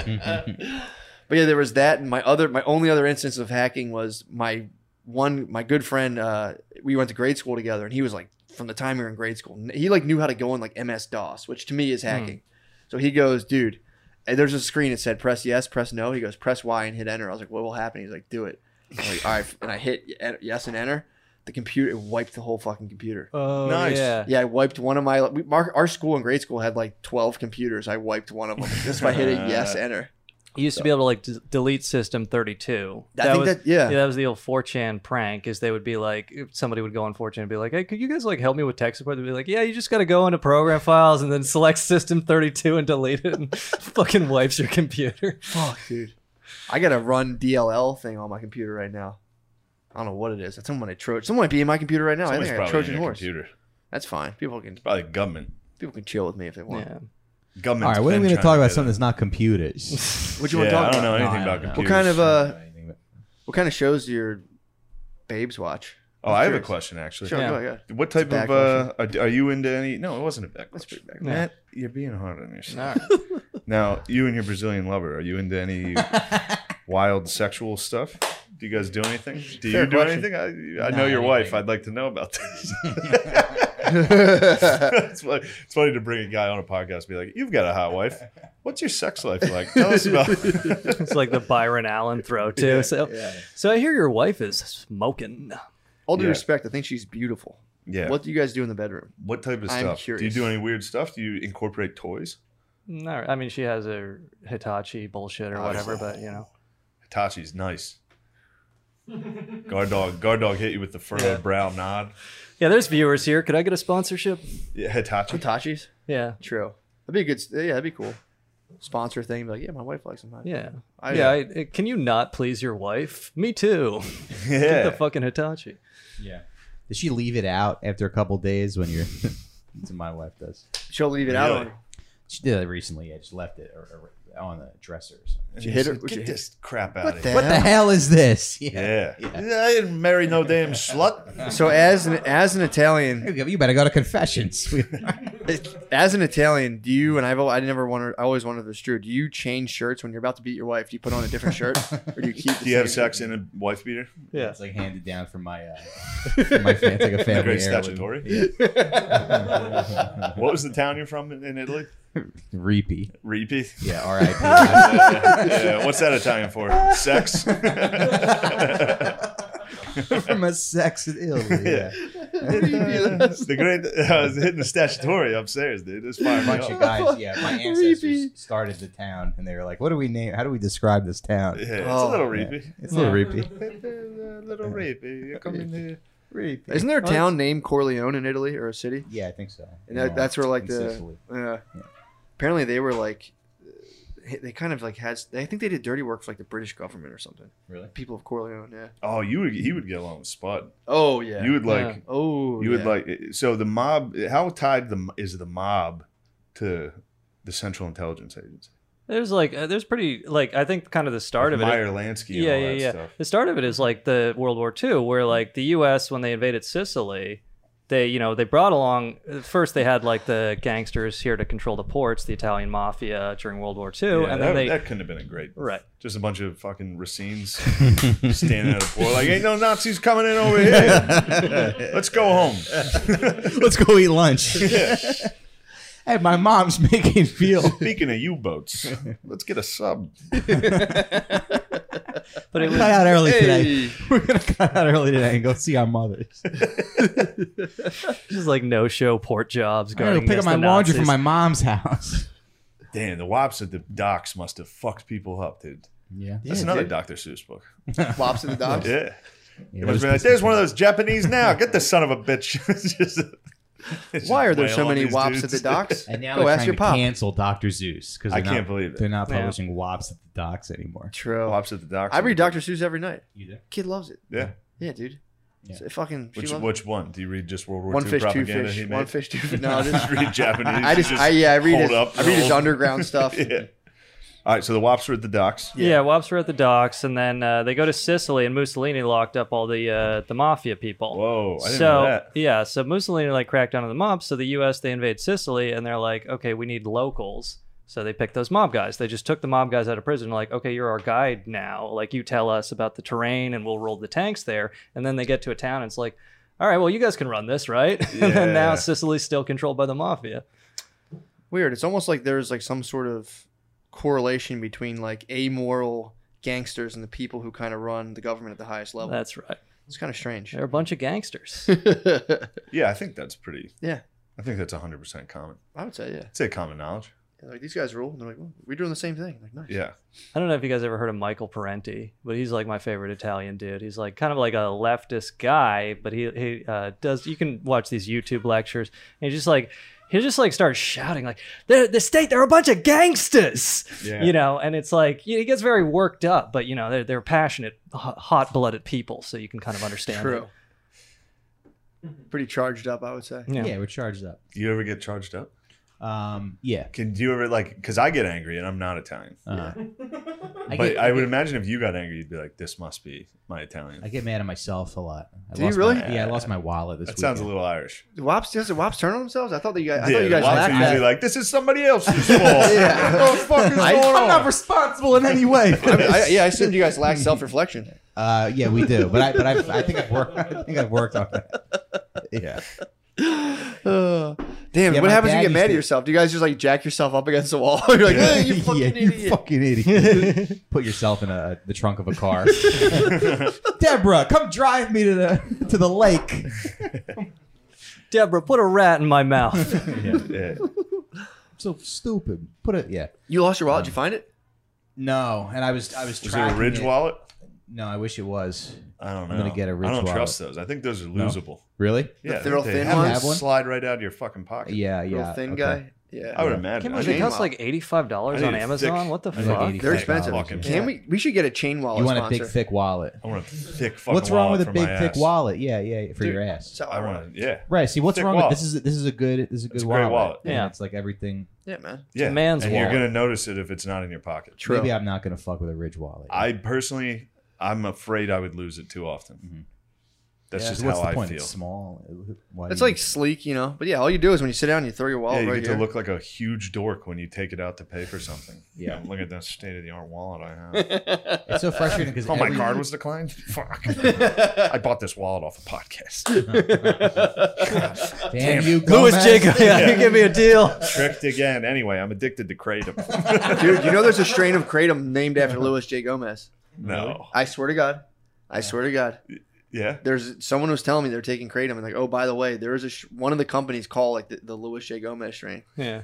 Speaker 1: but yeah, there was that, and my other, my only other instance of hacking was my one, my good friend. Uh, we went to grade school together, and he was like, from the time we were in grade school, he like knew how to go in like MS DOS, which to me
Speaker 3: Hmm.
Speaker 1: is hacking. So he goes, dude, and there's a screen that said press yes, press no. He goes, press Y and hit enter. I was like, what will happen? He's like, do it. I'm like, all right, and I hit en- yes and enter. The computer it wiped the whole fucking computer.
Speaker 3: Oh,
Speaker 2: Nice.
Speaker 3: yeah.
Speaker 1: Yeah, I wiped one of my. We, our, our school in grade school had like twelve computers. I wiped one of them just by hitting
Speaker 3: (laughs)
Speaker 1: yes, enter.
Speaker 3: You used to be able to like d- delete system 32.
Speaker 1: I think
Speaker 3: was,
Speaker 1: that- yeah.
Speaker 3: That was the old 4chan prank is they would be like, if somebody would go on 4chan and be like, hey, could you guys like help me with tech support? They'd be like, yeah, you just got to go into program files and then select system 32 and delete it and (laughs) fucking wipes your computer.
Speaker 1: Fuck, dude. I got a run DLL thing on my computer right now. I don't know what it is. That's someone at Trojan. Someone might be in my computer right now.
Speaker 2: Somebody's
Speaker 1: I think I got
Speaker 2: probably
Speaker 1: Trojan
Speaker 2: in your
Speaker 1: horse.
Speaker 2: computer.
Speaker 1: That's fine. People can
Speaker 2: Probably government.
Speaker 1: people can chill with me if they want.
Speaker 3: Yeah.
Speaker 2: Government.
Speaker 4: All right, what are we gonna talk about? Something that's not computers.
Speaker 1: What you want
Speaker 2: Yeah,
Speaker 1: to talk
Speaker 2: I
Speaker 1: about?
Speaker 2: don't know anything
Speaker 4: No, I
Speaker 2: about
Speaker 4: don't know.
Speaker 2: computers.
Speaker 1: What kind of uh, what kind of shows do your babes watch?
Speaker 2: Oh, I have a
Speaker 1: curious.
Speaker 2: question actually.
Speaker 1: Sure,
Speaker 3: Yeah.
Speaker 1: go ahead.
Speaker 2: What
Speaker 1: a
Speaker 2: type
Speaker 1: bad
Speaker 2: of uh, are, are you into any? No, it wasn't a back
Speaker 1: That's
Speaker 2: question.
Speaker 1: pretty bad.
Speaker 3: Yeah.
Speaker 2: Matt, you're being hard on yourself. Now, you and your Brazilian lover, are you
Speaker 1: (laughs)
Speaker 2: into any wild sexual stuff? Do you guys do anything? Do
Speaker 1: Fair
Speaker 2: you do
Speaker 1: question.
Speaker 2: anything? I, I
Speaker 4: Not
Speaker 2: know your wife.
Speaker 4: anything.
Speaker 2: I'd like to know
Speaker 1: (laughs)
Speaker 2: about this. (laughs)
Speaker 1: yeah.
Speaker 2: it's, funny, it's funny to bring a guy on a podcast and be like, "You've got a hot wife. What's your sex life like? Tell us about."
Speaker 1: (laughs)
Speaker 2: (laughs)
Speaker 3: It's like the Byron Allen throw too. so, so I hear your wife is smoking.
Speaker 1: (laughs) All due
Speaker 2: Yeah.
Speaker 1: respect, I think she's beautiful.
Speaker 2: yeah. What,
Speaker 1: What do you guys do in the bedroom?
Speaker 2: what type of
Speaker 1: I'm
Speaker 2: stuff? Do you
Speaker 1: curious.
Speaker 2: do any weird stuff? Do you incorporate toys?
Speaker 3: No, I mean she has a Hitachi bullshit or whatever, but you know.
Speaker 2: Hitachi's nice. Guard dog, guard dog hit you with the furrowed brow nod.
Speaker 3: Yeah, there's viewers here. Could I get a sponsorship?
Speaker 2: Yeah, Hitachi.
Speaker 1: Hitachi's?
Speaker 3: Yeah.
Speaker 1: True. That'd be a good. Yeah, that'd be cool. Sponsor thing. Be like, yeah, my wife likes them.
Speaker 3: Yeah.
Speaker 1: I-
Speaker 3: yeah, I, I- can you not please your wife? Me too. Get
Speaker 2: Yeah.
Speaker 3: the fucking Hitachi.
Speaker 4: Yeah. Does she leave it out after a couple days when you're? (laughs) That's what my wife does.
Speaker 1: She'll leave it out
Speaker 2: Really?
Speaker 1: on.
Speaker 4: She did it recently. I just left it or, or on the dresser. Or something.
Speaker 2: And
Speaker 1: you
Speaker 2: you
Speaker 1: hit
Speaker 2: said,
Speaker 1: her- would
Speaker 2: Get
Speaker 1: you hit-
Speaker 2: this crap out of
Speaker 1: the
Speaker 2: here.
Speaker 4: What the hell is this?
Speaker 2: Yeah. Yeah, I didn't marry no damn slut.
Speaker 1: So as an as an Italian,
Speaker 4: You better go to confessions.
Speaker 2: (laughs)
Speaker 1: as an Italian, do you and I've al- I never wondered I always wondered this true. Do you change shirts when you're about to beat your wife? Do you put on a different shirt, or do you
Speaker 2: (laughs)
Speaker 1: keep? The
Speaker 2: Do you have
Speaker 1: same-
Speaker 2: sex in a wife beater?
Speaker 3: Yeah.
Speaker 4: (laughs) It's like handed down from my uh, from my fans, like a family
Speaker 2: Great
Speaker 4: heirloom.
Speaker 2: statutory. (laughs) what
Speaker 4: (laughs)
Speaker 2: was the town you're from in in Italy?
Speaker 4: Reapy.
Speaker 2: Repeat. (laughs)
Speaker 4: Yeah, R.I.P.
Speaker 2: Yeah, what's that Italian for? Sex.
Speaker 4: (laughs) from a sex
Speaker 2: (laughs) Yeah.
Speaker 4: illness.
Speaker 2: (laughs) the great. I was hitting the statutory upstairs, dude. It's
Speaker 4: A
Speaker 2: firing me
Speaker 4: bunch of
Speaker 2: up. (laughs)
Speaker 4: guys, yeah. My ancestors started the town, and they were like, "What do we name? How do we describe this town?"
Speaker 2: Yeah,
Speaker 4: Yeah.
Speaker 2: it's
Speaker 1: Oh,
Speaker 2: a little rapey.
Speaker 4: It's a little reapy.
Speaker 2: A (laughs) little rapey. You come in here.
Speaker 4: Reapy.
Speaker 1: Isn't there a town named Corleone in Italy or a city?
Speaker 4: Yeah, I think so.
Speaker 1: And that, that's where like
Speaker 4: In
Speaker 1: the
Speaker 4: Sicily.
Speaker 1: yeah.
Speaker 4: Yeah.
Speaker 1: Apparently they were like uh, they kind of like had I think they did dirty work for like the British government or something.
Speaker 2: (laughs)
Speaker 4: Really?
Speaker 1: People of Corleone, yeah.
Speaker 2: Oh, you would. He would get along with Spud.
Speaker 1: Oh yeah.
Speaker 2: You would like.
Speaker 3: Yeah.
Speaker 1: oh
Speaker 2: You would
Speaker 1: yeah.
Speaker 2: like so the mob. How tied the is the mob to the Central Intelligence Agency?
Speaker 3: (laughs) There's like uh, there's pretty like I think kind of the start of it.
Speaker 2: Meyer Lansky. And
Speaker 3: yeah,
Speaker 2: all
Speaker 3: yeah,
Speaker 2: that
Speaker 3: yeah.
Speaker 2: Stuff.
Speaker 3: The start of it is like the World War II, where like the U.S. when they invaded Sicily, they you know they brought along uh, first they had like the gangsters here to control the ports, the Italian mafia during World War II,
Speaker 2: Yeah,
Speaker 3: and
Speaker 2: that,
Speaker 3: then they
Speaker 2: that couldn't have been a great.
Speaker 3: right.
Speaker 2: Just a bunch of fucking Racines
Speaker 4: (laughs)
Speaker 2: standing at the floor like, "Ain't no Nazis coming in over here. Let's go home."
Speaker 4: Let's go eat lunch. hey, my mom's making (laughs) veal.
Speaker 2: Speaking of U-boats, let's get a sub.
Speaker 3: But it
Speaker 4: Cut
Speaker 3: was
Speaker 4: out early
Speaker 1: Hey.
Speaker 4: today. (laughs) We're gonna cut out early today and go see our mothers.
Speaker 3: (laughs) just like no show port jobs.
Speaker 4: I'm gonna
Speaker 3: Going
Speaker 4: go pick up my laundry from my mom's house. (laughs)
Speaker 2: Damn, the wops at the docks must have fucked people up, dude.
Speaker 4: Yeah.
Speaker 2: That's
Speaker 1: Yeah,
Speaker 2: another
Speaker 1: dude.
Speaker 2: Dr. Seuss book.
Speaker 1: (laughs) flops in the docks.
Speaker 2: Yeah.
Speaker 4: yeah
Speaker 2: It must be like,
Speaker 1: (laughs)
Speaker 2: there's one of those Japanese now. Get the son of a bitch. (laughs) It's just- it's
Speaker 1: Why
Speaker 2: just
Speaker 1: are there
Speaker 2: wail
Speaker 1: so
Speaker 2: on
Speaker 1: many
Speaker 2: these
Speaker 1: wops at
Speaker 2: dudes.
Speaker 1: the
Speaker 2: (laughs)
Speaker 1: docks?
Speaker 4: and now
Speaker 1: Go
Speaker 4: they're
Speaker 1: ask
Speaker 4: trying
Speaker 1: your
Speaker 4: to
Speaker 1: pop.
Speaker 4: cancel Dr. Zeus because
Speaker 2: I can't believe it.
Speaker 4: They're not
Speaker 3: Yeah.
Speaker 4: publishing wops at the docks anymore.
Speaker 1: True.
Speaker 2: Wops at the docks.
Speaker 1: I read Dr. Seuss every night.
Speaker 4: You do?
Speaker 1: Kid loves it.
Speaker 2: Yeah.
Speaker 1: Yeah, dude.
Speaker 4: Yeah.
Speaker 1: So fucking she
Speaker 2: Which,
Speaker 1: loves
Speaker 2: which one? Do you read just World War
Speaker 1: one
Speaker 2: II
Speaker 1: fish, two
Speaker 2: propaganda he
Speaker 1: fish,
Speaker 2: made?
Speaker 1: one fish, two fish. No, (laughs) I
Speaker 2: (laughs) just
Speaker 1: just,
Speaker 2: read Japanese.
Speaker 1: I just, I, yeah, I read his,
Speaker 2: hold up
Speaker 1: I read his
Speaker 2: the whole-
Speaker 1: underground stuff.
Speaker 2: (laughs)
Speaker 1: (laughs)
Speaker 2: Yeah. All right, so the wops were at the docks.
Speaker 3: Yeah. Wops were at the docks, and then uh, they go to Sicily, and Mussolini locked up all the uh, the mafia people.
Speaker 2: Whoa, I didn't
Speaker 3: so
Speaker 2: know that.
Speaker 3: yeah, so Mussolini like cracked down on the mobs. So the U.S. they invade Sicily, and they're like, okay, we need locals. So they picked those mob guys. They just took the mob guys out of prison. Like, okay, you're our guide now. Like, you tell us about the terrain, and we'll roll the tanks there. And then they get to a town, and it's like, all right, well, you guys can run this, right? (laughs) and then
Speaker 2: Yeah.
Speaker 3: now Sicily's still controlled by the mafia.
Speaker 1: Weird. It's almost like there's like some sort of correlation between like amoral gangsters and the people who kind of run the government at the highest level.
Speaker 3: That's right.
Speaker 1: it's kind of strange.
Speaker 3: They're a bunch of gangsters.
Speaker 2: Yeah, I think that's pretty.
Speaker 1: Yeah.
Speaker 2: I think that's 100% common.
Speaker 1: (laughs) I would say, yeah.
Speaker 2: I'd say common knowledge.
Speaker 1: Yeah, Like these guys rule. And they're like, "Well, we're doing the same thing. Like, nice.
Speaker 2: Yeah.
Speaker 3: I don't know if you guys ever heard of Michael Parenti, but he's like my favorite Italian dude. He's like kind of like a leftist guy, but he he uh, does. You can watch these YouTube lectures, and he's just like he just like starts shouting like the the state they're a bunch of gangsters,
Speaker 2: Yeah.
Speaker 3: you know. And it's like you know, he gets very worked up, but you know they're they're passionate, hot blooded people, so you can kind of understand.
Speaker 1: True. Pretty charged up, I would say.
Speaker 3: It. Yeah.
Speaker 4: Yeah, we're charged up.
Speaker 2: Do you ever get charged up?
Speaker 4: Um, yeah.
Speaker 2: Can do you ever like? Because I get angry and I'm not Italian.
Speaker 4: Uh, I
Speaker 2: but
Speaker 4: get,
Speaker 2: I would imagine if you got angry, you'd be like, "This must be my Italian."
Speaker 4: I get mad at myself a lot. I
Speaker 1: Do you
Speaker 4: lost
Speaker 1: really?
Speaker 4: My, yeah, I lost my wallet this
Speaker 2: that sounds a
Speaker 4: weekend.
Speaker 2: little Irish.
Speaker 1: Do Wops, does the Wops turn on themselves? I thought that you guys, I thought
Speaker 2: Yeah,
Speaker 1: you guys
Speaker 2: lots of
Speaker 1: laughed
Speaker 2: people
Speaker 1: at
Speaker 2: be
Speaker 1: it.
Speaker 2: like, "This is somebody else's
Speaker 1: (laughs)
Speaker 2: fault."
Speaker 1: Yeah.
Speaker 2: What the fuck is
Speaker 1: I-
Speaker 2: going
Speaker 4: (laughs) I'm
Speaker 2: on?
Speaker 4: not responsible in any way. for this.
Speaker 1: I, I, yeah, I assumed you guys
Speaker 2: (laughs)
Speaker 1: lacked self reflection.
Speaker 4: Uh, yeah, we do, but I, but I've, I think I've worked. I think I've worked on that. (laughs) Yeah,
Speaker 1: Uh, damn,
Speaker 4: Yeah,
Speaker 1: what
Speaker 4: my
Speaker 1: happens if you get mad
Speaker 4: dad used
Speaker 1: at
Speaker 4: to-
Speaker 1: yourself? Do you guys just like jack yourself up against the wall? (laughs) You're like, "Hey, you fucking
Speaker 4: (laughs) Yeah,
Speaker 1: idiot.
Speaker 4: You fucking idiot. Put yourself in a, the trunk of a (laughs) car. Deborah, come drive me to the to the lake.
Speaker 3: Deborah, put a rat in my
Speaker 4: (laughs)
Speaker 3: mouth.
Speaker 2: Yeah.
Speaker 4: so stupid. Put it. Yeah.
Speaker 1: you lost your wallet. Did you find it?
Speaker 4: No, and I was I was.
Speaker 2: Was it a
Speaker 4: tracking
Speaker 2: Ridge wallet?
Speaker 4: No, I wish it was.
Speaker 2: I don't know.
Speaker 4: I'm gonna get a Ridge
Speaker 2: I don't
Speaker 4: wallet.
Speaker 2: trust those. I think those are losable.
Speaker 4: Really?
Speaker 2: Yeah,
Speaker 1: The real
Speaker 2: they
Speaker 1: thin
Speaker 2: have them
Speaker 4: ones?
Speaker 2: slide right out of your fucking pocket.
Speaker 4: Yeah.
Speaker 1: Little
Speaker 4: Yeah.
Speaker 1: thin
Speaker 4: okay.
Speaker 1: guy. Yeah.
Speaker 2: I would
Speaker 4: Yeah.
Speaker 3: I
Speaker 2: imagine.
Speaker 3: can't
Speaker 2: I
Speaker 3: believe
Speaker 2: need-
Speaker 3: it
Speaker 1: Chain
Speaker 3: costs like eighty five
Speaker 2: I
Speaker 3: dollars
Speaker 2: need
Speaker 3: on
Speaker 2: a thick-
Speaker 3: Amazon. What the
Speaker 4: I need
Speaker 3: fuck?
Speaker 4: $85.
Speaker 1: They're expensive.
Speaker 2: Fucking
Speaker 1: Can
Speaker 2: yeah.
Speaker 1: we? We should get a chain wallet.
Speaker 4: You want a
Speaker 1: sponsor.
Speaker 4: big thick wallet?
Speaker 2: I want a thick fucking.
Speaker 4: What's wrong
Speaker 2: wallet
Speaker 4: with a
Speaker 2: for
Speaker 4: big
Speaker 2: my
Speaker 4: thick
Speaker 2: ass.
Speaker 4: wallet? Yeah. Yeah. For your ass.
Speaker 1: So
Speaker 2: I want. Yeah.
Speaker 4: Right. See, what's
Speaker 2: Thick
Speaker 4: wrong
Speaker 2: wallet.
Speaker 4: with this? Is this is a good this is a good
Speaker 2: It's a great
Speaker 4: wallet.
Speaker 2: wallet.
Speaker 4: And
Speaker 3: Yeah.
Speaker 4: it's like everything.
Speaker 1: Yeah, man.
Speaker 2: Yeah.
Speaker 3: man's
Speaker 2: and
Speaker 3: wallet.
Speaker 2: you're gonna notice it if it's not in your pocket.
Speaker 1: True.
Speaker 4: Maybe I'm not gonna fuck with a Ridge wallet.
Speaker 2: I personally, I'm afraid I would lose it too often. That's
Speaker 4: Mm-hmm. Yeah.
Speaker 2: just
Speaker 4: So what's
Speaker 2: how
Speaker 4: the
Speaker 2: I
Speaker 4: point?
Speaker 2: feel.
Speaker 4: It's small. Why do
Speaker 1: It's
Speaker 4: you-
Speaker 1: like sleek, you know. But yeah, all you do is when you sit down, you throw your
Speaker 2: Yeah,
Speaker 1: wallet
Speaker 2: you
Speaker 1: right
Speaker 2: get
Speaker 1: here.
Speaker 2: to look like a huge dork when you take it out to pay for something.
Speaker 3: (laughs)
Speaker 4: Yeah.
Speaker 2: You know, look at that state of the art wallet
Speaker 1: (laughs)
Speaker 2: I have.
Speaker 4: (laughs) it's so frustrating
Speaker 2: (laughs)
Speaker 4: because
Speaker 2: oh, my
Speaker 4: every-
Speaker 2: card was declined. Fuck. I bought this wallet off a podcast.
Speaker 4: Damn you,
Speaker 3: Louis
Speaker 4: Gomez.
Speaker 3: Jacob, yeah,
Speaker 4: (laughs)
Speaker 3: you give me a deal.
Speaker 2: Tricked again. Anyway, I'm addicted to kratom.
Speaker 1: (laughs) Dude, you know
Speaker 4: (laughs)
Speaker 1: there's a strain of kratom named after Louis J. Gomez.
Speaker 2: (laughs) no.
Speaker 1: I swear to God. I swear to God.
Speaker 2: Yeah.
Speaker 1: There's someone was telling me they're taking kratom and like, oh, by the way, there is a sh- one of the companies called like the, the Louis J Gomez strain,
Speaker 3: Yeah.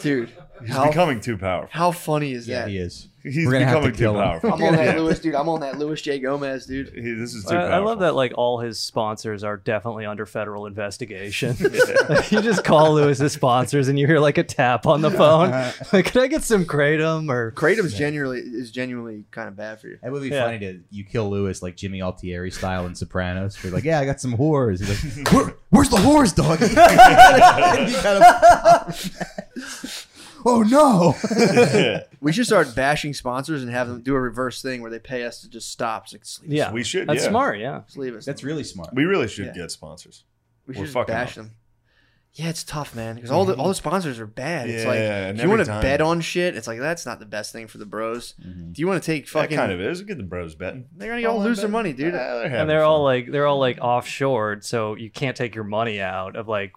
Speaker 1: dude.
Speaker 2: He's
Speaker 1: How,
Speaker 2: becoming too powerful.
Speaker 1: how funny is that?
Speaker 4: he is.
Speaker 2: He's
Speaker 4: We're gonna have
Speaker 2: becoming
Speaker 4: to
Speaker 2: too
Speaker 4: kill him.
Speaker 2: powerful.
Speaker 1: I'm on that
Speaker 2: (laughs) Yeah.
Speaker 1: Louis, dude. I'm on that Louis J Gomez, dude.
Speaker 2: (laughs) He- this is too
Speaker 3: I,
Speaker 2: powerful.
Speaker 3: I love that like all his sponsors are definitely under
Speaker 2: (laughs)
Speaker 3: federal investigation. (laughs) you just call Lewis's sponsors and you hear like a tap on
Speaker 2: (laughs)
Speaker 3: the phone. Like, could I get some kratom or
Speaker 1: Kratom's genuinely is genuinely kind of bad for you.
Speaker 4: It would be
Speaker 3: Yeah.
Speaker 4: funny to you kill Lewis like Jimmy Altieri style in Sopranos. You're like, yeah, I got some whores. He's (laughs) like, Where, where's the whores, (laughs) dog? (laughs) oh no!
Speaker 2: Yeah.
Speaker 1: We should start bashing sponsors and have them do a reverse thing where they pay us to just stop. It's like, just leave,
Speaker 3: yeah?
Speaker 2: We should, (laughs)
Speaker 3: That's
Speaker 2: yeah.
Speaker 3: smart. Yeah.
Speaker 1: just leave us.
Speaker 4: That's really smart.
Speaker 2: We really should
Speaker 1: Yeah.
Speaker 2: get sponsors.
Speaker 1: we
Speaker 2: we're
Speaker 1: should just
Speaker 2: fucking
Speaker 1: bash
Speaker 2: up.
Speaker 1: them. Yeah, it's tough, man, because all the all the sponsors are bad. it's
Speaker 2: Yeah,
Speaker 1: like
Speaker 2: and
Speaker 1: if you
Speaker 2: every
Speaker 1: want to
Speaker 2: time-
Speaker 1: bet on shit, it's like that's not the best thing for the bros.
Speaker 4: Mhm.
Speaker 1: Do you want to take fucking?
Speaker 2: that kind of is. Get the bros betting.
Speaker 1: They're gonna all
Speaker 2: Online
Speaker 1: lose their
Speaker 2: betting.
Speaker 1: money, dude.
Speaker 2: Ah, they're having
Speaker 3: And they're all
Speaker 2: fun.
Speaker 3: like they're all like offshored, so you can't take your money out of like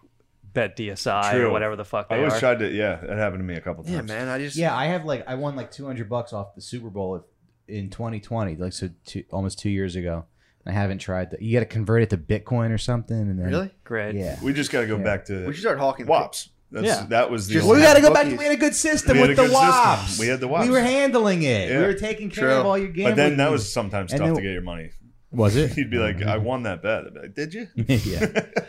Speaker 3: bet DSI or
Speaker 2: True.
Speaker 3: whatever the fuck
Speaker 2: I
Speaker 3: they
Speaker 2: always
Speaker 3: are.
Speaker 2: tried to. Yeah, that happened to me a couple times.
Speaker 1: Yeah, man. I just
Speaker 4: Yeah, I have like I won like 200 bucks off the Super Bowl if- in 2020, like so two, almost two years ago. And I haven't tried that. You got to convert it to Bitcoin or something, and then
Speaker 1: really.
Speaker 3: Great. (laughs)
Speaker 4: yeah.
Speaker 2: We just got to go
Speaker 4: Yeah.
Speaker 2: back
Speaker 1: We
Speaker 2: to
Speaker 1: should start hawking
Speaker 2: WAPs. That's,
Speaker 3: Yeah.
Speaker 2: That was the.
Speaker 1: Just-
Speaker 2: only-
Speaker 4: We got to go back to
Speaker 1: Bookies.
Speaker 4: we had a good system
Speaker 2: We had
Speaker 4: with
Speaker 2: a
Speaker 4: the
Speaker 2: good system.
Speaker 4: WAPs.
Speaker 2: We had the
Speaker 4: We
Speaker 2: WAPs.
Speaker 4: were handling it. We
Speaker 2: Yeah.
Speaker 4: were taking care
Speaker 1: True.
Speaker 4: of all your gambling.
Speaker 2: but then that
Speaker 4: needs.
Speaker 2: was sometimes
Speaker 4: And
Speaker 2: tough
Speaker 4: then-
Speaker 2: to get
Speaker 1: (laughs)
Speaker 2: your money.
Speaker 4: was it?
Speaker 2: (laughs) You'd be like, "I won that bet." I'd be like, Did you? (laughs)
Speaker 4: (laughs) yeah,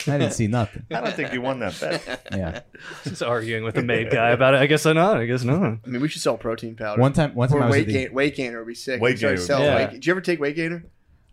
Speaker 4: I didn't see nothing.
Speaker 2: I don't think you won that bet.
Speaker 1: (laughs)
Speaker 2: (laughs)
Speaker 4: Yeah,
Speaker 3: Just arguing with the maid guy about it. I guess I not. I guess not.
Speaker 1: I mean, we should sell protein powder.
Speaker 4: one time, one time I
Speaker 1: or
Speaker 4: was at
Speaker 1: weight
Speaker 4: the-
Speaker 1: gain, weight gainer would be sick.
Speaker 2: Weight
Speaker 1: We start
Speaker 2: gainer would
Speaker 1: selling
Speaker 3: be
Speaker 1: weight-
Speaker 3: sick.
Speaker 1: Did you ever take weight gainer?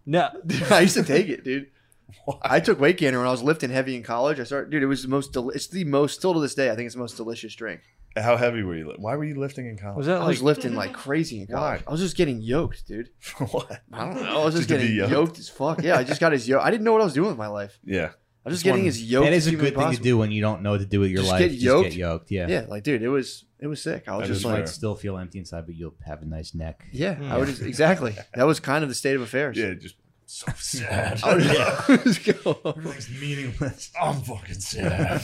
Speaker 3: No.
Speaker 1: I used to take it, dude.
Speaker 2: (laughs) Why?
Speaker 1: I took weight gainer when I was lifting heavy in college. I started, dude. It was the most. Del- it's the most. Still to this day, I think it's the most delicious drink.
Speaker 2: How heavy were you? li- Why were you lifting in
Speaker 3: Was
Speaker 2: college? (laughs)
Speaker 3: that
Speaker 1: I
Speaker 3: like
Speaker 1: was lifting like crazy in college.
Speaker 2: Why?
Speaker 1: I was just getting yoked, dude.
Speaker 2: what?
Speaker 1: I don't know. I was just,
Speaker 2: Just to
Speaker 1: getting
Speaker 2: be
Speaker 1: yoked.
Speaker 2: yoked?
Speaker 1: as fuck. Yeah, I just got as yoked. I didn't know what I was doing with my life.
Speaker 2: Yeah.
Speaker 1: I was just
Speaker 2: Just
Speaker 1: getting
Speaker 2: one-
Speaker 1: as yoked.
Speaker 4: That is
Speaker 1: as
Speaker 4: a
Speaker 1: humanly
Speaker 4: good thing to
Speaker 1: possible.
Speaker 4: do when you don't know what to do with your
Speaker 1: Just
Speaker 4: life.
Speaker 1: get
Speaker 4: just
Speaker 1: yoked?
Speaker 4: get yoked. Yeah.
Speaker 1: Yeah, like dude, it was it was sick. I was
Speaker 2: That
Speaker 1: just
Speaker 2: is
Speaker 4: You
Speaker 1: like,
Speaker 4: might
Speaker 2: fair.
Speaker 4: still feel empty inside, but you'll have a nice neck.
Speaker 1: yeah,
Speaker 3: Hmm.
Speaker 1: I would just,
Speaker 2: (laughs)
Speaker 1: exactly. That was kind of the state of affairs. (laughs)
Speaker 2: Yeah. Just so (laughs) sad.
Speaker 1: I would
Speaker 2: yeah.
Speaker 1: just go.
Speaker 4: Everything's meaningless.
Speaker 2: I'm fucking (laughs) sad.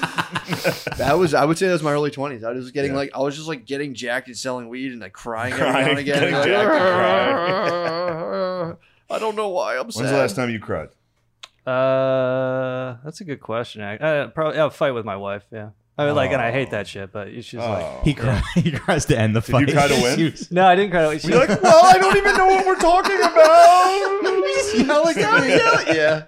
Speaker 1: That was, I would say, that was my early twenties. I was just getting
Speaker 2: Yeah.
Speaker 1: like, I was just like getting jacked and selling weed and like crying every now
Speaker 2: Crying,
Speaker 1: and again.
Speaker 2: getting
Speaker 1: Like,
Speaker 2: jacked
Speaker 1: (laughs) Uh, I don't know why I'm sad.
Speaker 2: When's the last time you cried?
Speaker 3: Uh, that's a good question. I, uh, probably I'll fight with my wife. Yeah, I mean, like, and I hate
Speaker 2: Oh.
Speaker 3: that shit, but she's like,
Speaker 2: Oh.
Speaker 4: He cries. (laughs) He cries to end the
Speaker 2: you
Speaker 4: fight.
Speaker 2: try to win?
Speaker 4: (laughs) He was-
Speaker 3: no, I didn't cry. She's
Speaker 2: You're like, well, I
Speaker 1: (laughs)
Speaker 2: don't even know what we're talking about.
Speaker 1: Like, (laughs) yeah, yeah, yeah.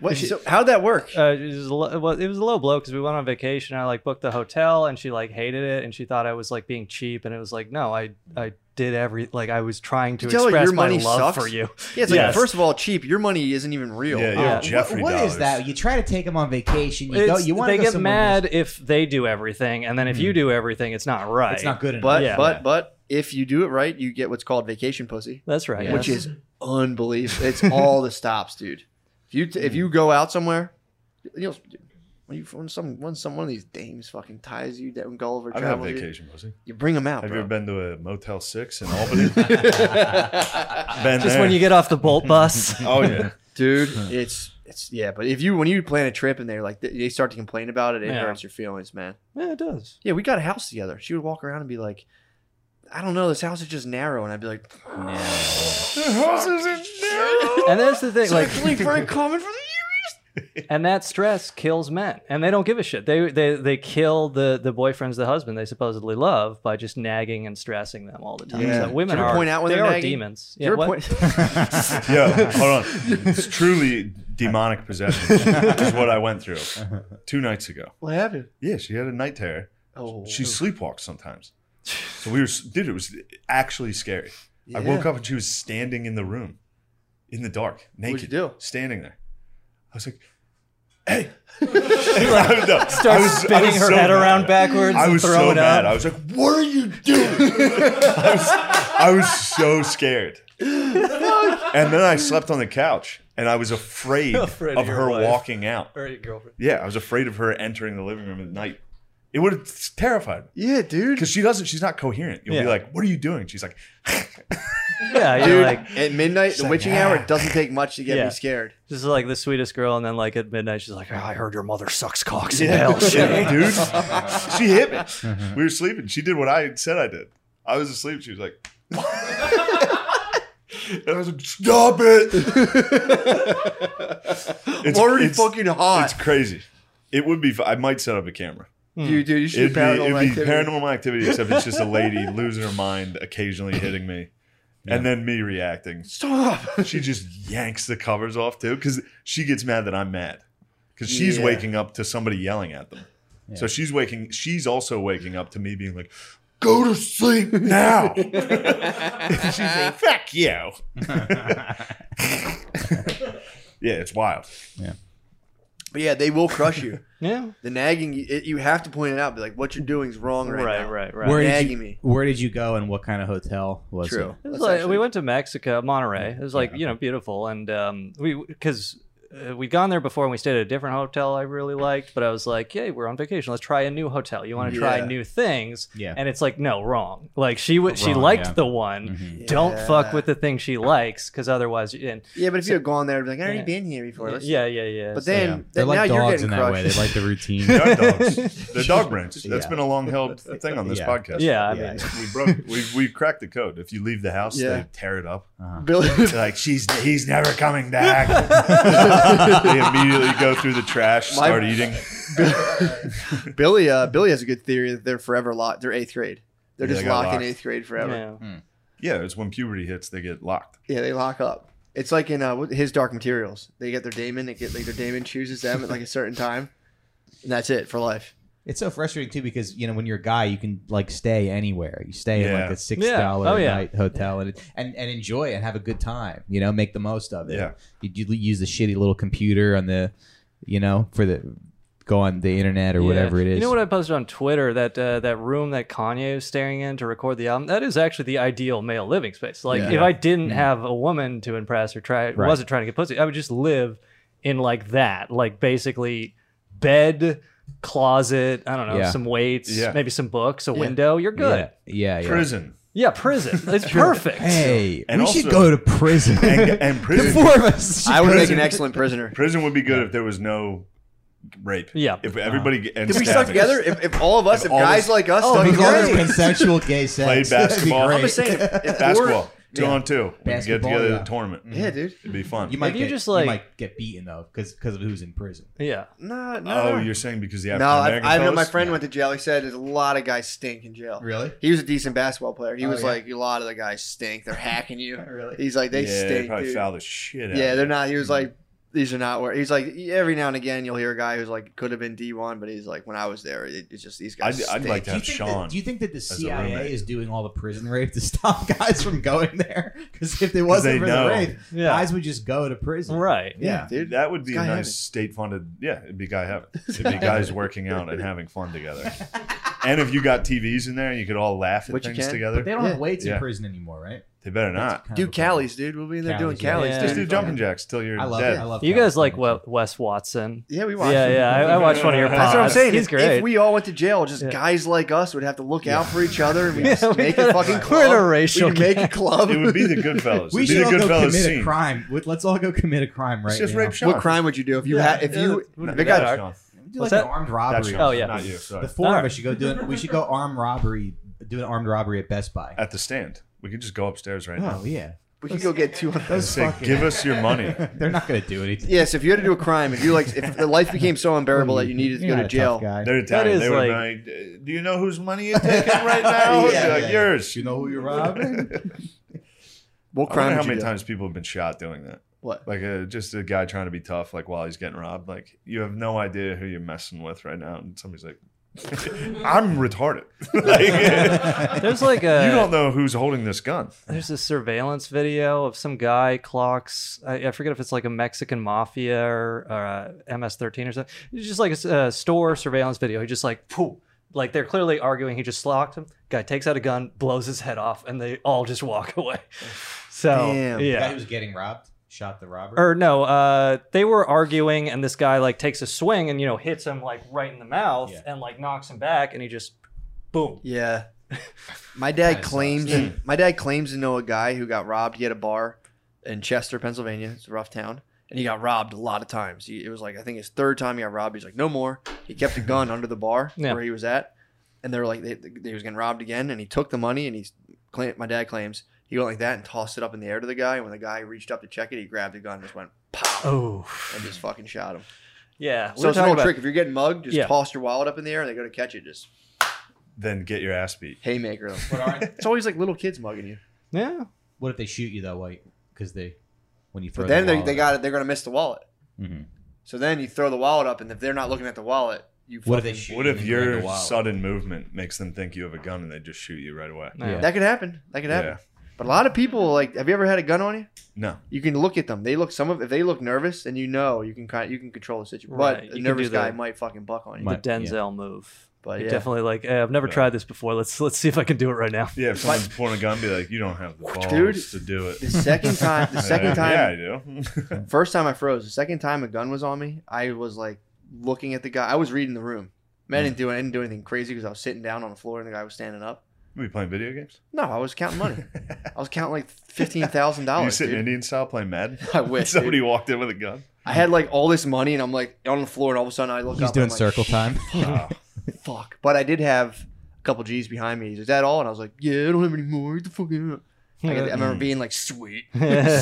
Speaker 1: What, so how'd that work?
Speaker 3: uh, it was a lo- well, it was a low blow because we went on vacation. I like booked the hotel, and she like hated it, and she thought I was like being cheap, and it was like, no, I I did every like I was trying to
Speaker 1: You tell her
Speaker 3: express
Speaker 1: your
Speaker 3: my
Speaker 1: money
Speaker 3: love
Speaker 1: sucks?
Speaker 3: for you.
Speaker 1: Yeah, it's like
Speaker 3: Yes.
Speaker 1: first of all, cheap. Your money isn't even real.
Speaker 2: Yeah,
Speaker 3: Yeah.
Speaker 2: yeah. Jeffrey
Speaker 4: what is
Speaker 2: dollars.
Speaker 4: that? You try to take him on vacation. You go.
Speaker 3: It's-
Speaker 4: You want
Speaker 3: they
Speaker 4: to go
Speaker 3: get
Speaker 4: somewhere
Speaker 3: mad if they do everything, and then if you do everything, it's not right.
Speaker 4: where It's not good enough.
Speaker 1: But
Speaker 3: Yeah.
Speaker 1: but but if you do it right, you get what's called vacation pussy,
Speaker 3: That's right.
Speaker 4: Yeah.
Speaker 1: which
Speaker 3: yes.
Speaker 1: is unbelievable. It's all the stops, dude. If you t- if you go out somewhere, you know, when you when some when some one of these dames fucking ties you down Gulliver
Speaker 2: I've had
Speaker 1: travels you,
Speaker 2: vacation, pussy.
Speaker 1: you bring them out,
Speaker 2: Have you
Speaker 1: bro.
Speaker 2: ever been to a Motel Six in
Speaker 3: (laughs)
Speaker 2: Albany? been
Speaker 3: just
Speaker 1: (laughs)
Speaker 2: (laughs) there.
Speaker 3: when you get off the bolt bus.
Speaker 2: Oh yeah.
Speaker 1: dude. It's it's yeah, but if you when you plan a trip and they're like they start to complain about it, it
Speaker 3: Yeah.
Speaker 1: hurts your feelings, man.
Speaker 3: yeah, it does.
Speaker 1: Yeah, we got a house together. She would walk around and be like, I don't know, this house is just narrow, and I'd be like, (laughs)
Speaker 3: And that's the thing, like.
Speaker 1: Actually,
Speaker 2: (laughs)
Speaker 1: very common for the
Speaker 3: and that stress kills men and they don't give a shit they they, they kill the the boyfriends the husband they supposedly love by just nagging and stressing them all the time
Speaker 2: Yeah.
Speaker 3: so women
Speaker 1: Did you
Speaker 3: are
Speaker 1: point out when
Speaker 3: they
Speaker 1: they're
Speaker 3: are
Speaker 1: nagging?
Speaker 3: demons
Speaker 1: Your
Speaker 3: what?
Speaker 1: point-
Speaker 2: (laughs)
Speaker 1: (laughs)
Speaker 2: Yeah, hold on. It's truly demonic possession, which is what I went through two nights ago.
Speaker 1: what happened?
Speaker 2: Yeah, she had a night terror.
Speaker 1: Oh,
Speaker 2: She sleepwalks sometimes. So we were, dude, it was actually scary. I woke up and she was standing in the room in the dark, naked.
Speaker 1: What'd you do?
Speaker 2: Standing there. I was like,
Speaker 3: (laughs)
Speaker 2: hey. (laughs) I was- no, (laughs) I
Speaker 3: starts
Speaker 2: was- I
Speaker 3: spinning
Speaker 2: was
Speaker 3: her
Speaker 2: so mad.
Speaker 3: head around backwards
Speaker 2: I
Speaker 3: and
Speaker 2: was
Speaker 3: throwing
Speaker 2: so
Speaker 3: it
Speaker 2: mad.
Speaker 3: up
Speaker 2: I was like, what are you
Speaker 3: (laughs)
Speaker 2: doing? I, was, I was so scared. and then I slept on the couch and I was afraid,
Speaker 3: (laughs) Afraid of
Speaker 2: of
Speaker 3: your
Speaker 2: her
Speaker 3: wife.
Speaker 2: walking out.
Speaker 3: Or your girlfriend.
Speaker 2: Yeah, I was afraid of her entering the living room at night. It would have terrified me.
Speaker 1: Yeah, dude.
Speaker 2: Because she doesn't, she's not coherent. You'll
Speaker 3: Yeah.
Speaker 2: be like, what are you doing? She's like, (laughs)
Speaker 3: yeah you're
Speaker 1: Dude,
Speaker 3: like
Speaker 1: at midnight, the
Speaker 2: like,
Speaker 1: witching
Speaker 2: "Ah."
Speaker 1: hour, it doesn't take much to get
Speaker 3: Yeah.
Speaker 1: me
Speaker 2: (laughs)
Speaker 1: scared. (laughs)
Speaker 3: just like the sweetest girl and then like at midnight she's like oh, i heard your mother sucks cocks in
Speaker 2: Yeah.
Speaker 3: hell
Speaker 2: Yeah,
Speaker 3: Shane."
Speaker 2: (laughs) dude. she hit me. We were (laughs) sleeping. She did what I said I did. I was asleep. She was like, And I was like, stop it. it's
Speaker 1: Already
Speaker 2: it's-
Speaker 1: fucking hot.
Speaker 2: It's crazy. It would be. f- I might set up a camera.
Speaker 1: You dude, you should do
Speaker 2: It'd be,
Speaker 1: paranormal
Speaker 2: it'd be
Speaker 1: activity.
Speaker 2: paranormal activity, except it's just
Speaker 1: (laughs)
Speaker 2: a lady losing her mind, occasionally hitting me, and then me reacting.
Speaker 1: Stop.
Speaker 2: (laughs) She just yanks the covers off too, because she gets mad that I'm mad, because she's
Speaker 1: Yeah.
Speaker 2: waking up to somebody yelling at them. So she's waking. She's also waking up to me being like, "Go to
Speaker 1: (laughs)
Speaker 2: sleep now." And she's like, "Fuck you." (laughs) yeah, it's wild.
Speaker 1: But yeah, they will crush you.
Speaker 3: Yeah.
Speaker 1: The nagging, you- it, you have to point it out. Be like, what you're doing is wrong right, now.
Speaker 3: right,
Speaker 4: Where did,
Speaker 1: nagging
Speaker 4: you,
Speaker 1: me.
Speaker 4: (laughs) where did you go and what kind of hotel was
Speaker 1: True.
Speaker 4: it?
Speaker 3: It was
Speaker 1: That's
Speaker 3: like,
Speaker 1: actually-
Speaker 3: we went to Mexico, Monterey. It was like you know beautiful, and um, we because uh, we'd gone there before and we stayed at a different hotel I really liked, but I was like, hey, we're on vacation, let's try a new hotel. You want to
Speaker 1: Yeah.
Speaker 3: try new things?
Speaker 4: Yeah.
Speaker 3: And it's like no, wrong. Like she w- she
Speaker 4: Wrong,
Speaker 3: liked
Speaker 4: yeah.
Speaker 3: the one.
Speaker 4: Mm-hmm.
Speaker 3: Don't
Speaker 1: Yeah.
Speaker 3: fuck with the thing she likes, because otherwise, you- and
Speaker 1: Yeah, but if you had gone there, I'd be like, I already
Speaker 3: Yeah.
Speaker 1: been here before. Let's,
Speaker 3: yeah, yeah, yeah.
Speaker 1: But
Speaker 3: so-
Speaker 1: then,
Speaker 4: Yeah.
Speaker 1: then
Speaker 4: They're like
Speaker 1: now you're
Speaker 4: dogs
Speaker 1: getting
Speaker 4: in that
Speaker 1: crushed.
Speaker 4: way. They
Speaker 1: (laughs)
Speaker 4: like the routine.
Speaker 2: They are dogs. They're dog brands. That's
Speaker 4: Yeah.
Speaker 2: been a long held thing on this
Speaker 4: Yeah.
Speaker 2: podcast.
Speaker 3: yeah, I
Speaker 4: Yeah.
Speaker 3: mean,
Speaker 2: we broke. We we cracked the code. If you leave the house,
Speaker 1: Yeah.
Speaker 2: they tear it up.
Speaker 1: (laughs)
Speaker 4: Uh-huh.
Speaker 1: Billy-
Speaker 2: They're like she's he's never coming
Speaker 1: (laughs)
Speaker 2: back. they immediately go through the trash,
Speaker 1: My-
Speaker 2: start eating.
Speaker 1: Billy, uh, Billy has a good theory that they're forever locked. They're eighth grade. They're
Speaker 2: Yeah,
Speaker 1: just
Speaker 2: they got
Speaker 1: locked,
Speaker 2: locked.
Speaker 1: in eighth grade forever. Yeah,
Speaker 3: yeah.
Speaker 2: Yeah, it's when puberty hits, they get locked.
Speaker 1: they lock up. It's like in uh, what- his Dark Materials. They get their Damon. They get like their Damon chooses them at like a certain time, and that's it for life.
Speaker 4: It's so frustrating too because you know when you're a guy, you can like stay anywhere. You stay in
Speaker 2: Yeah.
Speaker 4: like a six dollar
Speaker 3: Yeah. Oh, yeah.
Speaker 4: night hotel and, and and enjoy it and have a good time. You know, make the most of it.
Speaker 2: Yeah.
Speaker 4: You, you use the shitty little computer on the, you know, for the go on the internet or
Speaker 3: Yeah.
Speaker 4: whatever it is.
Speaker 3: You know what I posted on Twitter that uh, that room that Kanye was staring in to record the album. That is actually the ideal male living space. Like
Speaker 1: Yeah.
Speaker 3: if I didn't have a woman to impress or try
Speaker 4: Mm. Right.
Speaker 3: wasn't trying to get pussy, I would just live in like that. Like basically bed, closet, I don't know,
Speaker 4: Yeah.
Speaker 3: some weights,
Speaker 2: Yeah.
Speaker 3: maybe some books, a window. You're good. Yeah,
Speaker 4: Yeah, yeah. yeah.
Speaker 2: Prison
Speaker 4: (laughs)
Speaker 3: prison. It's perfect.
Speaker 4: Hey,
Speaker 2: And
Speaker 4: we
Speaker 2: also-
Speaker 4: should go to prison.
Speaker 2: and,
Speaker 1: (laughs)
Speaker 2: and
Speaker 4: (laughs) the
Speaker 2: prison.
Speaker 4: four of us. should
Speaker 1: I would
Speaker 4: go
Speaker 1: make
Speaker 4: to-
Speaker 1: an excellent prisoner.
Speaker 2: Prison would be good if there was no rape.
Speaker 3: Yeah.
Speaker 2: if everybody g- and
Speaker 1: Did we stuck
Speaker 2: stabbing.
Speaker 1: together? If, if all of us, if
Speaker 2: all
Speaker 1: guys
Speaker 2: this-
Speaker 1: like us
Speaker 4: Oh,
Speaker 1: stuck
Speaker 4: we call it
Speaker 1: together,
Speaker 2: (laughs)
Speaker 4: consensual gay sex.
Speaker 2: Played
Speaker 4: That'd be
Speaker 2: basketball.
Speaker 4: great.
Speaker 1: I'm just saying, (laughs) if
Speaker 2: Basketball, Mm-hmm. two
Speaker 4: Yeah.
Speaker 2: on two. We can get
Speaker 4: Basketball,
Speaker 2: together
Speaker 4: yeah.
Speaker 2: at the tournament.
Speaker 1: Yeah, dude.
Speaker 2: It'd be fun.
Speaker 4: (laughs) You might
Speaker 3: If you
Speaker 4: get,
Speaker 3: just,
Speaker 4: you
Speaker 3: like-
Speaker 4: might get beaten though because because of who's in prison.
Speaker 3: Yeah.
Speaker 1: No, no.
Speaker 2: oh,
Speaker 1: no.
Speaker 2: you're saying because the
Speaker 1: no.
Speaker 2: African
Speaker 1: I,
Speaker 2: American.
Speaker 1: I know my friend went to jail. He said there's a lot of guys stink in jail.
Speaker 4: Really?
Speaker 1: He was a decent basketball player. He
Speaker 4: Oh,
Speaker 1: was
Speaker 4: yeah.
Speaker 1: like, a lot of the guys stink. They're hacking you.
Speaker 4: Really?
Speaker 1: He's like, they
Speaker 2: yeah,
Speaker 1: stink.
Speaker 2: They probably
Speaker 1: dude.
Speaker 2: foul the shit out.
Speaker 1: Yeah,
Speaker 2: of
Speaker 1: they're
Speaker 2: it.
Speaker 1: not. He was like, these are not where. He's like, every now and again, you'll hear a guy who's like, could have been D one, but he's like, when I was there, it, it's just these guys.
Speaker 2: I'd- I'd
Speaker 1: stink.
Speaker 2: like to
Speaker 4: Do you,
Speaker 2: have
Speaker 4: think
Speaker 2: Sean
Speaker 4: that, do you think that the
Speaker 2: a
Speaker 4: CIA
Speaker 2: roommate.
Speaker 4: is doing all the prison rape to stop (laughs) guys from going there? Because if it wasn't
Speaker 2: they
Speaker 4: for
Speaker 2: know.
Speaker 4: the rape,
Speaker 3: Yeah.
Speaker 4: guys would just go to prison.
Speaker 3: Right.
Speaker 1: Yeah, dude.
Speaker 2: That would be
Speaker 1: Guy
Speaker 2: a
Speaker 1: having-
Speaker 2: nice state funded. Yeah, it'd be guy
Speaker 1: (laughs)
Speaker 2: heaven. It'd be guys working out and having fun together. and if you got TVs in there, you could all laugh at
Speaker 1: Which you
Speaker 2: things
Speaker 1: can.
Speaker 2: together.
Speaker 4: But they
Speaker 2: They,
Speaker 4: don't
Speaker 1: Yeah.
Speaker 4: have weights
Speaker 2: Yeah.
Speaker 4: in prison anymore, right?
Speaker 2: better
Speaker 4: That's
Speaker 2: not.
Speaker 4: kind
Speaker 1: do
Speaker 4: of a problem.
Speaker 1: Callies, dude. We'll be in there doing
Speaker 4: Callies, yeah.
Speaker 1: Callies.
Speaker 3: Yeah.
Speaker 1: dude.
Speaker 2: Just do
Speaker 1: Fucking-
Speaker 2: jumping jacks till you're
Speaker 4: I love
Speaker 2: dead.
Speaker 4: it. I love
Speaker 3: You
Speaker 4: that.
Speaker 3: guys like Wa- Wes Watson?
Speaker 1: Yeah, we watched.
Speaker 3: Yeah,
Speaker 1: him.
Speaker 3: yeah. I, I watched one of your pods.
Speaker 2: That's what I'm saying.
Speaker 3: He's
Speaker 1: if-
Speaker 3: great.
Speaker 1: If we all went to jail, just
Speaker 3: Yeah.
Speaker 1: guys like us would have to look out for each other and we
Speaker 3: Yeah,
Speaker 1: just
Speaker 3: we
Speaker 1: make a
Speaker 3: gotta-
Speaker 1: fucking
Speaker 3: we're
Speaker 1: club.
Speaker 3: in a racial
Speaker 1: we could
Speaker 2: (laughs)
Speaker 1: make a club.
Speaker 2: It
Speaker 1: (laughs)
Speaker 2: would be the Goodfellas.
Speaker 4: (laughs) We
Speaker 2: It'd be
Speaker 4: should
Speaker 2: the
Speaker 4: all go
Speaker 2: Goodfellas
Speaker 4: commit a
Speaker 2: scene.
Speaker 4: crime. Would- Let's all go commit a crime right
Speaker 2: Let's just
Speaker 4: now.
Speaker 2: rape Sean.
Speaker 1: what crime would you do if you
Speaker 3: Yeah,
Speaker 1: had if
Speaker 3: yeah,
Speaker 1: you
Speaker 3: that's-
Speaker 1: they
Speaker 3: that's
Speaker 1: got
Speaker 3: dark.
Speaker 4: Do
Speaker 3: What's
Speaker 4: like an
Speaker 3: that?
Speaker 4: armed
Speaker 2: That's
Speaker 4: robbery.
Speaker 2: Sean,
Speaker 3: Oh, yeah.
Speaker 2: not you. Sorry.
Speaker 4: The four
Speaker 3: All
Speaker 4: of
Speaker 3: right.
Speaker 4: us should go do it. We should go armed robbery. Do an armed robbery at Best Buy.
Speaker 2: At the stand, we could just go upstairs right now.
Speaker 4: Oh yeah.
Speaker 1: we could go get two hundred. (laughs)
Speaker 2: And
Speaker 4: Those
Speaker 2: say,
Speaker 4: fucking-
Speaker 2: "Give us your
Speaker 4: (laughs)
Speaker 2: money."
Speaker 4: They're not gonna do anything.
Speaker 1: Yes, if you had to do a crime, if you like, if the life became so unbearable that you needed to go
Speaker 4: You're
Speaker 1: to
Speaker 4: not a tough
Speaker 1: jail,
Speaker 4: guy.
Speaker 2: They're Italian.
Speaker 3: is
Speaker 2: They would
Speaker 3: like-
Speaker 2: be like, "Do you know whose money you're taking
Speaker 1: (laughs)
Speaker 2: right now?"
Speaker 1: Yeah,
Speaker 2: Be like,
Speaker 4: yeah, yeah.
Speaker 2: "Yours."
Speaker 4: You know who
Speaker 1: (laughs)
Speaker 2: (laughs)
Speaker 4: you're robbing?
Speaker 1: what
Speaker 2: I wonder
Speaker 1: crime?
Speaker 2: how
Speaker 1: would you
Speaker 2: many
Speaker 1: do?
Speaker 2: times people have been shot doing that.
Speaker 1: What?
Speaker 2: Like a, just a guy trying to be tough, like while he's getting robbed. Like you have no idea who you're messing with right now, and somebody's like, (laughs) "I'm retarded." (laughs)
Speaker 1: (laughs)
Speaker 2: like,
Speaker 3: There's like a
Speaker 2: you don't know who's holding this gun.
Speaker 3: there's a surveillance video of some guy clocks I, I forget if it's like a mexican mafia or, or uh, ms13 or something it's just like a s- a, store surveillance video he just like pooh like they're clearly arguing he just slocked him guy takes out a gun blows his head off and they all just walk (laughs) away so
Speaker 1: Damn.
Speaker 4: The guy who
Speaker 3: yeah
Speaker 4: was getting robbed shot the robber.
Speaker 3: or no uh they were arguing and this guy like takes a swing and you know hits him like right in the mouth
Speaker 4: Yeah.
Speaker 3: and like knocks him back and he just boom
Speaker 1: (laughs) Yeah. My dad
Speaker 4: Kinda
Speaker 1: claims
Speaker 4: sucks.
Speaker 1: my dad claims to know a guy who got robbed. He had a bar in Chester, Pennsylvania. It's a rough town. And he got robbed a lot of times. He, it was like I think his third time he got robbed. He's like, no more. He kept a (laughs) gun under the bar
Speaker 3: Yeah.
Speaker 1: where he was at, and they were like, they, they, he was getting robbed again, and he took the money and he claim, my dad claims He went like that and tossed it up in the air to the guy. And when the guy reached up to check it, he grabbed the gun and just went pow
Speaker 3: Oh,
Speaker 1: and just fucking shot him.
Speaker 3: yeah. we
Speaker 1: So
Speaker 3: were
Speaker 1: it's an
Speaker 3: talking
Speaker 1: old
Speaker 3: about-
Speaker 1: trick. If you're getting mugged, just
Speaker 3: Yeah.
Speaker 1: toss your wallet up in the air and they go to catch it. Just
Speaker 2: Then get your ass beat.
Speaker 1: haymaker them.
Speaker 4: But aren't-
Speaker 1: It's always like little kids mugging you.
Speaker 3: Yeah.
Speaker 4: what if they shoot you though? Wait, because they when you throw.
Speaker 1: But
Speaker 4: the
Speaker 1: then they,
Speaker 4: wallet
Speaker 1: they
Speaker 4: out.
Speaker 1: got it. They're gonna miss the wallet.
Speaker 4: Mhm.
Speaker 1: So then you throw the wallet up, and if they're not looking at the wallet, you.
Speaker 4: What if they
Speaker 1: fucking-
Speaker 4: shoot?
Speaker 2: What
Speaker 4: you
Speaker 2: if
Speaker 4: and grab the
Speaker 2: your
Speaker 4: wallet?
Speaker 2: sudden movement makes them think you have a gun and they just shoot you right away?
Speaker 3: Yeah.
Speaker 1: That could happen. That could happen.
Speaker 2: Yeah.
Speaker 1: But a lot of people like. Have you ever had a gun on you?
Speaker 2: No.
Speaker 1: You can look at them. They look some of if they look nervous, and you know you can kind you can control the situation.
Speaker 3: Right, you
Speaker 1: But a
Speaker 3: can
Speaker 1: nervous
Speaker 3: do the-
Speaker 1: guy might fucking buck on you.
Speaker 4: Might-
Speaker 3: the Denzel move.
Speaker 1: But
Speaker 3: You're
Speaker 1: Uh, yeah.
Speaker 3: definitely like, hey, I've never
Speaker 2: Yeah.
Speaker 3: tried this before. Let's let's see if I can do it right now. (laughs)
Speaker 2: Yeah, if someone's pointing a gun, be like, you don't have the balls
Speaker 1: Dude.
Speaker 2: to do it.
Speaker 1: The second time,
Speaker 2: (laughs)
Speaker 1: the second
Speaker 2: Yeah,
Speaker 1: time,
Speaker 2: Yeah, I do. (laughs)
Speaker 1: first time I froze. The second time a gun was on me, I was like looking at the guy. I was reading the room. Man, I didn't do I didn't do anything crazy because I was sitting down on the floor and the guy was standing up.
Speaker 2: we playing video games?
Speaker 1: No, I was counting
Speaker 2: (laughs)
Speaker 1: money. I was counting like fifteen thousand
Speaker 2: you
Speaker 1: dollars.
Speaker 2: sitting Indian style playing Madden?
Speaker 1: (laughs) I wish, dude.
Speaker 2: Somebody walked in with a gun.
Speaker 1: I had like all this money, and I'm like on the floor, and all of a sudden I look
Speaker 4: He's
Speaker 1: up. and
Speaker 4: doing
Speaker 1: I'm like, (laughs)
Speaker 2: (laughs)
Speaker 4: circle time.
Speaker 2: Wow.
Speaker 1: Fuck. But I did have a couple G's behind me. He's like, Is that all? And I was like, Yeah, I don't have any more. What the fuck? is that?" I, got- I remember
Speaker 2: Mm.
Speaker 1: being like,
Speaker 2: (laughs)
Speaker 1: Sweet,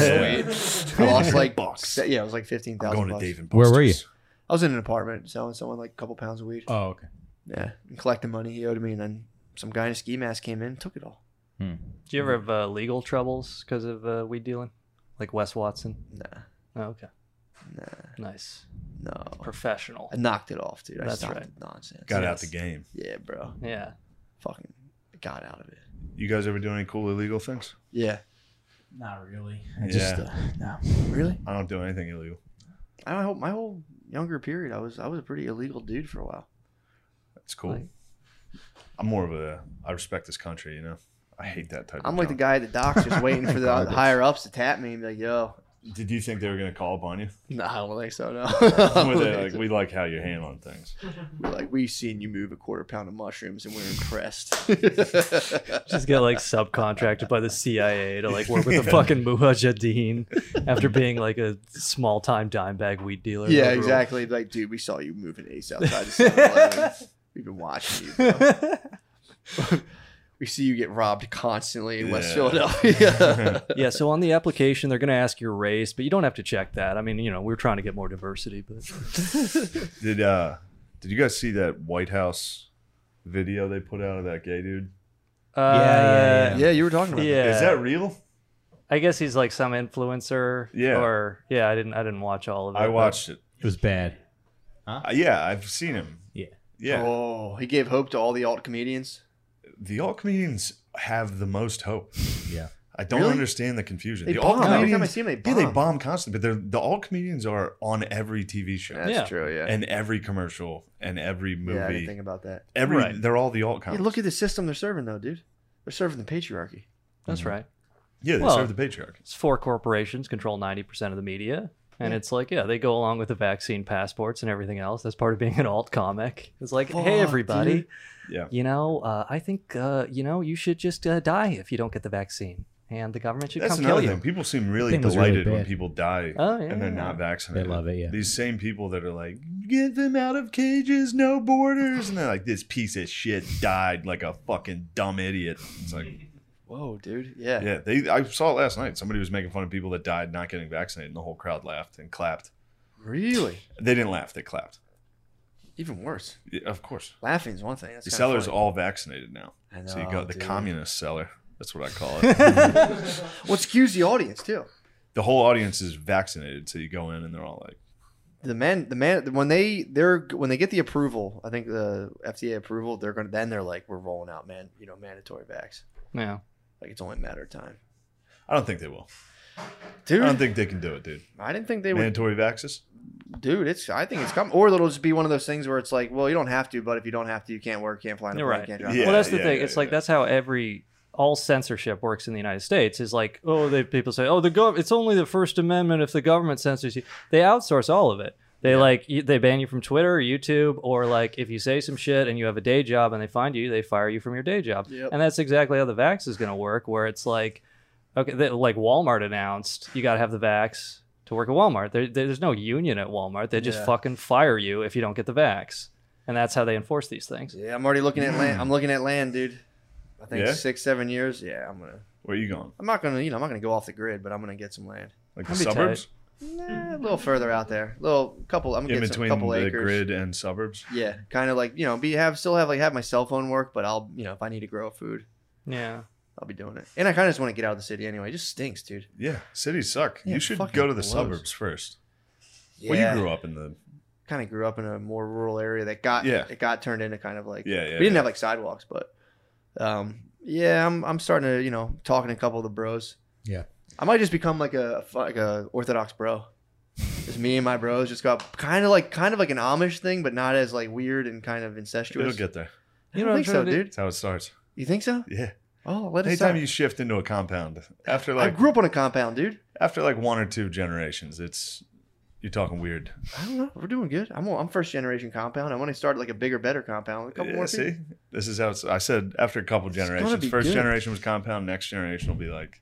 Speaker 1: sweet. I lost like
Speaker 2: Bucks.
Speaker 1: se- Yeah, it was like fifteen
Speaker 2: I'm
Speaker 1: thousand.
Speaker 2: going to
Speaker 1: bucks.
Speaker 2: Dave and
Speaker 4: Where were you?
Speaker 2: Buster's.
Speaker 1: I was in an apartment selling someone like a couple pounds of weed.
Speaker 4: Oh, okay.
Speaker 1: Yeah, and collecting money he owed me, and then some guy in a ski mask came in, and took it all.
Speaker 3: Do you ever have uh, legal troubles because of uh, weed dealing, like Wes Watson?
Speaker 1: Nah,
Speaker 3: Oh, okay,
Speaker 1: nah,
Speaker 3: nice,
Speaker 1: no.
Speaker 3: professional.
Speaker 1: I knocked it off, dude. I
Speaker 3: That's
Speaker 1: stopped
Speaker 3: right.
Speaker 1: the nonsense.
Speaker 2: Got out
Speaker 3: Yes.
Speaker 2: the game.
Speaker 1: Yeah, bro.
Speaker 3: Yeah,
Speaker 1: Fucking got out of it.
Speaker 2: You guys ever do any cool illegal things?
Speaker 1: Yeah.
Speaker 4: Not really.
Speaker 2: I just,
Speaker 4: uh,
Speaker 2: Yeah.
Speaker 1: uh,
Speaker 4: no.
Speaker 1: Really?
Speaker 2: I don't do anything illegal.
Speaker 1: I hope my whole younger period, I was I was a pretty illegal dude for a while.
Speaker 2: That's cool.
Speaker 3: Like-
Speaker 2: I'm more of a. I respect this country. You know, I hate that type.
Speaker 1: I'm
Speaker 2: of
Speaker 1: like the
Speaker 2: guy.
Speaker 1: guy at the docks just waiting for the
Speaker 4: Garbage.
Speaker 1: higher ups to tap me and be like, yo,
Speaker 2: Did you think they were gonna call upon you?
Speaker 1: no, I don't think so. (laughs) No. I don't
Speaker 2: Were they
Speaker 1: think
Speaker 2: like,
Speaker 1: so.
Speaker 2: we like how you're handling things.
Speaker 1: We're like, we've seen you move a quarter pound of mushrooms and we're impressed.
Speaker 2: (laughs)
Speaker 3: just get like subcontracted by the CIA to like work with the
Speaker 2: (laughs)
Speaker 3: fucking mujahideen after being like a small time dime bag weed dealer.
Speaker 1: yeah,
Speaker 3: overall.
Speaker 1: exactly. Like, dude, we saw you move an ace outside the
Speaker 2: (laughs)
Speaker 1: 7-Eleven. We've been watching you. bro. We see you get robbed constantly in West
Speaker 2: Yeah.
Speaker 1: Philadelphia.
Speaker 3: (laughs)
Speaker 1: (laughs)
Speaker 3: yeah, so on the application, they're going to ask your race, but you don't have to check that. I mean, you know, we're trying to get more diversity, but
Speaker 2: (laughs) Did uh, did you guys see that White House video they put out of that gay dude?
Speaker 4: yeah,
Speaker 3: Uh,
Speaker 1: yeah, you were talking about that.
Speaker 3: yeah.
Speaker 2: Is that real?
Speaker 3: I guess he's like some influencer.
Speaker 2: Yeah.
Speaker 3: Or yeah, I didn't. I didn't watch all of it.
Speaker 2: I
Speaker 3: but-
Speaker 2: watched it.
Speaker 4: It was bad.
Speaker 2: Uh, yeah, I've seen him.
Speaker 4: Yeah.
Speaker 2: (laughs) Yeah.
Speaker 1: Oh, he gave hope to all the alt comedians.
Speaker 2: The alt comedians have the most hope.
Speaker 4: Yeah.
Speaker 2: I don't
Speaker 1: Really?
Speaker 2: understand the confusion.
Speaker 1: They
Speaker 2: the
Speaker 1: bomb.
Speaker 2: alt
Speaker 1: Every time I
Speaker 2: comedians-
Speaker 1: see them, they
Speaker 2: Yeah, they
Speaker 1: bomb.
Speaker 2: bomb constantly, but they're, the alt comedians are on every TV show
Speaker 1: That's
Speaker 3: Yeah.
Speaker 1: true, yeah.
Speaker 2: and every commercial and every
Speaker 1: yeah, I
Speaker 2: movie.
Speaker 1: didn't think about that.
Speaker 2: every
Speaker 3: Right.
Speaker 2: they're all the alt
Speaker 1: Yeah,
Speaker 2: comics.
Speaker 1: look at the system they're serving, though, dude. They're serving the patriarchy.
Speaker 3: That's
Speaker 2: Mhm.
Speaker 3: right.
Speaker 2: yeah, they
Speaker 3: well-
Speaker 2: serve the patriarchy.
Speaker 3: It's four corporations control ninety percent of the media, and it's like yeah, they go along with the vaccine passports and everything else. That's part of being an alt comic. It's like
Speaker 1: Fuck,
Speaker 3: hey everybody,
Speaker 1: dude.
Speaker 2: Yeah.
Speaker 3: you know, uh, I think uh, you know you should just uh, die if you don't get the vaccine, and the government should
Speaker 2: That's
Speaker 3: come kill
Speaker 2: another
Speaker 3: you.
Speaker 2: thing. People seem really
Speaker 4: Thing was really
Speaker 2: delighted when
Speaker 4: bad.
Speaker 2: people die
Speaker 3: Oh,
Speaker 2: and they're
Speaker 3: yeah.
Speaker 2: not vaccinated.
Speaker 4: They love it, yeah.
Speaker 2: These same people that are like, get them out of cages, no borders, and they're like, this piece of shit died like a fucking dumb idiot. It's like,
Speaker 1: Whoa, dude. Yeah.
Speaker 2: yeah, they. I saw it last night. Somebody was making fun of people that died not getting vaccinated, and the whole crowd laughed and clapped.
Speaker 1: Really?
Speaker 2: They didn't laugh; they clapped.
Speaker 1: Even worse.
Speaker 2: Yeah, of course.
Speaker 1: Laughing's one thing. That's
Speaker 2: The
Speaker 1: kinda
Speaker 2: seller's
Speaker 1: funny.
Speaker 2: all vaccinated now.
Speaker 1: I
Speaker 2: so you
Speaker 1: know,
Speaker 2: got the
Speaker 1: dude.
Speaker 2: communist seller. That's what I
Speaker 1: (laughs)
Speaker 2: call it.
Speaker 1: Well, it skews the audience, too.
Speaker 2: the whole audience is vaccinated. So you go in and they're all like,
Speaker 1: The man, the man, when they they're when they get the approval, I think the FDA approval, they're gonna then they're like, we're rolling out, man, you know, mandatory vax.
Speaker 3: Yeah.
Speaker 1: Like it's only a matter of time,
Speaker 2: I don't think they will. I
Speaker 1: dude.
Speaker 2: don't think they can do it, dude.
Speaker 1: I didn't think they would,
Speaker 2: Mandatory vaxes.
Speaker 1: dude. It's I think it's coming, or it'll just be one of those things where it's like, well, you don't have to, but if you don't have to, you can't work, can't fly, on a
Speaker 3: You're
Speaker 1: plane,
Speaker 3: right.
Speaker 1: can't drive.
Speaker 2: Yeah,
Speaker 3: well, that's the
Speaker 2: yeah,
Speaker 3: thing.
Speaker 2: yeah,
Speaker 3: it's like
Speaker 2: yeah.
Speaker 3: that's how every all censorship works in the United States. Is like, oh, they people say, oh, the gov. It's only the First Amendment if the government censors you. They outsource all of it. They like you- they ban you from Twitter or YouTube, or like if you say some shit and you have a day job and they find you, they fire you from your day job.
Speaker 1: Yep.
Speaker 3: And that's exactly how the vax is going to work. Where it's like, okay, they, like Walmart announced, you got to have the vax to work at Walmart. There, there's no union at Walmart. They just
Speaker 1: Yeah.
Speaker 3: fucking fire you if you don't get the vax. And that's how they enforce these things.
Speaker 1: Yeah, I'm already looking at land. I'm looking at land, dude. I think
Speaker 2: Yeah?
Speaker 1: six, seven years. Yeah, I'm gonna.
Speaker 2: Where are you going?
Speaker 1: I'm not gonna, you know, I'm not gonna go off the grid, but I'm gonna get some land.
Speaker 2: Like the
Speaker 3: That'd be
Speaker 2: suburbs?
Speaker 1: Nah, a little further out there, little couple. I'm gonna
Speaker 2: In
Speaker 1: get
Speaker 2: between
Speaker 1: some couple
Speaker 2: the
Speaker 1: acres.
Speaker 2: grid and suburbs?
Speaker 1: Yeah, kind of like you know, be have still have like have my cell phone work, but I'll you know if I need to grow food,
Speaker 3: Yeah.
Speaker 1: I'll be doing it. And I kind of just want to get out of the city anyway. It just stinks, dude.
Speaker 2: Yeah. Cities suck.
Speaker 1: Yeah,
Speaker 2: you should
Speaker 1: fucking
Speaker 2: go to the
Speaker 1: blows.
Speaker 2: suburbs first.
Speaker 1: Yeah,
Speaker 2: Well, you grew up in the.
Speaker 1: kind of grew up in a more rural area that got
Speaker 2: Yeah.
Speaker 1: it got turned into kind of like
Speaker 2: Yeah, yeah.
Speaker 1: we didn't
Speaker 2: yeah.
Speaker 1: have like sidewalks, but um, yeah, I'm I'm starting to you know talking to a couple of the bros.
Speaker 4: Yeah.
Speaker 1: I might just become like a like a orthodox bro. Just me and my bros just got kind of like kind of like an Amish thing, but not as like weird and kind of incestuous.
Speaker 2: It'll get there.
Speaker 1: I don't think so, dude.
Speaker 2: That's how it starts.
Speaker 1: You think so?
Speaker 2: Yeah.
Speaker 1: Oh, let us.
Speaker 2: Anytime
Speaker 1: Time
Speaker 2: you shift into a compound, after
Speaker 1: I
Speaker 2: like
Speaker 1: grew up on a compound, dude.
Speaker 2: after like one or two generations, it's you're talking weird.
Speaker 1: I don't know. We're doing good. I'm I'm first generation compound. I want to start like a bigger, better compound. with A couple
Speaker 2: Yeah,
Speaker 1: more people.
Speaker 2: see, this is how it's, I said. After a couple
Speaker 1: gonna
Speaker 2: generations,
Speaker 1: be
Speaker 2: first
Speaker 1: good.
Speaker 2: generation was compound. Next generation will be like,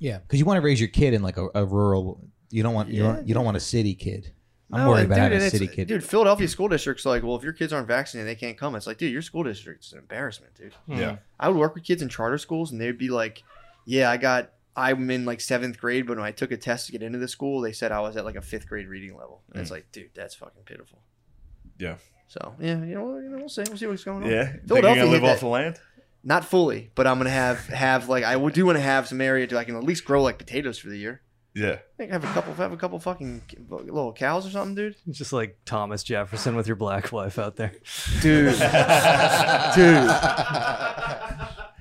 Speaker 4: Yeah, because you want to raise your kid in like a, a rural. You don't want you
Speaker 1: Yeah.
Speaker 4: don't, you don't want a city kid. I'm
Speaker 1: No,
Speaker 4: worried
Speaker 1: and
Speaker 4: about having
Speaker 1: and
Speaker 4: a
Speaker 1: it's-
Speaker 4: city kid.
Speaker 1: Dude, Philadelphia school district's like, well, if your kids aren't vaccinated, they can't come. It's like, dude, your school district's an embarrassment, dude.
Speaker 3: Hmm.
Speaker 2: yeah,
Speaker 1: I would work with kids in charter schools, and they'd be like, yeah, I got, I'm in like seventh grade, but when I took a test to get into the school, they said I was at like a fifth grade reading level. And it's like, dude, that's fucking pitiful.
Speaker 2: Mm. Yeah.
Speaker 1: So yeah, you know, you know, we'll see, we'll see what's going on.
Speaker 2: yeah. Think you're
Speaker 1: Philadelphia hit
Speaker 2: gonna live off
Speaker 1: that-
Speaker 2: the land?
Speaker 1: Not fully, but I'm gonna have have like I will- do want to have some area to I can at least grow like potatoes for the year. (laughs)
Speaker 2: Yeah,
Speaker 1: I think I have a couple have a couple fucking little cows or something, dude.
Speaker 3: It's Just like Thomas Jefferson with your black wife out there.
Speaker 1: Dude,
Speaker 2: (laughs)
Speaker 1: dude. (laughs)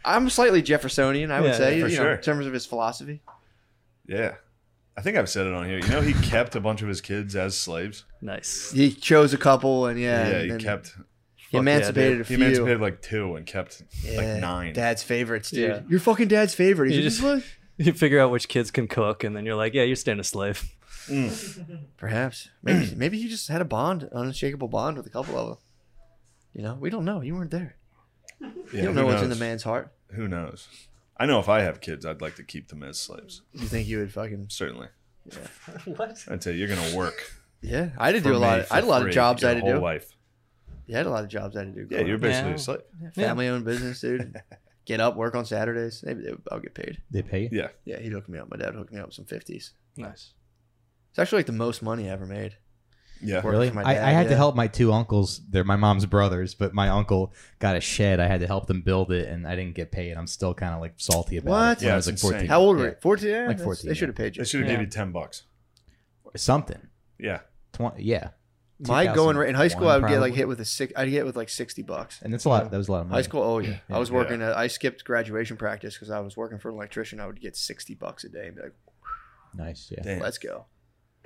Speaker 1: I'm slightly Jeffersonian, I would
Speaker 3: Yeah,
Speaker 1: say,
Speaker 2: yeah, for
Speaker 1: you know,
Speaker 2: sure.
Speaker 1: in terms of his philosophy.
Speaker 2: yeah. I think I've said it on here. You know, he kept a bunch of his kids as slaves.
Speaker 3: Nice.
Speaker 1: He chose a couple, and yeah,
Speaker 2: Yeah,
Speaker 1: and
Speaker 2: he
Speaker 1: then
Speaker 2: kept.
Speaker 1: he emancipated a
Speaker 2: He
Speaker 1: few.
Speaker 2: emancipated like two and kept
Speaker 1: Yeah,
Speaker 2: like nine.
Speaker 1: Dad's favorites, dude.
Speaker 3: Yeah.
Speaker 1: You're fucking dad's favorite. He's
Speaker 3: You
Speaker 1: like,
Speaker 3: just-
Speaker 1: "Look."
Speaker 3: You figure out which kids can cook, and then you're like, yeah, you're staying a slave.
Speaker 1: (laughs) perhaps, (clears throat) maybe, maybe he just had a bond, an unshakable bond with a couple of them. You know, we don't know. You weren't there.
Speaker 2: Yeah,
Speaker 1: you don't
Speaker 2: who
Speaker 1: know what's in the
Speaker 2: knows?
Speaker 1: man's heart.
Speaker 2: Who knows? I know if I have kids, I'd like to keep them as slaves.
Speaker 1: You think you would fucking
Speaker 2: Certainly.
Speaker 1: Yeah.
Speaker 2: What? I'd say you're gonna work.
Speaker 1: (laughs) yeah? I did (laughs)
Speaker 2: for
Speaker 1: do a lot.
Speaker 2: me
Speaker 1: Of,
Speaker 2: for
Speaker 1: I had a lot
Speaker 2: free
Speaker 1: of jobs I
Speaker 2: your
Speaker 1: had to
Speaker 2: whole
Speaker 1: do.
Speaker 2: Life.
Speaker 1: Yeah, I had a lot of jobs I had to do.
Speaker 2: Yeah,
Speaker 1: growing
Speaker 2: you're
Speaker 1: up.
Speaker 2: basically
Speaker 3: Yeah.
Speaker 2: a slave.
Speaker 1: (laughs)
Speaker 3: Yeah.
Speaker 1: family owned business, (laughs) dude. Get up, work on Saturdays. Maybe they, I'll get paid.
Speaker 4: they pay you.
Speaker 2: Yeah.
Speaker 1: Yeah, he hooked me up. My dad hooked me up with some fifties.
Speaker 3: Nice.
Speaker 1: It's actually like the most money I ever made.
Speaker 2: Yeah.
Speaker 1: Working
Speaker 4: Really?
Speaker 1: for my
Speaker 4: I,
Speaker 1: dad,
Speaker 4: I had to
Speaker 1: yeah.
Speaker 4: help my two uncles. They're my mom's brothers, but my uncle got a shed. I had to help them build it, and I didn't get paid. I'm still kind of like salty about
Speaker 1: What?
Speaker 4: it. when
Speaker 2: Yeah,
Speaker 4: I was like
Speaker 2: it's
Speaker 4: 14.
Speaker 2: insane.
Speaker 1: How old were
Speaker 4: Yeah.
Speaker 1: you? 14? Yeah,
Speaker 4: Like
Speaker 1: that's-
Speaker 4: 14,
Speaker 1: They should have paid
Speaker 2: They
Speaker 1: you.
Speaker 2: should have
Speaker 3: Yeah.
Speaker 2: given you ten bucks.
Speaker 4: Something.
Speaker 2: Yeah.
Speaker 4: Twen- yeah.
Speaker 1: My going rate in high school, I would get like
Speaker 4: 2001
Speaker 1: hit with a six. I'd get with like sixty bucks.
Speaker 4: And that's a lot. That was a lot of money.
Speaker 1: High school, oh yeah. I was
Speaker 2: Yeah.
Speaker 1: working. At, I skipped graduation practice because I was working for an electrician. I would get sixty bucks a day and be like,
Speaker 4: Nice. Yeah.
Speaker 2: Damn.
Speaker 1: "Let's go."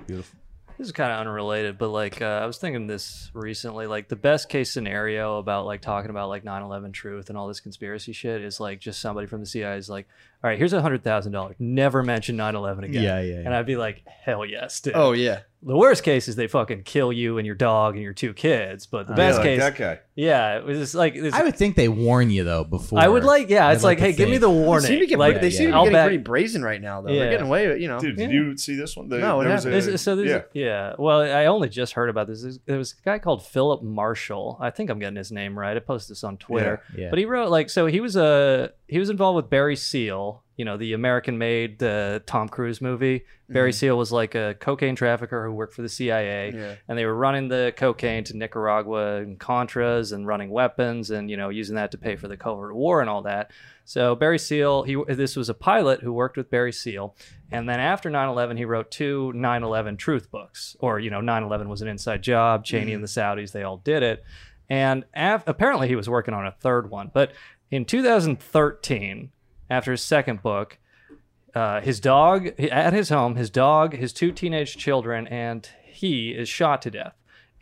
Speaker 4: Beautiful.
Speaker 3: This is kind of unrelated, but like uh, I was thinking this recently. Like the best case scenario about like talking about like 9/11 truth and all this conspiracy shit is like just somebody from the CIA is like, all right, here's a hundred thousand dollars. Never mention 9/11 again.
Speaker 4: Yeah, yeah, yeah.
Speaker 3: And I'd be like, hell yes, dude.
Speaker 1: Oh yeah,
Speaker 3: the worst case is they fucking kill you and your dog and your two kids. But the
Speaker 4: Uh,
Speaker 3: best
Speaker 2: yeah,
Speaker 3: case,
Speaker 2: Like that guy.
Speaker 3: yeah, it was just like it's,
Speaker 4: I would think they warn you though before.
Speaker 3: I would like, yeah,
Speaker 4: I'd
Speaker 3: it's like,
Speaker 4: like
Speaker 3: hey,
Speaker 4: to
Speaker 3: give me
Speaker 4: think-
Speaker 3: the
Speaker 1: they
Speaker 3: warning.
Speaker 1: seem to get,
Speaker 3: like,
Speaker 1: pre- they seem to be
Speaker 3: I'll
Speaker 1: getting
Speaker 3: bet-
Speaker 1: pretty brazen right now though.
Speaker 3: Yeah.
Speaker 1: They're getting away, with- you know.
Speaker 2: Dude, did
Speaker 3: Yeah.
Speaker 2: you see this one? The-
Speaker 1: No, what
Speaker 2: there was
Speaker 1: happened?
Speaker 2: a-
Speaker 3: There's- so there's,
Speaker 2: yeah.
Speaker 3: yeah. Well, I only just heard about this. There's- There was a guy called Philip Marshall. I think I'm getting his name right. I posted this on Twitter.
Speaker 4: Yeah.
Speaker 3: But he wrote like so he was a he was involved with Barry Seal, you know, the American made the Tom Cruise movie.
Speaker 1: Mm-hmm.
Speaker 3: Barry Seal was like a cocaine trafficker who worked for the CIA
Speaker 1: Yeah.
Speaker 3: and they were running the cocaine to Nicaragua and Contras and running weapons and you know using that to pay for the covert war and all that. So Barry Seal, he this was a pilot who worked with Barry Seal, and then after 9/11, he wrote two 9/11 truth books, or you know 9/11 was an inside job. Cheney and the Saudis, they all did it, and af- apparently he was working on a third one. But in 2013, after his second book, uh, his dog at his home, his dog, his two teenage children, and he is shot to death.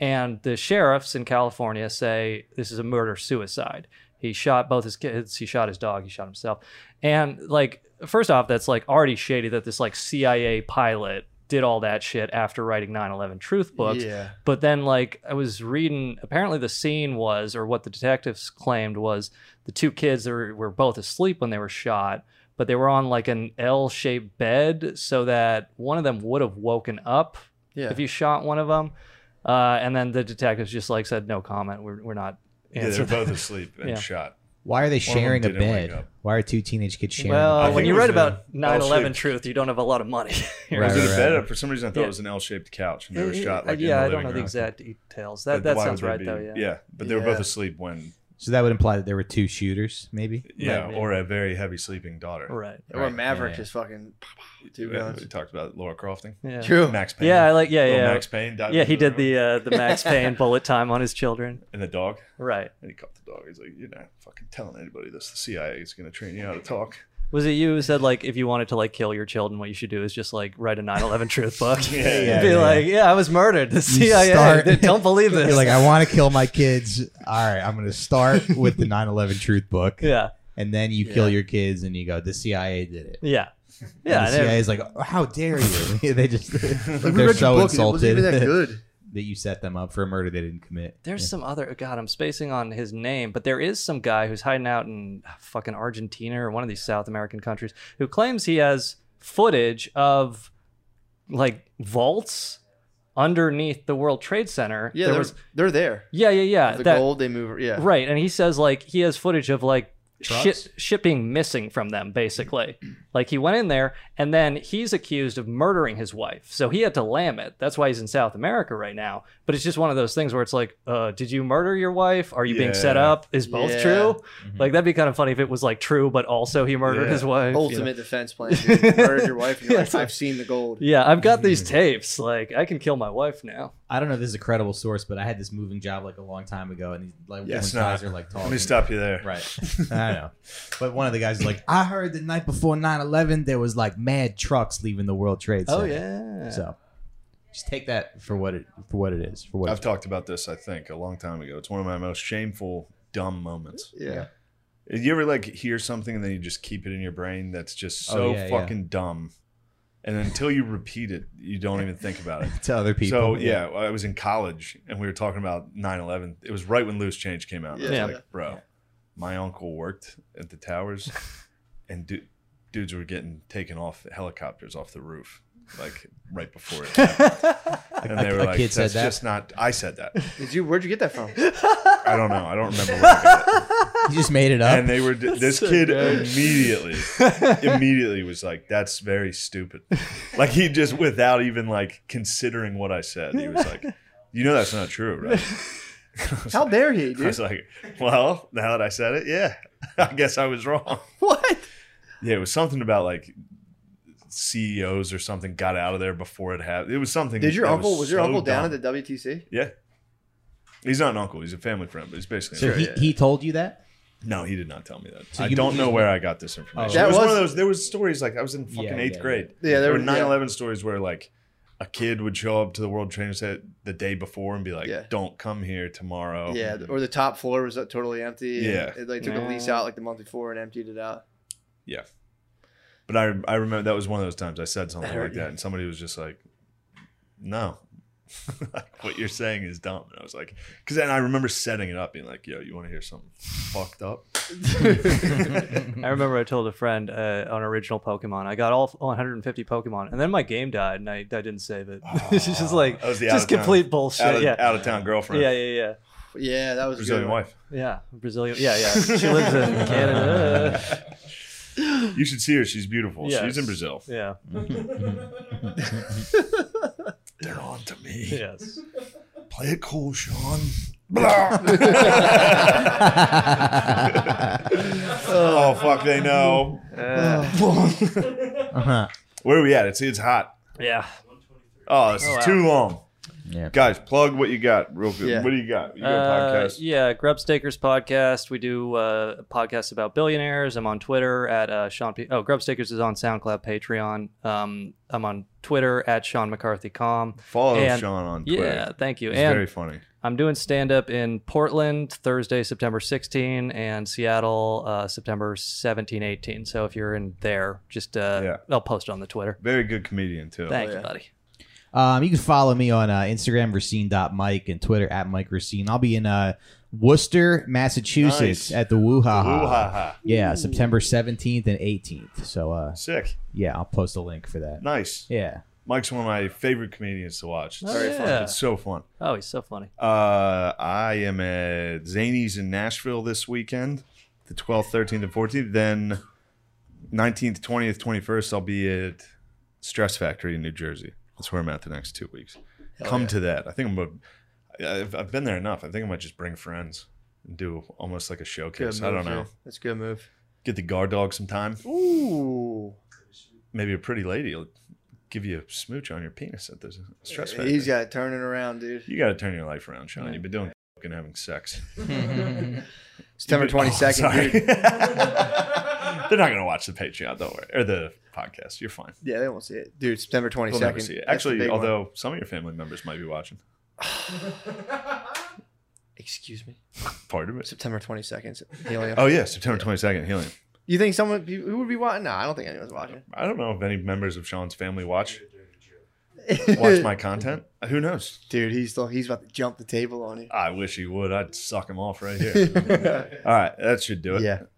Speaker 3: And the sheriffs in California say this is a murder suicide. He shot both his kids. He shot his dog. He shot himself. And like, first off, that's like already shady that this like CIA pilot did all that shit after writing 9/11 truth books.
Speaker 1: Yeah.
Speaker 3: But then, like, I was reading, apparently the scene was, or what the detectives claimed was, the two kids that were, were both asleep when they were shot, but they were on like an L shaped bed so that one of them would have woken up
Speaker 1: Yeah.
Speaker 3: if you shot one of them. Uh, and then the detectives just like said, no comment. We're, we're not
Speaker 2: Yeah,
Speaker 3: answering.
Speaker 2: they're both asleep and
Speaker 3: Yeah.
Speaker 2: shot.
Speaker 4: Why are they
Speaker 2: them
Speaker 4: sharing a
Speaker 2: didn't wake
Speaker 4: bed?
Speaker 2: up.
Speaker 4: Why are two teenage kids sharing?
Speaker 2: I
Speaker 3: (laughs) Well,
Speaker 4: a
Speaker 2: think
Speaker 3: when
Speaker 4: bed?
Speaker 3: you
Speaker 2: it
Speaker 3: read
Speaker 2: was a-
Speaker 3: about 9 11
Speaker 2: L-shaped.
Speaker 3: truth, you don't have a lot of money. (laughs) You're
Speaker 4: Right,
Speaker 2: was it
Speaker 4: right,
Speaker 2: a bed?
Speaker 4: right.
Speaker 2: For some reason, I thought
Speaker 3: Yeah.
Speaker 2: it was an L-shaped couch, and they were
Speaker 3: Yeah,
Speaker 2: shot like
Speaker 3: Uh, yeah, I
Speaker 2: in the
Speaker 3: don't
Speaker 2: living
Speaker 3: know the
Speaker 2: room.
Speaker 3: exact details.
Speaker 2: Like,
Speaker 3: That that
Speaker 2: why
Speaker 3: sounds
Speaker 2: would they
Speaker 3: right
Speaker 2: be-
Speaker 3: though. Yeah.
Speaker 2: yeah, but they were both
Speaker 1: Yeah.
Speaker 2: asleep when,
Speaker 4: so that would imply that there were two shooters,
Speaker 3: (laughs)
Speaker 4: maybe.
Speaker 2: yeah,
Speaker 3: Right, yeah.
Speaker 2: or a very heavy sleeping daughter.
Speaker 3: Right.
Speaker 1: Or
Speaker 4: Right,
Speaker 1: Maverick
Speaker 4: yeah,
Speaker 1: just fucking two
Speaker 2: Yeah,
Speaker 1: guns.
Speaker 2: we talked about Laura Crofting,
Speaker 3: Yeah.
Speaker 1: True.
Speaker 2: Max Payne.
Speaker 3: Yeah, I like yeah,
Speaker 2: Little
Speaker 3: yeah.
Speaker 2: Max Payne. dived
Speaker 3: yeah,
Speaker 2: into
Speaker 3: he did
Speaker 2: room.
Speaker 3: the uh, the Max Payne bullet time on his children.
Speaker 2: and the dog,
Speaker 3: Right.
Speaker 2: and he caught the dog. He's like, "You're not fucking telling anybody this. The CIA is going to train you how to talk."
Speaker 3: Was it you who said like if you wanted to like kill your children, what you should do is just like write a 9/11 truth book?
Speaker 2: Yeah,
Speaker 4: yeah,
Speaker 3: Be
Speaker 4: yeah.
Speaker 3: like, yeah, I was murdered. (laughs) The CIA.
Speaker 4: start-
Speaker 3: They don't believe this.
Speaker 4: (laughs) You're like, I want to kill my kids. All right, I'm going to start with the 9/11 Truth Book,
Speaker 3: yeah,
Speaker 4: and then you kill
Speaker 1: Yeah.
Speaker 4: your kids, and you go, the CIA did it.
Speaker 3: yeah,
Speaker 4: (laughs) Yeah,
Speaker 3: yeah.
Speaker 4: the
Speaker 3: and it-
Speaker 4: CIA is like, "Oh, how dare (laughs) you? they just
Speaker 1: We
Speaker 4: (laughs) they're
Speaker 1: read your
Speaker 4: so
Speaker 1: book and
Speaker 4: insulted
Speaker 1: It wasn't even that
Speaker 4: (laughs)
Speaker 3: (laughs)
Speaker 4: that,
Speaker 1: good.
Speaker 4: you set them up for a murder they didn't commit.
Speaker 3: There's some other God, I'm spacing on his name, but there is some guy who's hiding out in uh, fucking Argentina or one of these South American countries who claims he has footage of like vaults underneath the World Trade Center.
Speaker 1: Yeah,
Speaker 3: there
Speaker 1: they're,
Speaker 3: was
Speaker 1: they're there.
Speaker 3: Yeah, yeah, yeah.
Speaker 1: The
Speaker 3: that-
Speaker 1: gold they move. Yeah.
Speaker 3: (laughs) Right, and he says like he has footage of like
Speaker 4: Trucks?
Speaker 3: shit shipping missing from
Speaker 1: (clears throat)
Speaker 3: them basically. like he went in there and then he's accused of murdering his wife. So he had to lam it. That's why he's in South America right now. But it's just one of those things where it's like, uh, did you murder your wife? Are you being set
Speaker 2: Yeah.
Speaker 3: up? Is both
Speaker 1: Yeah.
Speaker 3: true?
Speaker 4: Mm-hmm.
Speaker 3: Like that'd be kind of funny if it was like true but also he murdered
Speaker 2: Yeah.
Speaker 3: his wife. you know?
Speaker 1: Ultimate defense plan.
Speaker 3: (laughs)
Speaker 1: dude. You murdered your wife. And you're like, I've seen the gold.
Speaker 3: Yeah, I've got
Speaker 2: Mm.
Speaker 3: these tapes. Like I can kill my wife now.
Speaker 4: I don't know if this is a credible source, but I had this moving job like a long time ago, and these, like
Speaker 2: Yeah,
Speaker 4: when
Speaker 2: it's
Speaker 4: guys
Speaker 2: not.
Speaker 4: are like
Speaker 2: Let
Speaker 4: talking.
Speaker 2: me stop you there. (laughs)
Speaker 4: Right. I know. But one of the guys is like, I heard the night before 9/11 there was like mad trucks leaving the World Trade Center.
Speaker 3: Oh (laughs) yeah.
Speaker 4: So just take that for what it for what it is. For what
Speaker 2: I've
Speaker 4: it's
Speaker 2: talked about this, I think, a long time ago. It's one of my most shameful, dumb moments.
Speaker 1: Yeah.
Speaker 2: You ever like hear something and then you just keep it in your brain that's just so
Speaker 4: Oh, yeah, yeah.
Speaker 2: fucking dumb. And until you repeat it, you don't even think about it.
Speaker 4: to other (laughs) people.
Speaker 2: So yeah, I was in college and we were talking about 9/11. It was right when Loose Change came out. Yeah.
Speaker 1: Yeah.
Speaker 2: like, bro, my uncle worked at the
Speaker 4: (laughs)
Speaker 2: towers, and du- dudes were getting taken off helicopters off the roof, like right before
Speaker 4: (laughs)
Speaker 2: it. Happened. And they
Speaker 4: a-
Speaker 2: were
Speaker 4: a
Speaker 2: like,
Speaker 4: kid said
Speaker 2: "That's
Speaker 4: that?"
Speaker 2: just not." I said that.
Speaker 1: Did you? Where'd you get that from?
Speaker 2: I don't know. I don't remember. Where I got it.
Speaker 4: you just made it
Speaker 2: (laughs)
Speaker 4: up.
Speaker 2: And they were this
Speaker 3: so
Speaker 2: kid
Speaker 1: (laughs)
Speaker 3: good.
Speaker 2: immediately, immediately was like, "That's very stupid." Like he just, without even like considering what I said, he was like, "You know that's not true, right?"
Speaker 1: (laughs) How dare he,
Speaker 2: I
Speaker 1: dude?
Speaker 2: was like, "Well, now that I said it, yeah, (laughs) I guess I was wrong."
Speaker 1: What?
Speaker 2: Yeah, it was something about like CEOs or something got out of there before it happened. It was something.
Speaker 1: Did your
Speaker 2: that
Speaker 1: uncle? Was your
Speaker 2: so
Speaker 1: uncle down
Speaker 2: dumb.
Speaker 1: at the WTC?
Speaker 2: Yeah. He's not an uncle. He's a family friend, but he's basically
Speaker 4: so
Speaker 2: an
Speaker 4: he,
Speaker 1: yeah.
Speaker 4: he told you that?
Speaker 2: No, he did not tell me that.
Speaker 4: So
Speaker 2: I
Speaker 4: you-
Speaker 2: don't
Speaker 4: you-
Speaker 2: know where I got this information.
Speaker 4: Oh.
Speaker 2: it
Speaker 1: That
Speaker 2: was, one
Speaker 1: was-
Speaker 2: of those. There was stories like I was in fucking
Speaker 4: Yeah,
Speaker 2: eighth
Speaker 4: yeah,
Speaker 2: grade.
Speaker 1: yeah. Yeah,
Speaker 2: there,
Speaker 1: there
Speaker 2: were
Speaker 1: was-
Speaker 2: 9
Speaker 1: yeah.
Speaker 2: 11 stories where like a kid would show up to the World Trade Center the day before and be like,
Speaker 1: Yeah.
Speaker 2: "Don't come here tomorrow."
Speaker 1: Yeah, or the top floor was uh, totally empty. and
Speaker 2: Yeah.
Speaker 1: it like took
Speaker 3: Yeah.
Speaker 1: a lease out like the month before and emptied it out.
Speaker 2: But I I remember that was one of those times I said something
Speaker 1: That hurt
Speaker 2: like that,
Speaker 1: you.
Speaker 2: and somebody was just like, "No." (laughs) like what you're saying is dumb, and I was like, because then I remember setting it up, being like, "Yo, you want to hear something fucked
Speaker 4: (laughs)
Speaker 2: up?"
Speaker 4: Uh-huh.
Speaker 3: I remember I told a friend uh, on original Pokemon, I got all 150 Pokemon, and then my game died, and I, I didn't save it. (laughs) it's just like
Speaker 2: That was the
Speaker 3: just
Speaker 2: out-of-town-
Speaker 3: complete bullshit.
Speaker 2: Out of,
Speaker 3: yeah.
Speaker 2: out of town girlfriend,
Speaker 3: yeah, yeah, yeah,
Speaker 1: Yeah, that was a
Speaker 2: Brazilian
Speaker 1: good (sighs) one.
Speaker 2: wife.
Speaker 3: yeah, Brazilian. Yeah, yeah. She lives
Speaker 2: (laughs)
Speaker 3: in Canada.
Speaker 2: You should see her. She's beautiful.
Speaker 3: Yes.
Speaker 2: She's in Brazil.
Speaker 3: Yeah.
Speaker 2: They're on to me.
Speaker 3: Yes.
Speaker 2: Play it cool, (laughs) Sean. oh fuck, they know.
Speaker 3: Uh,
Speaker 4: Uh-huh.
Speaker 2: Where are we at? It's it's hot.
Speaker 3: yeah.
Speaker 2: Oh, this
Speaker 3: Oh,
Speaker 2: is
Speaker 3: wow.
Speaker 2: too long.
Speaker 4: Yeah.
Speaker 2: Guys, plug what you got real good.
Speaker 1: Yeah.
Speaker 2: What do you got? You got a
Speaker 3: Uh,
Speaker 2: podcast?
Speaker 3: yeah, Grubstakers podcast. We do uh, podcasts about billionaires. I'm on Twitter at uh, Sean. P- oh, Grubstakers is on SoundCloud, Patreon. Um, I'm on Twitter at Sean McCarthy. Com.
Speaker 2: Follow
Speaker 3: and-
Speaker 2: Sean on Twitter.
Speaker 3: Yeah, thank you.
Speaker 2: He's
Speaker 3: and
Speaker 2: very funny.
Speaker 3: I'm doing stand up in Portland Thursday, September 16, and Seattle uh, September 17, 18. So if you're in there, just uh,
Speaker 2: Yeah. Oh,
Speaker 3: I'll post it on the Twitter.
Speaker 2: Very good comedian too.
Speaker 3: Thank
Speaker 1: yeah.
Speaker 3: you, buddy.
Speaker 4: Um, you can follow me on uh, Instagram, Racine.mike, and Twitter at Mike Racine. I'll be in uh, Worcester, Massachusetts
Speaker 2: Nice.
Speaker 4: at the Woo Ha
Speaker 2: Ooh, ha,
Speaker 4: Ha.
Speaker 2: ha.
Speaker 4: Yeah, September 17th and 18th. So, uh,
Speaker 2: Sick.
Speaker 4: yeah, I'll post a link for that.
Speaker 2: Nice.
Speaker 4: Yeah.
Speaker 2: Mike's one of my favorite comedians to watch. It's,
Speaker 3: Oh, yeah.
Speaker 2: it's so fun.
Speaker 3: Oh, he's so funny.
Speaker 2: Uh, I am at Zany's in Nashville this weekend. the 12th, 13th, and 14th. Then 19th, 20th, 21st, I'll be at Stress Factory in New Jersey. That's where I'm at the next two weeks. Come to that. I think I'm a, I've, I've been there enough. I think I might just bring friends and do almost like a showcase. I don't know.
Speaker 1: That's a good move.
Speaker 2: Get the guard dog sometime.
Speaker 1: Ooh.
Speaker 2: Maybe a pretty lady will give you a smooch on your penis at the Stress Factory.
Speaker 1: He's got to turn it around, dude.
Speaker 2: you got to turn your life around, Sean. You've been doing and having sex.
Speaker 1: September
Speaker 2: (laughs) Oh,
Speaker 1: twenty second,
Speaker 2: sorry.
Speaker 1: dude.
Speaker 2: They're not gonna watch the Patreon, don't worry, or the podcast. You're fine.
Speaker 1: (laughs) Yeah, they won't see it, dude. September twenty
Speaker 2: They'll never
Speaker 1: second.
Speaker 2: see it. Actually, although some of your family members might be watching.
Speaker 1: excuse me,
Speaker 2: Part of it.
Speaker 1: September twenty second.
Speaker 2: (laughs)
Speaker 1: Helium.
Speaker 2: Oh yeah, September twenty second, helium.
Speaker 1: You think someone who would be watching? No, I don't think anyone's watching.
Speaker 2: I don't know if any members of Sean's family watch watch (laughs) my content. Who knows?
Speaker 1: dude. He's still he's about to
Speaker 2: (laughs)
Speaker 1: jump the table on you.
Speaker 2: I wish he would. I'd suck him off right here. All right, that should do it.
Speaker 1: Yeah.